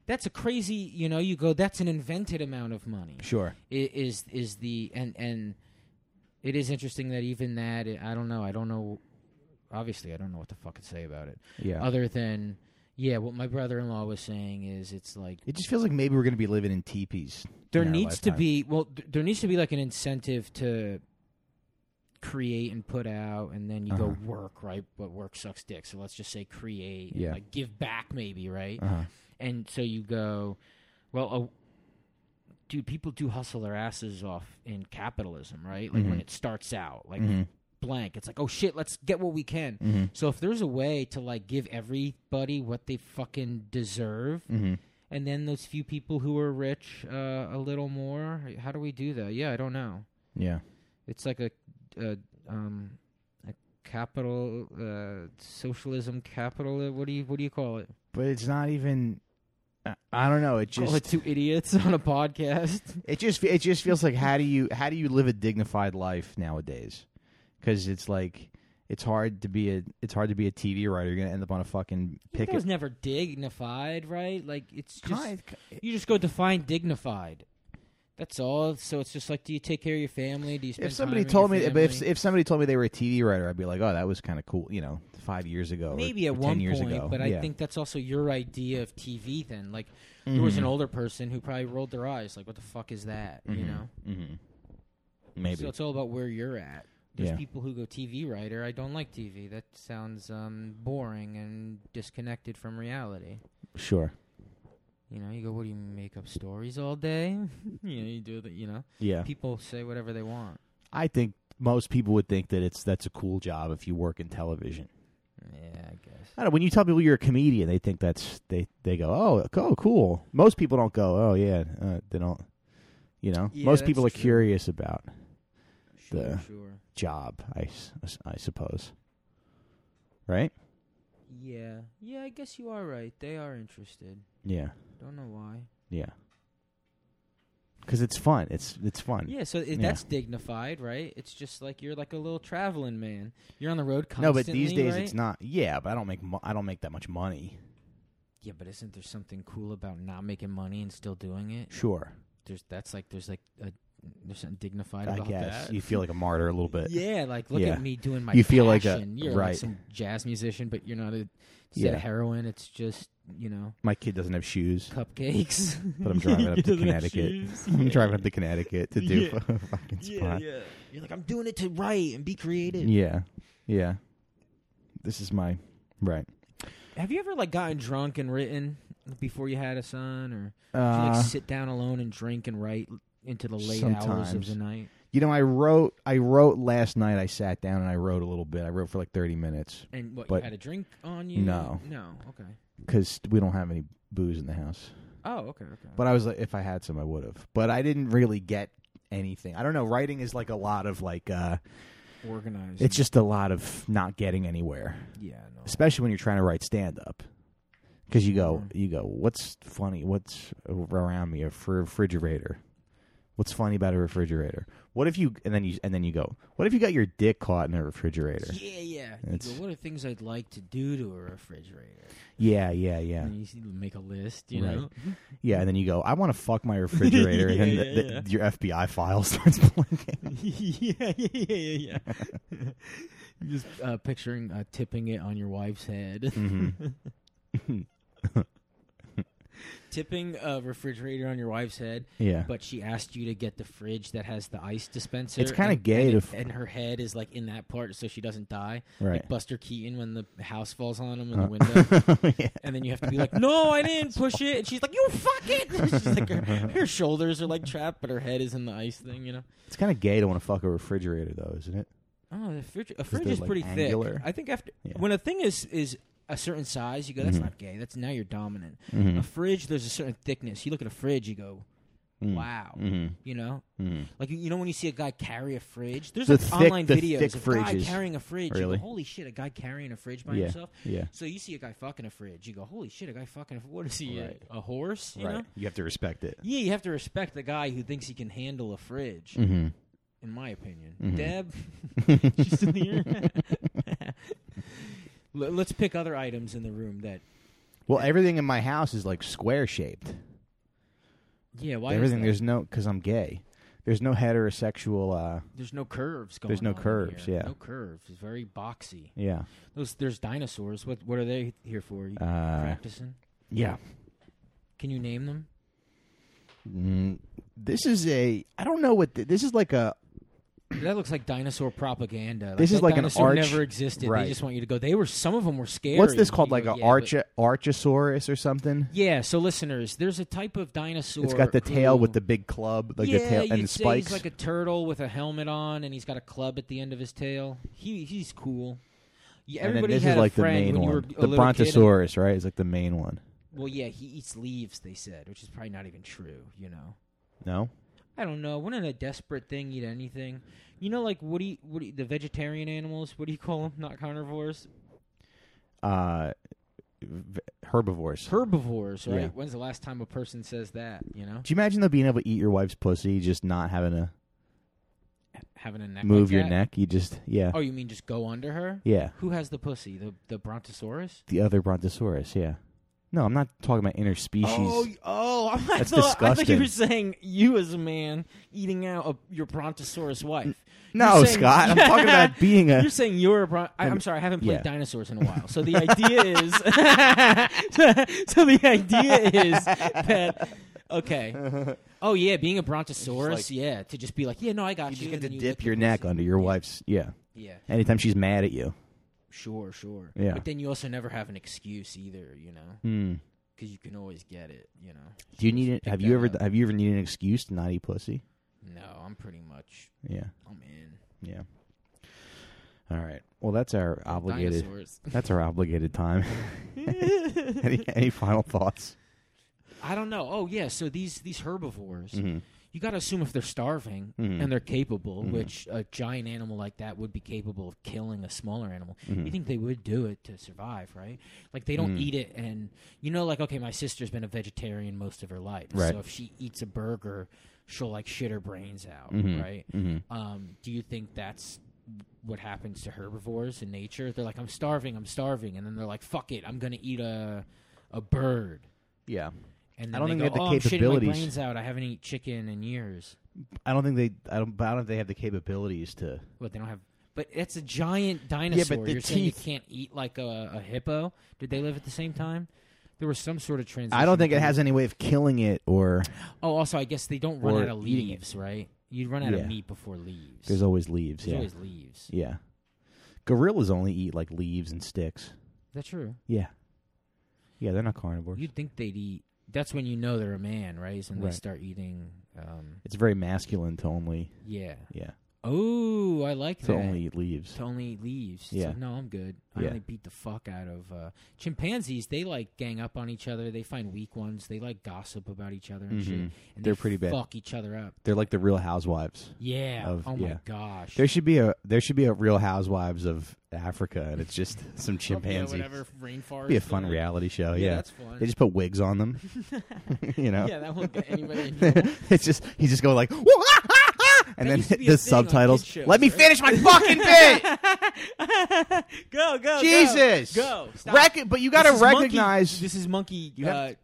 [SPEAKER 2] That's a crazy, you know, you go that's an invented amount of money.
[SPEAKER 1] sure.
[SPEAKER 2] I- Is is the and and it is interesting that even that I don't know, I don't know obviously I don't know what the fuck to say about it
[SPEAKER 1] Yeah.
[SPEAKER 2] other than yeah, what my brother-in-law was saying is it's like
[SPEAKER 1] it just feels like maybe we're going to be living in teepees.
[SPEAKER 2] there
[SPEAKER 1] in our
[SPEAKER 2] needs to
[SPEAKER 1] lifetime.
[SPEAKER 2] be well th- there needs to be like an incentive to create and put out and then you go
[SPEAKER 1] Uh-huh.
[SPEAKER 2] work right but work sucks dick so let's just say create and,
[SPEAKER 1] Yeah.
[SPEAKER 2] like give back maybe right
[SPEAKER 1] Uh-huh.
[SPEAKER 2] and so you go well oh, dude people do hustle their asses off in capitalism right like when
[SPEAKER 1] Mhm.
[SPEAKER 2] it starts out like
[SPEAKER 1] Mhm.
[SPEAKER 2] blank it's like oh shit let's get what we can
[SPEAKER 1] Mhm.
[SPEAKER 2] so if there's a way to like give everybody what they fucking deserve
[SPEAKER 1] Mhm.
[SPEAKER 2] and then those few people who are rich uh, a little more. How do we do that? Yeah, I don't know.
[SPEAKER 1] Yeah.
[SPEAKER 2] It's like a, a um a capital uh, socialism capital. What do you what do you call it?
[SPEAKER 1] But it's not even. I- I don't know. It
[SPEAKER 2] call it
[SPEAKER 1] just
[SPEAKER 2] two idiots *laughs* on a podcast.
[SPEAKER 1] it just it just feels like how do you how do you live a dignified life nowadays? Because it's like it's hard to be a it's hard to be a TV writer. You're going to end up on a fucking
[SPEAKER 2] That
[SPEAKER 1] picket.
[SPEAKER 2] was never dignified, right? Like it's just
[SPEAKER 1] Kind-
[SPEAKER 2] you just go define dignified. That's all. So it's just like, do you take care of your family? Do you spend
[SPEAKER 1] if somebody
[SPEAKER 2] time with
[SPEAKER 1] told me
[SPEAKER 2] your
[SPEAKER 1] if- if
[SPEAKER 2] family?
[SPEAKER 1] if somebody told me they were a TV writer, I'd be like, oh, that was kind of cool. You know, five years ago, or-
[SPEAKER 2] maybe
[SPEAKER 1] or
[SPEAKER 2] at
[SPEAKER 1] 10
[SPEAKER 2] one
[SPEAKER 1] years
[SPEAKER 2] point,
[SPEAKER 1] ago.
[SPEAKER 2] but
[SPEAKER 1] Yeah.
[SPEAKER 2] I think that's also your idea of TV. Then, like,
[SPEAKER 1] Mm-hmm.
[SPEAKER 2] there was an older person who probably rolled their eyes, like, "What the fuck is that?" You know.
[SPEAKER 1] Mm-hmm. Maybe.
[SPEAKER 2] So it's all about where you're at. There's
[SPEAKER 1] Yeah.
[SPEAKER 2] people who go TV writer. I don't like TV. That sounds um, boring and disconnected from reality.
[SPEAKER 1] sure.
[SPEAKER 2] You know, you go, what do you make up stories all day? *laughs* you know, you do that. You know,
[SPEAKER 1] Yeah.
[SPEAKER 2] people say whatever they want.
[SPEAKER 1] I think most people would think that it's that's a cool job if you work in television.
[SPEAKER 2] Yeah, I guess.
[SPEAKER 1] I don't know, when you tell people you're a comedian, they think that's they they go, "Oh, oh cool." Most people don't go, "Oh yeah." Uh, they don't you know.
[SPEAKER 2] Yeah,
[SPEAKER 1] most
[SPEAKER 2] that's
[SPEAKER 1] people are
[SPEAKER 2] true.
[SPEAKER 1] curious about
[SPEAKER 2] Sure,
[SPEAKER 1] The-
[SPEAKER 2] sure.
[SPEAKER 1] job, I, s- I suppose. Right?
[SPEAKER 2] Yeah, yeah. I guess you are right. They are interested.
[SPEAKER 1] Yeah.
[SPEAKER 2] Don't know why.
[SPEAKER 1] Yeah. Cuz it's fun. It's it's fun.
[SPEAKER 2] Yeah, so
[SPEAKER 1] Yeah.
[SPEAKER 2] it, that's dignified, right? It's just like you're like a little traveling man. You're on the road
[SPEAKER 1] no,
[SPEAKER 2] constantly.
[SPEAKER 1] but these days
[SPEAKER 2] right?
[SPEAKER 1] it's not. Yeah, but I don't make mo- I don't make that much money.
[SPEAKER 2] Yeah, but isn't there something cool about not making money and still doing it?
[SPEAKER 1] Sure.
[SPEAKER 2] There's that's like there's like a there's something dignified
[SPEAKER 1] I
[SPEAKER 2] about
[SPEAKER 1] guess
[SPEAKER 2] that.
[SPEAKER 1] you feel like a martyr a little bit.
[SPEAKER 2] yeah, like look
[SPEAKER 1] Yeah.
[SPEAKER 2] at me doing my.
[SPEAKER 1] You feel like a-
[SPEAKER 2] passion. you're
[SPEAKER 1] right.
[SPEAKER 2] like some jazz musician, but you're not a. Instead
[SPEAKER 1] Yeah.
[SPEAKER 2] of heroin, it's just you know
[SPEAKER 1] My kid doesn't have
[SPEAKER 2] *laughs*
[SPEAKER 1] shoes, *laughs*
[SPEAKER 2] cupcakes.
[SPEAKER 1] but I'm driving up
[SPEAKER 4] *laughs* He
[SPEAKER 1] to
[SPEAKER 4] doesn't have
[SPEAKER 1] Connecticut. *laughs*
[SPEAKER 4] shoes.
[SPEAKER 1] I'm driving up to Connecticut to do *laughs*
[SPEAKER 4] Yeah.
[SPEAKER 1] fucking
[SPEAKER 4] Yeah,
[SPEAKER 1] spot.
[SPEAKER 4] yeah.
[SPEAKER 2] *laughs* you're like I'm doing it to write and be creative.
[SPEAKER 1] Yeah. Yeah. This is my right.
[SPEAKER 2] Have you ever like gotten drunk and written before you had a son, or did you
[SPEAKER 1] Uh,
[SPEAKER 2] like sit down alone and drink and write into the late hours of
[SPEAKER 1] sometimes.
[SPEAKER 2] the night?
[SPEAKER 1] you know, I wrote. I wrote last night. I sat down and I wrote a little bit. I wrote for like thirty minutes
[SPEAKER 2] And what
[SPEAKER 1] But-
[SPEAKER 2] you had a drink on you?
[SPEAKER 1] No.
[SPEAKER 2] no. Okay.
[SPEAKER 1] because we don't have any booze in the house.
[SPEAKER 2] Oh, okay, okay.
[SPEAKER 1] But I was like, if I had some, I would have. But I didn't really get anything. I don't know. Writing is like a lot of like. uh
[SPEAKER 2] organized.
[SPEAKER 1] It's just a lot of not getting anywhere,
[SPEAKER 2] yeah, no.
[SPEAKER 1] especially when you're trying to write stand up. Because you go,
[SPEAKER 2] Mm-hmm.
[SPEAKER 1] you go. What's funny? What's around me? A fr- refrigerator. What's funny about a refrigerator? What if you and then you and then you go? What if you got your dick caught in a refrigerator?
[SPEAKER 2] Yeah, yeah. You
[SPEAKER 1] It's-
[SPEAKER 2] go, what are things I'd like to do to a refrigerator?
[SPEAKER 1] Yeah, yeah, yeah,
[SPEAKER 2] And you see- make a list, you
[SPEAKER 1] Right.
[SPEAKER 2] know. *laughs*
[SPEAKER 1] yeah. And then you go, I want to fuck my refrigerator, and then
[SPEAKER 4] Yeah,
[SPEAKER 1] the,
[SPEAKER 4] yeah,
[SPEAKER 1] the,
[SPEAKER 4] yeah.
[SPEAKER 1] your FBI file *laughs* starts blinking.
[SPEAKER 4] yeah, yeah, yeah, yeah.
[SPEAKER 2] I'm *laughs* just uh, picturing uh, tipping it on your wife's head. *laughs* Mm-hmm. tipping a refrigerator on your wife's head,
[SPEAKER 1] Yeah,
[SPEAKER 2] but she asked you to get the fridge that has the ice dispenser.
[SPEAKER 1] It's kinda
[SPEAKER 2] and-
[SPEAKER 1] gay
[SPEAKER 2] and,
[SPEAKER 1] to
[SPEAKER 2] it-
[SPEAKER 1] f-
[SPEAKER 2] and her head is like in that part, so she doesn't die.
[SPEAKER 1] right. Uh-huh.
[SPEAKER 2] Like Buster Keaton when the house falls on him in the
[SPEAKER 1] *laughs*
[SPEAKER 2] window.
[SPEAKER 1] yeah.
[SPEAKER 2] And then you have to be like, no, I didn't push it. And she's like, you fuck it. *laughs* she's like, her,
[SPEAKER 1] *laughs*
[SPEAKER 2] her shoulders are like trapped, but her head is in the ice thing, you know?
[SPEAKER 1] It's kind of gay to want to fuck a refrigerator, though, isn't it?
[SPEAKER 2] Oh, the fridge, a
[SPEAKER 1] they're,
[SPEAKER 2] fridge is
[SPEAKER 1] like,
[SPEAKER 2] pretty
[SPEAKER 1] angular.
[SPEAKER 2] thick. I think after
[SPEAKER 1] Yeah.
[SPEAKER 2] when a thing is is a certain size, you go, that's
[SPEAKER 1] Mhm.
[SPEAKER 2] not gay. That's now you're dominant.
[SPEAKER 1] Mm-hmm. Mm.
[SPEAKER 2] A fridge, there's a certain thickness. You look at a fridge, you go, wow.
[SPEAKER 1] Mm-hmm.
[SPEAKER 2] You know,
[SPEAKER 1] Mm-hmm.
[SPEAKER 2] like you- you know when you see a guy carry a fridge. There's
[SPEAKER 1] The
[SPEAKER 2] like
[SPEAKER 1] thick-
[SPEAKER 2] online
[SPEAKER 1] the
[SPEAKER 2] videos
[SPEAKER 1] thick
[SPEAKER 2] of guy
[SPEAKER 1] fridges.
[SPEAKER 2] carrying a fridge. You go,
[SPEAKER 1] Really?
[SPEAKER 2] holy shit, a guy carrying a fridge by
[SPEAKER 1] Yeah.
[SPEAKER 2] himself.
[SPEAKER 1] Yeah.
[SPEAKER 2] So you see a guy fucking a fridge. You go, holy shit, a guy fucking a what is he? a-
[SPEAKER 1] Right.
[SPEAKER 2] A, horse? You
[SPEAKER 1] right.
[SPEAKER 2] know?
[SPEAKER 1] You have to respect it.
[SPEAKER 2] Yeah, you have to respect the guy who thinks he can handle a fridge.
[SPEAKER 1] Mm-hmm.
[SPEAKER 2] In my opinion,
[SPEAKER 1] Mhm.
[SPEAKER 2] Deb,
[SPEAKER 1] *laughs*
[SPEAKER 2] *laughs* she's in here. *laughs* L- Let's pick other items in the room that.
[SPEAKER 1] Well, everything in my house is like square shaped.
[SPEAKER 2] Yeah, why? is
[SPEAKER 1] everything
[SPEAKER 2] that?
[SPEAKER 1] there's no because I'm gay. There's no heterosexual. uh
[SPEAKER 2] there's no curves going.
[SPEAKER 1] There's no
[SPEAKER 2] on in
[SPEAKER 1] curves,
[SPEAKER 2] here.
[SPEAKER 1] yeah.
[SPEAKER 2] no curves. It's very boxy.
[SPEAKER 1] Yeah.
[SPEAKER 2] Those there's dinosaurs. What what are they here for? You
[SPEAKER 1] Uh,
[SPEAKER 2] practicing?
[SPEAKER 1] yeah.
[SPEAKER 2] Can you name them?
[SPEAKER 1] Mm, this is a. I don't know what th- this is like a.
[SPEAKER 2] That looks like dinosaur propaganda.
[SPEAKER 1] This is
[SPEAKER 2] that
[SPEAKER 1] like an
[SPEAKER 2] dinosaur
[SPEAKER 1] arch-
[SPEAKER 2] Never existed.
[SPEAKER 1] right.
[SPEAKER 2] They just want you to go. They were some of them were scary.
[SPEAKER 1] What's this
[SPEAKER 2] You
[SPEAKER 1] called?
[SPEAKER 2] go,
[SPEAKER 1] Like a
[SPEAKER 2] "Yeah, but-"
[SPEAKER 1] arch archosaurus or something?
[SPEAKER 2] Yeah. So listeners, there's a type of dinosaur.
[SPEAKER 1] It's got the tail
[SPEAKER 2] who-
[SPEAKER 1] with the big club, like
[SPEAKER 2] yeah,
[SPEAKER 1] the tail and
[SPEAKER 2] you'd
[SPEAKER 1] the
[SPEAKER 2] say
[SPEAKER 1] spikes.
[SPEAKER 2] He's like a turtle with a helmet on, and he's got a club at the end of his tail. He he's cool. Yeah,
[SPEAKER 1] and then
[SPEAKER 2] everybody
[SPEAKER 1] this
[SPEAKER 2] had
[SPEAKER 1] is
[SPEAKER 2] a
[SPEAKER 1] like the
[SPEAKER 2] friend
[SPEAKER 1] main
[SPEAKER 2] when you were
[SPEAKER 1] one.
[SPEAKER 2] a
[SPEAKER 1] The
[SPEAKER 2] little
[SPEAKER 1] brontosaurus, right? Is like the main one.
[SPEAKER 2] Kid. Well, yeah, he eats leaves. They said, which is probably not even true. You know,
[SPEAKER 1] No.
[SPEAKER 2] I don't know. Wouldn't a desperate thing eat anything? You know, like what do you, what do you, the vegetarian animals? What do you call them? Not carnivores,
[SPEAKER 1] Uh, v- herbivores.
[SPEAKER 2] herbivores, right?
[SPEAKER 1] Yeah.
[SPEAKER 2] When's the last time a person says that? You know,
[SPEAKER 1] Do you imagine though being able to eat your wife's pussy, just not having to
[SPEAKER 2] having a neck.
[SPEAKER 1] move
[SPEAKER 2] like
[SPEAKER 1] your
[SPEAKER 2] that?
[SPEAKER 1] neck? You just yeah,
[SPEAKER 2] Oh, you mean just go under her?
[SPEAKER 1] yeah.
[SPEAKER 2] Who has the pussy? The the brontosaurus.
[SPEAKER 1] The other brontosaurus, yeah. No, I'm not talking about interspecies.
[SPEAKER 2] Oh, y- oh! I
[SPEAKER 1] That's
[SPEAKER 2] thought I thought you
[SPEAKER 1] disgusting.
[SPEAKER 2] were saying you as a man eating out a, your brontosaurus wife.
[SPEAKER 1] no,
[SPEAKER 2] you're saying-
[SPEAKER 1] Scott, I'm talking
[SPEAKER 2] *laughs*
[SPEAKER 1] about being a.
[SPEAKER 2] You're saying you're a bron- I,
[SPEAKER 1] Um,
[SPEAKER 2] I'm sorry, I haven't played
[SPEAKER 1] yeah.
[SPEAKER 2] dinosaurs in a while. So the idea is, *laughs* so the idea is that okay, oh yeah, being a brontosaurus, yeah, to just be like, yeah, no, I got
[SPEAKER 1] You
[SPEAKER 2] you.
[SPEAKER 1] just
[SPEAKER 2] and
[SPEAKER 1] get to
[SPEAKER 2] then you
[SPEAKER 1] dip
[SPEAKER 2] lick
[SPEAKER 1] your
[SPEAKER 2] the
[SPEAKER 1] neck
[SPEAKER 2] pussy.
[SPEAKER 1] under your wife's. Yeah.
[SPEAKER 2] Yeah,
[SPEAKER 1] Anytime she's mad at you.
[SPEAKER 2] sure, sure.
[SPEAKER 1] Yeah.
[SPEAKER 2] but then you also never have an excuse either, you know,
[SPEAKER 1] Hmm.
[SPEAKER 2] because you can always get it, you know.
[SPEAKER 1] Do you
[SPEAKER 2] Just
[SPEAKER 1] need it?
[SPEAKER 2] pick
[SPEAKER 1] Have
[SPEAKER 2] that
[SPEAKER 1] you ever?
[SPEAKER 2] up.
[SPEAKER 1] Have you ever needed an excuse to not eat pussy?
[SPEAKER 2] No, I'm pretty much.
[SPEAKER 1] Yeah.
[SPEAKER 2] I'm in.
[SPEAKER 1] Yeah. All right. Well, that's our obligated.
[SPEAKER 2] Dinosaurs.
[SPEAKER 1] That's our obligated time. *laughs* any
[SPEAKER 2] *laughs*
[SPEAKER 1] any final thoughts?
[SPEAKER 2] I don't know. Oh yeah, so these these herbivores,
[SPEAKER 1] Mhm.
[SPEAKER 2] you got to assume if they're starving
[SPEAKER 1] Mhm.
[SPEAKER 2] and they're capable, which a giant animal like that would be capable of killing a smaller animal.
[SPEAKER 1] Mm-hmm.
[SPEAKER 2] You think they would do it to survive, right? Like they don't eat it, and you know, like okay, my sister's been a vegetarian most of her life,
[SPEAKER 1] Right.
[SPEAKER 2] so if she eats a burger, she'll like shit her brains out,
[SPEAKER 1] Mhm.
[SPEAKER 2] right?
[SPEAKER 1] Mm-hmm.
[SPEAKER 2] Um, do you think that's what happens to herbivores in nature? They're like, I'm starving, I'm starving, and then they're like, fuck it, I'm gonna eat a a bird.
[SPEAKER 1] Yeah.
[SPEAKER 2] And
[SPEAKER 1] I
[SPEAKER 2] then
[SPEAKER 1] don't think
[SPEAKER 2] they go,
[SPEAKER 1] they have the
[SPEAKER 2] oh, I'm shitting my
[SPEAKER 1] capabilities."
[SPEAKER 2] brains out. I haven't eaten chicken in years.
[SPEAKER 1] I don't think they. I don't. But I don't think they have the capabilities to.
[SPEAKER 2] What they don't have, but it's a giant dinosaur.
[SPEAKER 4] the
[SPEAKER 2] You're saying you
[SPEAKER 4] teeth-
[SPEAKER 2] can't eat like a, a hippo. Did they live at the same time? There was some sort of transition.
[SPEAKER 1] I don't think it
[SPEAKER 2] period.
[SPEAKER 1] has any way of killing it, or
[SPEAKER 2] Oh, also, I guess they don't run
[SPEAKER 1] Or
[SPEAKER 2] out of
[SPEAKER 1] eating it.
[SPEAKER 2] leaves, right? You run out
[SPEAKER 1] Yeah.
[SPEAKER 2] of meat before leaves.
[SPEAKER 1] there's always leaves.
[SPEAKER 2] There's
[SPEAKER 1] yeah,
[SPEAKER 2] always leaves. Is
[SPEAKER 1] yeah. Gorillas only eat like leaves and sticks.
[SPEAKER 2] that true?
[SPEAKER 1] Yeah, yeah. They're not carnivores.
[SPEAKER 2] You'd think they'd eat. That's when you know they're a man, right? Is when
[SPEAKER 1] Right.
[SPEAKER 2] they start eating. Um,
[SPEAKER 1] It's very masculine to only.
[SPEAKER 2] yeah.
[SPEAKER 1] Yeah,
[SPEAKER 2] Oh, I like
[SPEAKER 1] to
[SPEAKER 2] that.
[SPEAKER 1] only eat leaves.
[SPEAKER 2] to only eat leaves. It's
[SPEAKER 1] Yeah.
[SPEAKER 2] like, no, I'm good. I
[SPEAKER 1] Yeah.
[SPEAKER 2] only beat the fuck out of uh, chimpanzees. They like gang up on each other. They find weak ones. They like gossip about each other and shit.
[SPEAKER 1] Mhm.
[SPEAKER 2] And
[SPEAKER 1] They're
[SPEAKER 2] they
[SPEAKER 1] pretty bad.
[SPEAKER 2] Fuck each other up.
[SPEAKER 1] They're like the Real Housewives.
[SPEAKER 2] Yeah.
[SPEAKER 1] Of-
[SPEAKER 2] oh my
[SPEAKER 1] yeah.
[SPEAKER 2] gosh.
[SPEAKER 1] There should be a there should be a Real Housewives of Africa, and it's just *laughs* some chimpanzee.
[SPEAKER 2] Yeah, whatever rainforest.
[SPEAKER 1] It'd be a fun
[SPEAKER 2] or-
[SPEAKER 1] reality show.
[SPEAKER 2] Yeah,
[SPEAKER 1] Yeah,
[SPEAKER 2] that's fun.
[SPEAKER 1] they just put wigs on them. *laughs* you know,
[SPEAKER 2] *laughs* Yeah, that won't get anybody. in trouble.
[SPEAKER 1] it's just he's just going like, "Whoa, ah, ah, ah," and
[SPEAKER 2] That
[SPEAKER 1] then
[SPEAKER 2] used to be a
[SPEAKER 1] the
[SPEAKER 2] thing on
[SPEAKER 1] subtitles.
[SPEAKER 2] kid shows,
[SPEAKER 1] Let me
[SPEAKER 2] right?
[SPEAKER 1] finish *laughs* my
[SPEAKER 2] *laughs*
[SPEAKER 1] fucking bit,
[SPEAKER 4] go, go, *laughs*
[SPEAKER 1] Jesus.
[SPEAKER 4] go. Stop.
[SPEAKER 1] Rec- but you got to
[SPEAKER 2] This is monkey-
[SPEAKER 1] recognize.
[SPEAKER 2] this is monkey.
[SPEAKER 1] You have-
[SPEAKER 2] uh,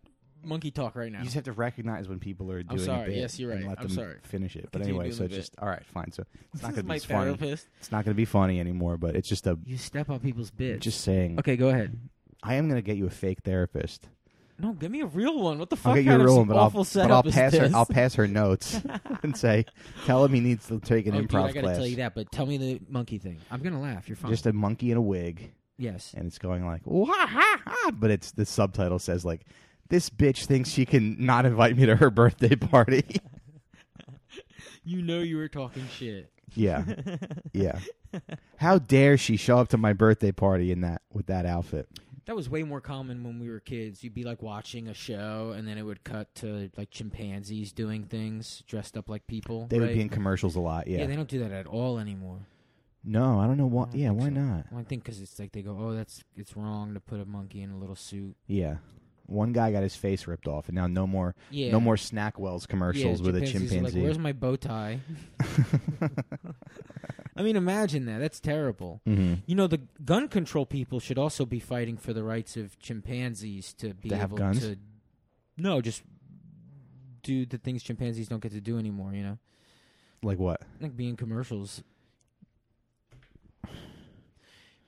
[SPEAKER 2] monkey talk right now.
[SPEAKER 1] you just have to recognize when people are doing a
[SPEAKER 2] sorry.
[SPEAKER 1] bit.
[SPEAKER 2] Yes, you're
[SPEAKER 1] and
[SPEAKER 2] right.
[SPEAKER 1] let
[SPEAKER 2] I'm
[SPEAKER 1] them
[SPEAKER 2] sorry.
[SPEAKER 1] Finish it. But
[SPEAKER 2] Continue
[SPEAKER 1] anyway,
[SPEAKER 2] doing
[SPEAKER 1] so
[SPEAKER 2] the
[SPEAKER 1] it's
[SPEAKER 2] bit.
[SPEAKER 1] just all right. Fine. So it's
[SPEAKER 4] This
[SPEAKER 1] not
[SPEAKER 4] is
[SPEAKER 1] going to
[SPEAKER 4] my
[SPEAKER 1] be funny.
[SPEAKER 4] therapist.
[SPEAKER 1] It's not going to be funny anymore. But it's just a.
[SPEAKER 2] You step on people's bits.
[SPEAKER 1] Just saying.
[SPEAKER 2] okay. Go ahead.
[SPEAKER 1] I am going to get you a fake therapist.
[SPEAKER 2] No, give me a real one. What the fuck?
[SPEAKER 1] I'll get you a
[SPEAKER 2] kind of
[SPEAKER 1] real one,
[SPEAKER 2] some
[SPEAKER 1] but I'll,
[SPEAKER 2] awful
[SPEAKER 1] but
[SPEAKER 2] setup
[SPEAKER 1] I'll
[SPEAKER 2] is
[SPEAKER 1] pass her.
[SPEAKER 2] this?
[SPEAKER 1] I'll pass her
[SPEAKER 2] *laughs*
[SPEAKER 1] notes and say, tell him he needs to take an
[SPEAKER 2] Oh,
[SPEAKER 1] improv
[SPEAKER 2] dude, I gotta
[SPEAKER 1] class.
[SPEAKER 2] tell you that, but tell me the monkey thing. I'm gonna laugh. You're fine.
[SPEAKER 1] Just a monkey in a wig,
[SPEAKER 2] yes.
[SPEAKER 1] and it's going like, "Wah, ha, ha," but it's the subtitle says like, "This bitch thinks she can not invite me to her birthday party."
[SPEAKER 2] *laughs* You know you were talking shit.
[SPEAKER 1] yeah, yeah. How dare she show up to my birthday party in that with that outfit?
[SPEAKER 2] That was way more common when we were kids. You'd be like watching a show, and then it would cut to like chimpanzees doing things dressed up like people.
[SPEAKER 1] They would
[SPEAKER 2] right?
[SPEAKER 1] be in commercials a lot. Yeah.
[SPEAKER 2] yeah. They don't do that at all anymore.
[SPEAKER 1] no, I don't know why.
[SPEAKER 2] I don't
[SPEAKER 1] Yeah,
[SPEAKER 2] think
[SPEAKER 1] why
[SPEAKER 2] so.
[SPEAKER 1] not?
[SPEAKER 2] Well, I think because it's like they go, oh, that's it's wrong to put a monkey in a little suit.
[SPEAKER 1] Yeah. One guy got his face ripped off, and now no more,
[SPEAKER 2] Yeah.
[SPEAKER 1] no more Snackwells commercials
[SPEAKER 2] Yeah,
[SPEAKER 1] with a
[SPEAKER 2] chimpanzees are
[SPEAKER 1] chimpanzee.
[SPEAKER 2] Like, Where's my bow tie? *laughs* I mean, imagine that. That's terrible.
[SPEAKER 1] *laughs* mm-hmm.
[SPEAKER 2] You know, the gun control people should also be fighting for the rights of chimpanzees to be
[SPEAKER 1] To have
[SPEAKER 2] able
[SPEAKER 1] guns?
[SPEAKER 2] to. No, just do the things chimpanzees don't get to do anymore. You know,
[SPEAKER 1] Like what?
[SPEAKER 2] like being commercials.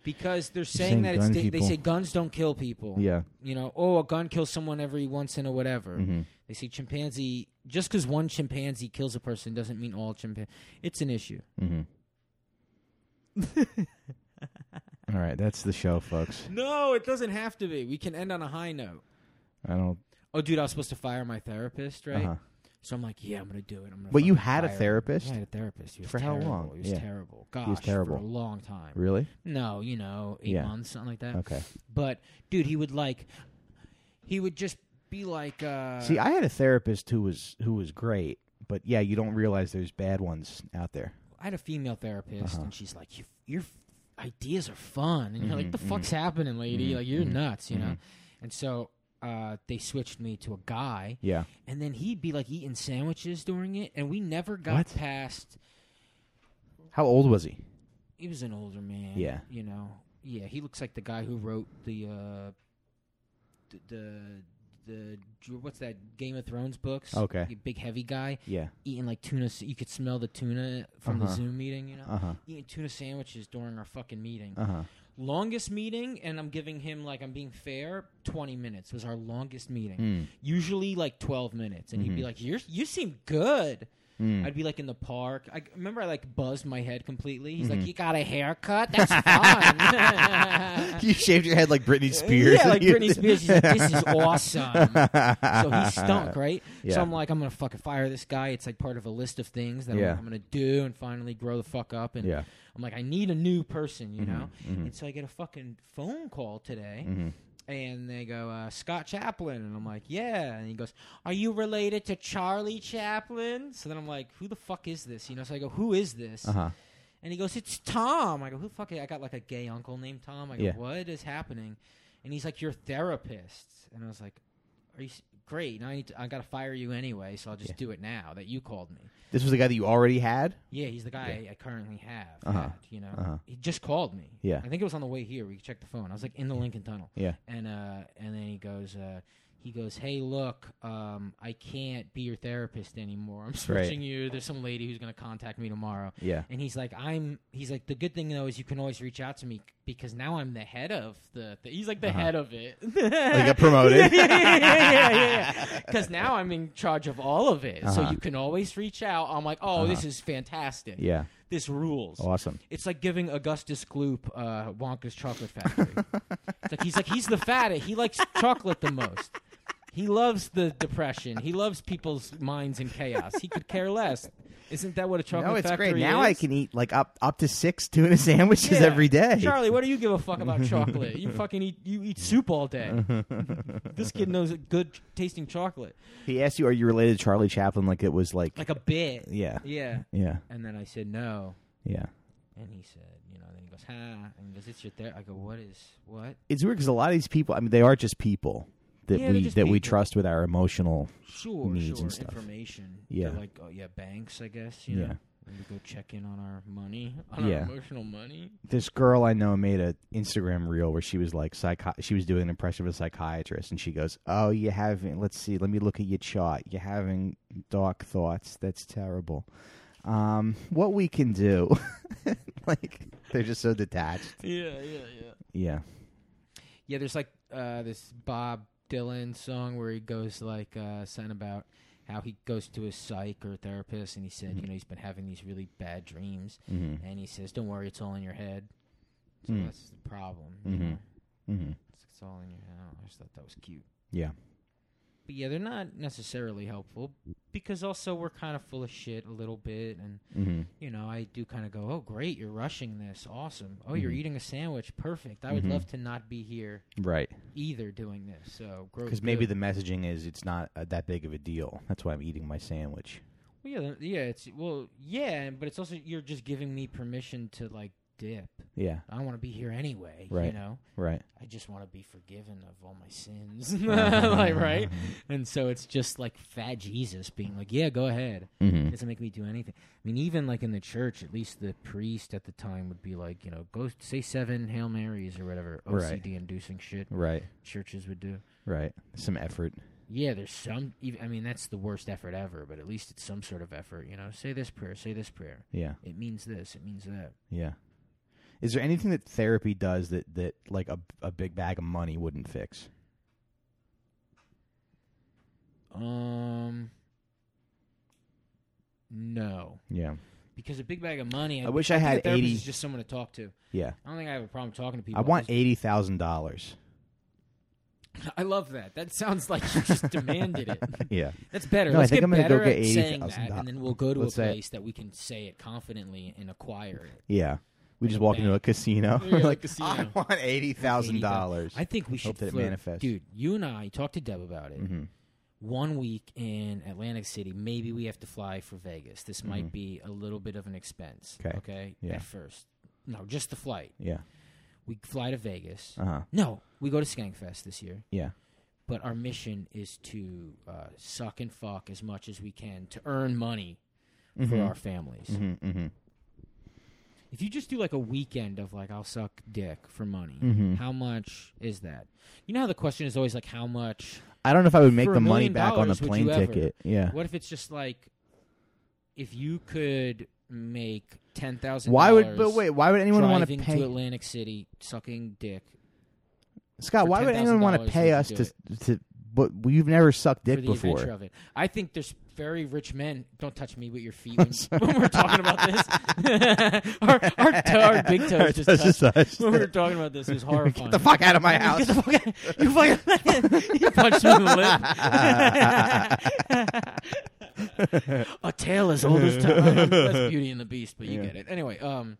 [SPEAKER 2] Because they're
[SPEAKER 1] saying
[SPEAKER 2] saying, that it's
[SPEAKER 1] gun
[SPEAKER 2] da- they
[SPEAKER 1] people.
[SPEAKER 2] say guns don't kill people.
[SPEAKER 1] Yeah.
[SPEAKER 2] You know, oh, a gun kills someone every once in a whatever.
[SPEAKER 1] hmm
[SPEAKER 2] They say chimpanzee. Just because one chimpanzee kills a person doesn't mean all chimpanzees. It's an issue. *laughs*
[SPEAKER 1] hmm All right, that's the show, folks.
[SPEAKER 2] No, it doesn't have to be. We can end on a high note.
[SPEAKER 1] I don't.
[SPEAKER 2] oh dude i was supposed to fire my therapist right
[SPEAKER 1] Uh-huh.
[SPEAKER 2] so i'm like yeah i'm gonna do it I'm gonna
[SPEAKER 1] But you
[SPEAKER 2] fucking
[SPEAKER 1] had a
[SPEAKER 2] fire him.
[SPEAKER 1] therapist?
[SPEAKER 2] Yeah, i had a therapist he was
[SPEAKER 1] For how
[SPEAKER 2] terrible.
[SPEAKER 1] long?
[SPEAKER 2] he was
[SPEAKER 1] Yeah.
[SPEAKER 2] terrible gosh
[SPEAKER 1] terrible.
[SPEAKER 2] for a long time
[SPEAKER 1] Really?
[SPEAKER 2] no you know eight
[SPEAKER 1] Yeah.
[SPEAKER 2] months something like that
[SPEAKER 1] Okay.
[SPEAKER 2] but dude he would like he would just be like uh
[SPEAKER 1] See, I had a therapist who was who was great, but yeah, you don't realize there's bad ones out there.
[SPEAKER 2] I had a female therapist,
[SPEAKER 1] Uh-huh.
[SPEAKER 2] and she's like, "You- "Your f- ideas are fun," and you're
[SPEAKER 1] Mhm,
[SPEAKER 2] like, "The
[SPEAKER 1] mhm.
[SPEAKER 2] fuck's happening, lady?
[SPEAKER 1] Mhm,
[SPEAKER 2] Like, you're
[SPEAKER 1] mhm,
[SPEAKER 2] nuts," you know.
[SPEAKER 1] mhm.
[SPEAKER 2] And so uh, they switched me to a guy.
[SPEAKER 1] Yeah.
[SPEAKER 2] and then he'd be like eating sandwiches during it, and we never got
[SPEAKER 1] What?
[SPEAKER 2] past.
[SPEAKER 1] How old was he?
[SPEAKER 2] He was an older man.
[SPEAKER 1] Yeah.
[SPEAKER 2] you know, yeah, he looks like the guy who wrote the uh, the. the the dr- what's that Game of Thrones books?
[SPEAKER 1] Okay.
[SPEAKER 2] The big heavy guy
[SPEAKER 1] Yeah.
[SPEAKER 2] eating like tuna. s- You could smell the tuna from
[SPEAKER 1] Uh-huh.
[SPEAKER 2] the Zoom meeting, you know.
[SPEAKER 1] Uh huh.
[SPEAKER 2] eating tuna sandwiches during our fucking meeting.
[SPEAKER 1] Uh huh.
[SPEAKER 2] longest meeting, and I'm giving him like I'm being fair. Twenty minutes was our longest meeting.
[SPEAKER 1] Mm.
[SPEAKER 2] Usually like twelve minutes, and he'd be
[SPEAKER 1] Mhm.
[SPEAKER 2] like, "You you seem good."
[SPEAKER 1] Hmm. *laughs*
[SPEAKER 2] I'd be like in the park. I remember I like buzzed my head completely. He's
[SPEAKER 1] Mhm.
[SPEAKER 2] like, "You got a haircut? That's fun."
[SPEAKER 1] *laughs*
[SPEAKER 2] *laughs*
[SPEAKER 1] you shaved your head like Britney Spears. *laughs*
[SPEAKER 2] yeah, like Britney Spears. He's like, "This is awesome." so
[SPEAKER 1] *laughs*
[SPEAKER 2] he stunk, right?
[SPEAKER 1] Yeah.
[SPEAKER 2] So I'm like, I'm gonna fucking fire this guy. It's like part of a list of things that I'm,
[SPEAKER 1] Yeah.
[SPEAKER 2] like, I'm gonna do and finally grow the fuck up. And
[SPEAKER 1] Yeah.
[SPEAKER 2] I'm like, I need a new person, you
[SPEAKER 1] Mhm,
[SPEAKER 2] know.
[SPEAKER 1] mhm.
[SPEAKER 2] And so I get a fucking phone call today,
[SPEAKER 1] Mhm.
[SPEAKER 2] and they go, uh, Scott Chaplin, and I'm like, yeah. And he goes, Are you related to Charlie Chaplin? So then I'm like, Who the fuck is this? You know. So I go, Who is this?
[SPEAKER 1] Uh huh.
[SPEAKER 2] And he goes, It's Tom. I go, Who the fuck? I got like a gay uncle named Tom. I go,
[SPEAKER 1] Yeah.
[SPEAKER 2] What is happening? And he's like, Your therapist. And I was like, Are you s- great? Now I need to, I got to fire you anyway, so I'll just
[SPEAKER 1] Yeah.
[SPEAKER 2] do it now that you called me.
[SPEAKER 1] This was the guy that you already had.
[SPEAKER 2] Yeah, he's the guy I currently have.
[SPEAKER 1] Uh-huh.
[SPEAKER 2] had, you know,
[SPEAKER 1] Uh-huh.
[SPEAKER 2] he just called me.
[SPEAKER 1] Yeah.
[SPEAKER 2] I think it was on the way here. We checked the phone. I was like in the Lincoln Tunnel.
[SPEAKER 1] Yeah.
[SPEAKER 2] And uh, and then he goes, uh, he goes, "Hey, look, um, I can't be your therapist anymore. I'm *laughs*
[SPEAKER 1] Right.
[SPEAKER 2] switching you. There's some lady who's gonna contact me tomorrow."
[SPEAKER 1] Yeah.
[SPEAKER 2] And he's like, "I'm." He's like, "The good thing though is you can always reach out to me because now I'm the head of the." the he's like the head of it.
[SPEAKER 1] Uh-huh. *laughs* Like
[SPEAKER 2] *laughs*
[SPEAKER 1] got promoted.
[SPEAKER 2] yeah, yeah, yeah, yeah, yeah. Because now I'm in charge of all of it, so
[SPEAKER 1] Uh-huh.
[SPEAKER 2] you can always reach out. I'm like, oh, this is fantastic.
[SPEAKER 1] yeah. Oh,
[SPEAKER 2] This rules.
[SPEAKER 1] Awesome.
[SPEAKER 2] It's like giving Augustus Gloop uh, Wonka's chocolate factory. it's like he's like he's the fattest. He likes chocolate the most. He loves the depression. He loves people's minds in chaos. He could care less. Isn't that what a chocolate
[SPEAKER 1] No, it's
[SPEAKER 2] factory
[SPEAKER 1] great. Now
[SPEAKER 2] is?
[SPEAKER 1] I can eat like up up to six tuna *laughs* sandwiches
[SPEAKER 2] Yeah.
[SPEAKER 1] every day.
[SPEAKER 2] Charlie, what do you give a fuck
[SPEAKER 1] *laughs*
[SPEAKER 2] about chocolate? You fucking eat you eat soup all day. this kid knows good tasting chocolate.
[SPEAKER 1] He asked you, "Are you related to Charlie Chaplin?" Like it was like,
[SPEAKER 2] Like a bit.
[SPEAKER 1] yeah,
[SPEAKER 2] Yeah.
[SPEAKER 1] yeah,
[SPEAKER 2] And then I said no.
[SPEAKER 1] yeah.
[SPEAKER 2] And he said, you know, then he goes, ha. And he goes, it's your therapist. I go, what is, what?
[SPEAKER 1] It's weird because a lot of these people, I mean, they are just people that
[SPEAKER 2] Yeah, they're
[SPEAKER 1] we that
[SPEAKER 2] just
[SPEAKER 1] we
[SPEAKER 2] people.
[SPEAKER 1] trust with our emotional.
[SPEAKER 2] Sure,
[SPEAKER 1] Needs
[SPEAKER 2] sure.
[SPEAKER 1] and stuff.
[SPEAKER 2] Information.
[SPEAKER 1] Yeah.
[SPEAKER 2] They're like, oh, yeah, banks, I guess. You
[SPEAKER 1] Yeah.
[SPEAKER 2] Know? We go check in on our money, *laughs* on
[SPEAKER 1] Yeah.
[SPEAKER 2] our emotional money.
[SPEAKER 1] This girl I know made a Instagram reel where she was like psychi- she was doing an impression of a psychiatrist, and she goes, "Oh, you having? Let's see. Let me look at your chart. You're having dark thoughts. That's terrible. Um, what we can do? *laughs* like they're just so detached.
[SPEAKER 2] Yeah, yeah, yeah.
[SPEAKER 1] Yeah,
[SPEAKER 2] Yeah, there's like uh, this Bob Dylan song where he goes like uh, something about how he goes to his psych or therapist, and he
[SPEAKER 1] Mm-hmm.
[SPEAKER 2] said, you know, he's been having these really bad dreams,
[SPEAKER 1] Mhm.
[SPEAKER 2] and he says, "Don't worry, it's all in your head." So
[SPEAKER 1] Mm.
[SPEAKER 2] that's the problem. you
[SPEAKER 1] Mhm.
[SPEAKER 2] know?
[SPEAKER 1] hmm
[SPEAKER 2] It's, it's all in your head. I, don't know, I just thought that was cute.
[SPEAKER 1] yeah,
[SPEAKER 2] But yeah, they're not necessarily helpful because also we're kind of full of shit a little bit, and
[SPEAKER 1] mm-hmm.
[SPEAKER 2] you know, I do kind of go, "Oh, great, you're rushing this, awesome. Oh, you're
[SPEAKER 1] Mhm.
[SPEAKER 2] eating a sandwich, perfect. I would
[SPEAKER 1] Mhm.
[SPEAKER 2] love to not be here."
[SPEAKER 1] right."
[SPEAKER 2] either doing this. So grow
[SPEAKER 1] Because maybe
[SPEAKER 2] good.
[SPEAKER 1] the messaging is it's not uh, that big of a deal. That's why I'm eating my sandwich.
[SPEAKER 2] well, yeah, yeah, it's well, yeah, but it's also you're just giving me permission to like dip.
[SPEAKER 1] Yeah,
[SPEAKER 2] I want to be here anyway. You
[SPEAKER 1] Right.
[SPEAKER 2] know,
[SPEAKER 1] *laughs* right.
[SPEAKER 2] I just want to be forgiven of all
[SPEAKER 1] *laughs*
[SPEAKER 2] my sins, *laughs* like right. And so it's just like fat Jesus being like, yeah, go ahead.
[SPEAKER 1] Mm-hmm.
[SPEAKER 2] doesn't make me do anything. I mean, even like in the church, at least the priest at the time would be like, you know, go say seven Hail Marys or whatever OCD
[SPEAKER 1] Right.
[SPEAKER 2] inducing shit
[SPEAKER 1] Right,
[SPEAKER 2] churches would do.
[SPEAKER 1] right. Some effort.
[SPEAKER 2] Yeah, there's some. ev- I mean, that's the worst effort ever, but at least it's some sort of effort. You know, say this prayer, say this prayer.
[SPEAKER 1] Yeah,
[SPEAKER 2] It means this. It means that.
[SPEAKER 1] yeah. Is there anything that therapy does that that like a a big bag of money wouldn't fix?
[SPEAKER 2] Um, no,
[SPEAKER 1] Yeah,
[SPEAKER 2] because a big bag of money.
[SPEAKER 1] I wish I
[SPEAKER 2] think a
[SPEAKER 1] had
[SPEAKER 2] therapist
[SPEAKER 1] 80
[SPEAKER 2] is just someone to talk to.
[SPEAKER 1] yeah.
[SPEAKER 2] I don't think I have a problem talking to people.
[SPEAKER 1] I want
[SPEAKER 2] just-
[SPEAKER 1] eighty thousand dollars.
[SPEAKER 2] I love that. That sounds like
[SPEAKER 1] *laughs*
[SPEAKER 2] you just demanded it.
[SPEAKER 1] *laughs* yeah,
[SPEAKER 2] That's better.
[SPEAKER 1] No, I
[SPEAKER 2] Let's
[SPEAKER 1] think
[SPEAKER 2] get
[SPEAKER 1] I'm gonna go
[SPEAKER 2] better
[SPEAKER 1] get
[SPEAKER 2] at saying that,
[SPEAKER 1] $80,000.
[SPEAKER 2] and then we'll go to
[SPEAKER 1] Let's
[SPEAKER 2] a
[SPEAKER 1] say-
[SPEAKER 2] place that we can say it confidently and acquire it.
[SPEAKER 1] yeah. We
[SPEAKER 2] Like
[SPEAKER 1] just
[SPEAKER 2] a
[SPEAKER 1] walk into a
[SPEAKER 2] bank.
[SPEAKER 1] casino.
[SPEAKER 2] Yeah,
[SPEAKER 1] We're *laughs*
[SPEAKER 2] like
[SPEAKER 1] like,
[SPEAKER 2] casino.
[SPEAKER 1] I want eighty thousand dollars.
[SPEAKER 2] I think we should
[SPEAKER 1] that it
[SPEAKER 2] flirt-
[SPEAKER 1] manifests.
[SPEAKER 2] Dude, you and I talked to Deb about it.
[SPEAKER 1] Mm-hmm.
[SPEAKER 2] one week in Atlantic City, maybe we have to fly for Vegas. This
[SPEAKER 1] Mhm.
[SPEAKER 2] might be a little bit of an expense.
[SPEAKER 1] 'Kay.
[SPEAKER 2] Okay.
[SPEAKER 1] Yeah.
[SPEAKER 2] At first. No, just the flight.
[SPEAKER 1] Yeah.
[SPEAKER 2] We fly to Vegas.
[SPEAKER 1] Uh huh.
[SPEAKER 2] no, we go to Skankfest this year.
[SPEAKER 1] Yeah.
[SPEAKER 2] But our mission is to uh, suck and fuck as much as we can to earn money for
[SPEAKER 1] Mhm.
[SPEAKER 2] our families.
[SPEAKER 1] Mm-hmm. Mm-hmm.
[SPEAKER 2] If you just do like a weekend of like, I'll suck dick for money,
[SPEAKER 1] Mhm.
[SPEAKER 2] how much is that? You know how the question is always like, how much?
[SPEAKER 1] I don't know if I would make
[SPEAKER 2] For a
[SPEAKER 1] the money
[SPEAKER 2] million
[SPEAKER 1] back on the
[SPEAKER 2] dollars, would
[SPEAKER 1] plane
[SPEAKER 2] you ever?
[SPEAKER 1] ticket. Yeah.
[SPEAKER 2] What if it's just like, if you could make ten thousand?
[SPEAKER 1] Why would? But wait. Why would anyone want to
[SPEAKER 2] driving
[SPEAKER 1] pay?
[SPEAKER 2] to Atlantic City, sucking dick
[SPEAKER 1] Scott,
[SPEAKER 2] for
[SPEAKER 1] why would anyone want to
[SPEAKER 2] $10,000
[SPEAKER 1] pay
[SPEAKER 2] would
[SPEAKER 1] us
[SPEAKER 2] you
[SPEAKER 1] to
[SPEAKER 2] do
[SPEAKER 1] to? But you've never sucked
[SPEAKER 2] for
[SPEAKER 1] dick
[SPEAKER 2] the adventure
[SPEAKER 1] before.
[SPEAKER 2] of it? I think there's very rich men. Don't touch me with
[SPEAKER 1] *laughs*
[SPEAKER 2] your feet when, *laughs* when we're talking about this. *laughs* our, our, to- our
[SPEAKER 1] *laughs*
[SPEAKER 2] big toes just
[SPEAKER 1] That's
[SPEAKER 2] touched.
[SPEAKER 1] us.
[SPEAKER 2] *laughs* When we were talking about this, it was horrifying.
[SPEAKER 1] *laughs* Get the fuck out of my house.
[SPEAKER 2] Get the fuck out. You
[SPEAKER 1] *laughs*
[SPEAKER 2] fucking *laughs* you punched me in the lip. *laughs* A tale as old
[SPEAKER 1] *laughs*
[SPEAKER 2] as time. That's Beauty and the Beast, but you
[SPEAKER 1] Yeah.
[SPEAKER 2] get it anyway. Um,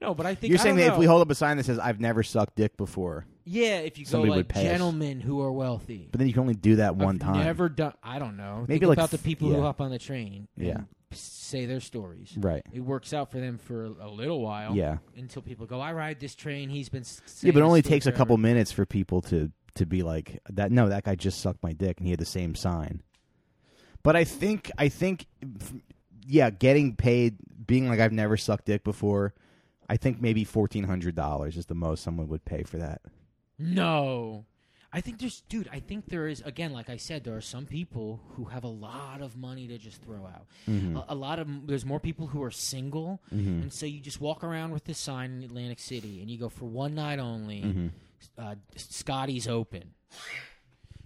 [SPEAKER 2] no, but I think
[SPEAKER 1] You're
[SPEAKER 2] I
[SPEAKER 1] saying
[SPEAKER 2] don't
[SPEAKER 1] that if we
[SPEAKER 2] know.
[SPEAKER 1] hold up a sign that says "I've never sucked dick before,"
[SPEAKER 2] yeah, if you go
[SPEAKER 1] somebody would
[SPEAKER 2] like
[SPEAKER 1] pay us.
[SPEAKER 2] gentlemen who are wealthy,
[SPEAKER 1] but then you can only do that one
[SPEAKER 2] I've
[SPEAKER 1] time.
[SPEAKER 2] never done. I don't know.
[SPEAKER 1] Maybe
[SPEAKER 2] Think
[SPEAKER 1] like
[SPEAKER 2] about the
[SPEAKER 1] f-
[SPEAKER 2] people who
[SPEAKER 1] yeah.
[SPEAKER 2] hop on the train. and
[SPEAKER 1] Yeah.
[SPEAKER 2] say their stories.
[SPEAKER 1] Right.
[SPEAKER 2] It works out for them for a, a little while.
[SPEAKER 1] Yeah.
[SPEAKER 2] until people go, I ride this train. He's been s-
[SPEAKER 1] Yeah,
[SPEAKER 2] saying
[SPEAKER 1] but it
[SPEAKER 2] this
[SPEAKER 1] only
[SPEAKER 2] story
[SPEAKER 1] takes a
[SPEAKER 2] forever."
[SPEAKER 1] couple minutes for people to to be like that. No, that guy just sucked my dick, and he had the same sign. But I think I think, f- yeah, getting paid, being like I've never sucked dick before. I think maybe fourteen hundred dollars is the most someone would pay for that.
[SPEAKER 2] No. I think there's, dude. I think there is again, like I said, there are some people who have a lot of money to just throw out.
[SPEAKER 1] Mm-hmm.
[SPEAKER 2] A, a lot of there's more people who are single, and so you just walk around with this sign in Atlantic City, and you go for one night only.
[SPEAKER 1] Mm-hmm.
[SPEAKER 2] Uh, Scotty's open.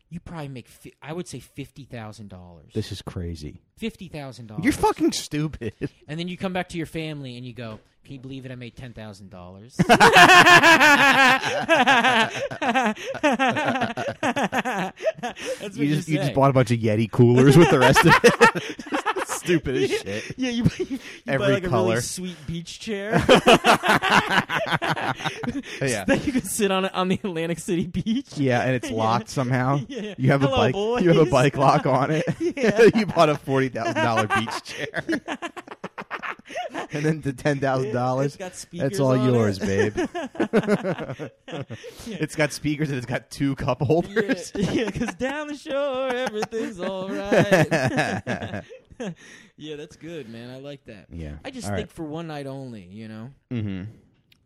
[SPEAKER 2] You probably make, fi- I would say, fifty thousand dollars.
[SPEAKER 1] This is crazy.
[SPEAKER 2] Fifty thousand dollars.
[SPEAKER 1] You're fucking stupid. *laughs*
[SPEAKER 2] And then you come back to your family and you go, "Can you believe it? I made ten thousand dollars."
[SPEAKER 4] That's what
[SPEAKER 1] You just you
[SPEAKER 4] say.
[SPEAKER 1] just bought a bunch of Yeti coolers with the rest of it. stupid as shit.
[SPEAKER 4] *laughs* Yeah, you, you, you
[SPEAKER 1] Every
[SPEAKER 4] buy like a
[SPEAKER 1] color.
[SPEAKER 4] really sweet
[SPEAKER 1] *laughs*
[SPEAKER 4] beach chair. *laughs*
[SPEAKER 1] Yeah.
[SPEAKER 4] that you can sit on it on the Atlantic City beach.
[SPEAKER 1] Yeah, and it's locked somehow.
[SPEAKER 4] Yeah.
[SPEAKER 1] You have
[SPEAKER 4] Hello,
[SPEAKER 1] a bike.
[SPEAKER 4] boys.
[SPEAKER 1] You have a bike lock on it. *laughs* you bought a forty thousand dollar beach chair, and then the ten thousand
[SPEAKER 4] It's
[SPEAKER 1] dollars.
[SPEAKER 4] got speakers.
[SPEAKER 1] That's all
[SPEAKER 4] on
[SPEAKER 1] yours,
[SPEAKER 4] it.
[SPEAKER 1] babe. *laughs* It's got speakers and it's got two cup holders.
[SPEAKER 4] *laughs* Yeah, because down the shore everything's
[SPEAKER 1] *laughs*
[SPEAKER 4] all right. *laughs* yeah, that's good, man. I like that.
[SPEAKER 1] Yeah.
[SPEAKER 2] I just
[SPEAKER 1] Mm. All
[SPEAKER 2] think for one night only, you know,
[SPEAKER 1] Mm-hmm.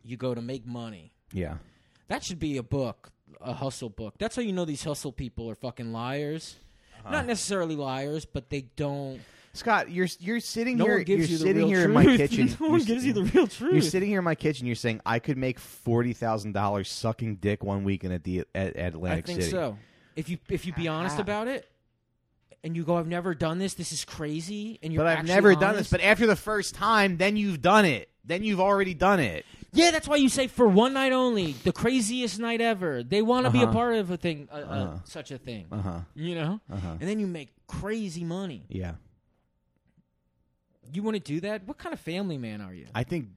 [SPEAKER 2] you go to make money.
[SPEAKER 1] Yeah.
[SPEAKER 2] That should be a book, a hustle book. That's how you know these hustle people are fucking liars. Not necessarily liars, but they don't.
[SPEAKER 1] Scott, you're you're sitting
[SPEAKER 2] No
[SPEAKER 1] here.
[SPEAKER 2] one gives
[SPEAKER 1] you're
[SPEAKER 2] you the
[SPEAKER 1] sitting
[SPEAKER 2] real
[SPEAKER 1] here in my
[SPEAKER 2] *laughs* truth.
[SPEAKER 1] kitchen.
[SPEAKER 4] no one
[SPEAKER 1] You're-
[SPEAKER 4] gives you the real truth.
[SPEAKER 2] Hmm.
[SPEAKER 1] You're sitting here in my kitchen. You're saying I could make forty thousand dollars sucking dick one weekend at the at, at Atlantic
[SPEAKER 2] I think
[SPEAKER 1] City. Ah,
[SPEAKER 2] so. If you if you be honest about it, and you go, "I've never done this. This is crazy," and you're
[SPEAKER 1] But I've
[SPEAKER 2] actually
[SPEAKER 1] never done this.
[SPEAKER 2] honest-
[SPEAKER 1] But after the first time, then you've done it. Then you've already done it.
[SPEAKER 2] Yeah, that's why you say for one night only, the craziest night ever. They want to be
[SPEAKER 1] Uh-huh.
[SPEAKER 2] a part of a thing, uh, uh, such a thing,
[SPEAKER 1] Uh huh.
[SPEAKER 2] you know.
[SPEAKER 1] Uh-huh.
[SPEAKER 2] And then you make crazy money.
[SPEAKER 1] Yeah.
[SPEAKER 2] You want to do that? What kind of family man are you?
[SPEAKER 1] I think.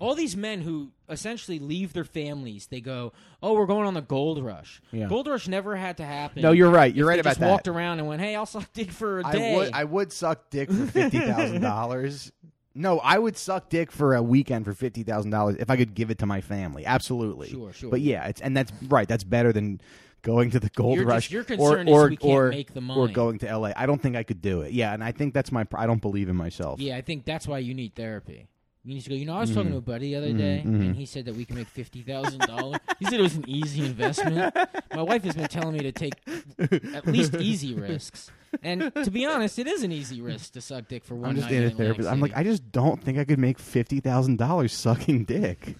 [SPEAKER 2] All these men who essentially leave their families, they go, "Oh, we're going on the gold rush."
[SPEAKER 1] Yeah.
[SPEAKER 2] Gold rush never had to happen.
[SPEAKER 1] No, you're right. You're right
[SPEAKER 2] If they
[SPEAKER 1] about
[SPEAKER 2] just
[SPEAKER 1] that.
[SPEAKER 2] Walked around and went, "Hey, I'll suck dick for a day."
[SPEAKER 1] I would. I would suck dick for fifty thousand
[SPEAKER 2] *laughs*
[SPEAKER 1] dollars. No, I would suck dick for a weekend for fifty thousand dollars if I could give it to my family. Absolutely.
[SPEAKER 2] Sure, sure.
[SPEAKER 1] But yeah, it's and that's right. That's better than going to the gold
[SPEAKER 2] You're just-
[SPEAKER 1] rush
[SPEAKER 2] your
[SPEAKER 1] or
[SPEAKER 2] concern is
[SPEAKER 1] or
[SPEAKER 2] we can't
[SPEAKER 1] or,
[SPEAKER 2] make the
[SPEAKER 1] or
[SPEAKER 2] money.
[SPEAKER 1] going to L.A. I don't think I could do it. Yeah, and I think that's my. pr- I don't believe in myself.
[SPEAKER 2] yeah, I think that's why you need therapy. You need to go. You know, I was
[SPEAKER 1] Mm-hmm.
[SPEAKER 2] talking to a buddy the other day, and he said that we can make fifty thousand dollars. he said it was an easy investment. My wife has been telling me to take at least easy risks, and to be honest, it is an easy risk to suck dick for one
[SPEAKER 1] I'm just
[SPEAKER 2] night
[SPEAKER 1] in a
[SPEAKER 2] in Atlantic
[SPEAKER 1] therapist. I'm like,
[SPEAKER 2] City.
[SPEAKER 1] I just don't think I could make fifty thousand dollars *laughs* sucking dick.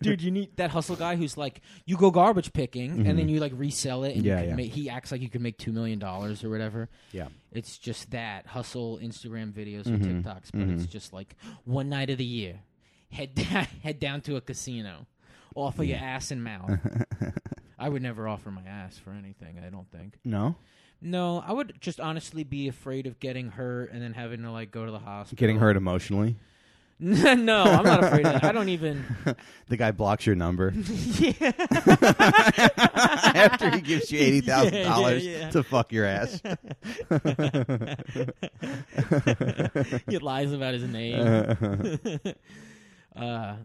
[SPEAKER 2] dude, you need that hustle guy who's like, you go garbage picking, and then you like resell it, and you
[SPEAKER 1] Mm-hmm. Yeah,
[SPEAKER 2] could
[SPEAKER 1] yeah.
[SPEAKER 2] ma- he acts like you could make two million dollars or whatever.
[SPEAKER 1] Yeah.
[SPEAKER 2] It's just that hustle Instagram videos or
[SPEAKER 1] Mm-hmm.
[SPEAKER 2] TikToks, but it's just like one night of the year, head *laughs* down, head down to a casino, offer your ass
[SPEAKER 1] *laughs*
[SPEAKER 2] and mouth. I would never offer my ass for anything. I don't think.
[SPEAKER 1] No.
[SPEAKER 2] No, I would just honestly be afraid of getting hurt and then having to like go to the hospital.
[SPEAKER 1] Getting hurt emotionally.
[SPEAKER 2] *laughs* no, I'm not afraid of that. I
[SPEAKER 1] *laughs*
[SPEAKER 2] don't even. *laughs*
[SPEAKER 1] The guy blocks your number. After he
[SPEAKER 2] *laughs*
[SPEAKER 1] gives you eighty thousand dollars
[SPEAKER 4] Yeah, yeah, yeah.
[SPEAKER 1] to fuck your ass.
[SPEAKER 2] he lies about his name.
[SPEAKER 1] *laughs*
[SPEAKER 2] uh,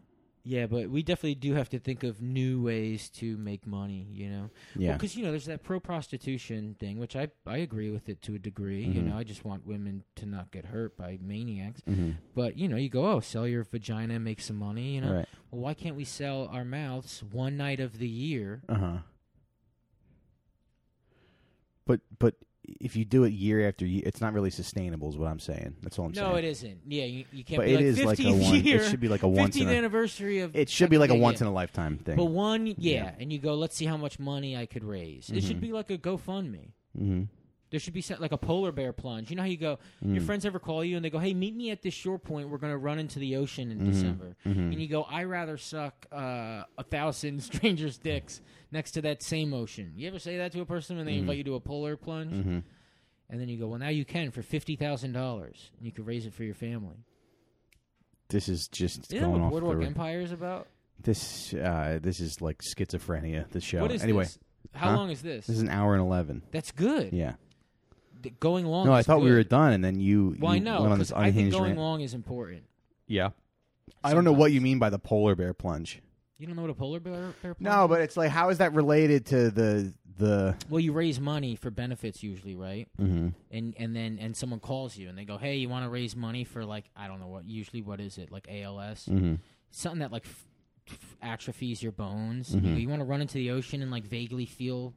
[SPEAKER 2] yeah, but we definitely do have to think of new ways to make money. You know,
[SPEAKER 1] Yeah.
[SPEAKER 2] because you know there's that pro prostitution thing, which I I agree with it to a degree.
[SPEAKER 1] Mm-hmm.
[SPEAKER 2] You know, I just want women to not get hurt by maniacs. But you know, you go, oh, sell your vagina, and make some money. You know,
[SPEAKER 1] Right.
[SPEAKER 2] well, why can't we sell our mouths one night of the year?
[SPEAKER 1] Uh huh. But but if you do it year after year, it's not really sustainable. Is what I'm saying. That's all I'm saying.
[SPEAKER 2] No, it isn't. Yeah, you, you can't.
[SPEAKER 1] But
[SPEAKER 2] be
[SPEAKER 1] it
[SPEAKER 2] like,
[SPEAKER 1] is like a
[SPEAKER 2] 15th
[SPEAKER 1] one- it
[SPEAKER 2] Year,
[SPEAKER 1] should be like a once in a-
[SPEAKER 2] 15th anniversary of.
[SPEAKER 1] It should be like a
[SPEAKER 2] Yeah, yeah.
[SPEAKER 1] once in a lifetime thing.
[SPEAKER 2] But one, yeah,
[SPEAKER 1] Yeah. Mm-hmm.
[SPEAKER 2] and you go, let's see how much money I could raise. It should be like a GoFundMe.
[SPEAKER 1] hmm
[SPEAKER 2] There should be some, like a polar bear plunge. You know how you
[SPEAKER 1] Mm.
[SPEAKER 2] go, your
[SPEAKER 1] Mm-hmm.
[SPEAKER 2] friends ever call you and they go, hey, meet me at this shore point. We're going to run into the ocean
[SPEAKER 1] Mm-hmm.
[SPEAKER 2] in December. And you go, I rather suck uh, a thousand *laughs* strangers' dicks next to that same ocean. You ever say that to a person
[SPEAKER 1] Mm-hmm.
[SPEAKER 2] when they invite you to a polar plunge? And then you go, well, now you can for $50,000 and you can raise it for your family.
[SPEAKER 1] This is just
[SPEAKER 2] Isn't that
[SPEAKER 1] going
[SPEAKER 2] what
[SPEAKER 1] off
[SPEAKER 2] Boardwalk
[SPEAKER 1] the
[SPEAKER 2] Empire is about?
[SPEAKER 1] this. Uh, this is like schizophrenia. The show.
[SPEAKER 2] What is
[SPEAKER 1] anyway,
[SPEAKER 2] this? How
[SPEAKER 1] Huh?
[SPEAKER 2] long is this?
[SPEAKER 1] this is an hour and eleven.
[SPEAKER 2] That's good.
[SPEAKER 1] Yeah.
[SPEAKER 2] Th- going long.
[SPEAKER 1] No, I
[SPEAKER 2] is
[SPEAKER 1] thought we
[SPEAKER 2] Oh, good.
[SPEAKER 1] were done, and then you,
[SPEAKER 2] Well, I
[SPEAKER 1] you
[SPEAKER 2] know.
[SPEAKER 1] went on
[SPEAKER 2] 'cause
[SPEAKER 1] this
[SPEAKER 2] I think
[SPEAKER 1] unhinged
[SPEAKER 2] going
[SPEAKER 1] rant.
[SPEAKER 2] long is important.
[SPEAKER 1] Yeah. I don't know what
[SPEAKER 2] Sometimes.
[SPEAKER 1] you mean by the polar bear plunge.
[SPEAKER 2] You don't know what a polar bear, bear plunge
[SPEAKER 1] No,
[SPEAKER 2] is?
[SPEAKER 1] but it's like how is that related to the the
[SPEAKER 2] well, you raise money for benefits usually, right?
[SPEAKER 1] Mm-hmm.
[SPEAKER 2] And and then and someone calls you and they go, "Hey, you want to
[SPEAKER 1] Mm. Mm-hmm.
[SPEAKER 2] raise money for like I don't know what? Usually, what is it like ALS? Something that like f- f- atrophies your bones.
[SPEAKER 1] Mm-hmm.
[SPEAKER 2] and You, want to run into the ocean and like vaguely feel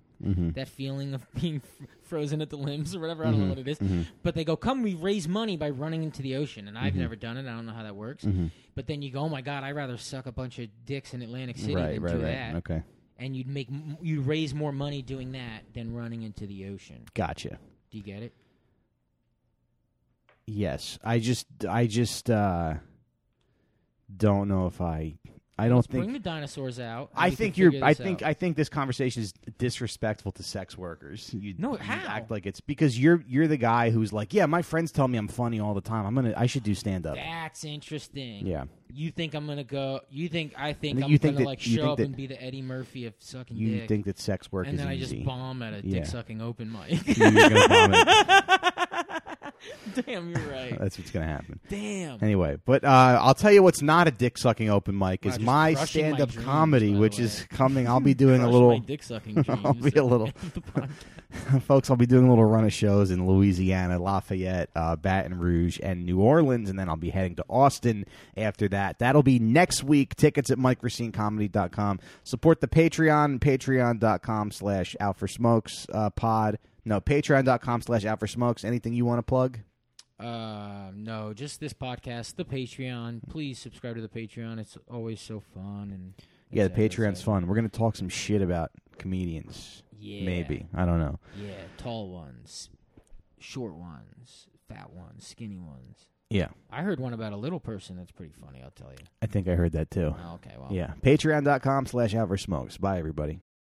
[SPEAKER 2] that feeling of *laughs* being f- frozen at the limbs or whatever. I
[SPEAKER 1] Mm-hmm.
[SPEAKER 2] don't know what it is. But they go, "Come, we raise money by running into the ocean." And I've
[SPEAKER 1] Mm-hmm.
[SPEAKER 2] never done it. I don't know how that works.
[SPEAKER 1] Mm.
[SPEAKER 2] But then you go, "Oh my god, I'd rather suck a bunch of dicks in Atlantic City
[SPEAKER 1] right,
[SPEAKER 2] than
[SPEAKER 1] right,
[SPEAKER 2] do
[SPEAKER 1] right.
[SPEAKER 2] that."
[SPEAKER 1] Okay,
[SPEAKER 2] And you'd make m- you'd raise more money doing that than running into the ocean.
[SPEAKER 1] gotcha.
[SPEAKER 2] Do you get it?
[SPEAKER 1] Yes, I just, I just uh don't know if I, I don't think.
[SPEAKER 2] Bring the dinosaurs out. and
[SPEAKER 1] I
[SPEAKER 2] we can
[SPEAKER 1] think you're.
[SPEAKER 2] figure
[SPEAKER 1] I
[SPEAKER 2] this
[SPEAKER 1] think.
[SPEAKER 2] out.
[SPEAKER 1] I think this conversation is disrespectful to sex workers. You,
[SPEAKER 2] No,
[SPEAKER 1] you
[SPEAKER 2] how?
[SPEAKER 1] act like it's because you're you're the guy who's like, yeah, my friends tell me I'm funny all the time. I'm gonna. I should do stand up.
[SPEAKER 2] that's interesting.
[SPEAKER 1] Yeah.
[SPEAKER 2] You think I'm gonna go? You think I think
[SPEAKER 1] think
[SPEAKER 2] I'm
[SPEAKER 1] you
[SPEAKER 2] gonna
[SPEAKER 1] think that-
[SPEAKER 2] like
[SPEAKER 1] you
[SPEAKER 2] show
[SPEAKER 1] think
[SPEAKER 2] up
[SPEAKER 1] that-
[SPEAKER 2] and be the Eddie Murphy of sucking
[SPEAKER 1] You
[SPEAKER 2] dick,
[SPEAKER 1] think that sex work
[SPEAKER 2] and
[SPEAKER 1] is
[SPEAKER 2] then I
[SPEAKER 1] easy?
[SPEAKER 2] just bomb at a
[SPEAKER 1] Yeah.
[SPEAKER 2] dick sucking open
[SPEAKER 1] *laughs*
[SPEAKER 2] mic. *laughs*
[SPEAKER 1] You're gonna vomit.
[SPEAKER 2] Damn, you're right.
[SPEAKER 1] That's what's gonna happen.
[SPEAKER 2] Damn.
[SPEAKER 1] Anyway, but uh, I'll tell you what's not a dick sucking open mic
[SPEAKER 2] Wow,
[SPEAKER 1] is
[SPEAKER 2] just
[SPEAKER 1] my
[SPEAKER 2] crushing my
[SPEAKER 1] stand up
[SPEAKER 2] dreams,
[SPEAKER 1] comedy,
[SPEAKER 2] by the
[SPEAKER 1] which
[SPEAKER 2] way.
[SPEAKER 1] is coming.
[SPEAKER 2] *laughs*
[SPEAKER 1] I'll be doing a
[SPEAKER 2] Crush my
[SPEAKER 1] little,
[SPEAKER 2] dick sucking dreams.
[SPEAKER 1] *laughs* I'll be a little-
[SPEAKER 2] *laughs* The
[SPEAKER 1] *laughs*
[SPEAKER 2] podcast.
[SPEAKER 1] folks. I'll be doing a little run of shows in Louisiana, Lafayette, uh, Baton Rouge, and New Orleans, and then I'll be heading to Austin after that. That'll be next week. Tickets at microcinecomedy.com. Support the Patreon, Patreon.com/slash Out for Smokes uh, Pod. No, Patreon.com/slash Out for Smokes. Anything you want to plug?
[SPEAKER 2] Uh, no, just this podcast, the Patreon. Please subscribe to the Patreon. It's always so fun and
[SPEAKER 1] Yeah, the
[SPEAKER 2] et cetera, et
[SPEAKER 1] Patreon's
[SPEAKER 2] cetera.
[SPEAKER 1] fun. We're gonna talk some shit about comedians.
[SPEAKER 2] Yeah.
[SPEAKER 1] Maybe I don't know.
[SPEAKER 2] Yeah, tall ones, short ones, fat ones, skinny ones.
[SPEAKER 1] Yeah,
[SPEAKER 2] I heard one about a little person that's pretty funny, I'll tell you.
[SPEAKER 1] I think I heard that too.
[SPEAKER 2] Oh, okay, well.
[SPEAKER 1] Yeah, Patreon.com/slash Out for Smokes. Bye, everybody.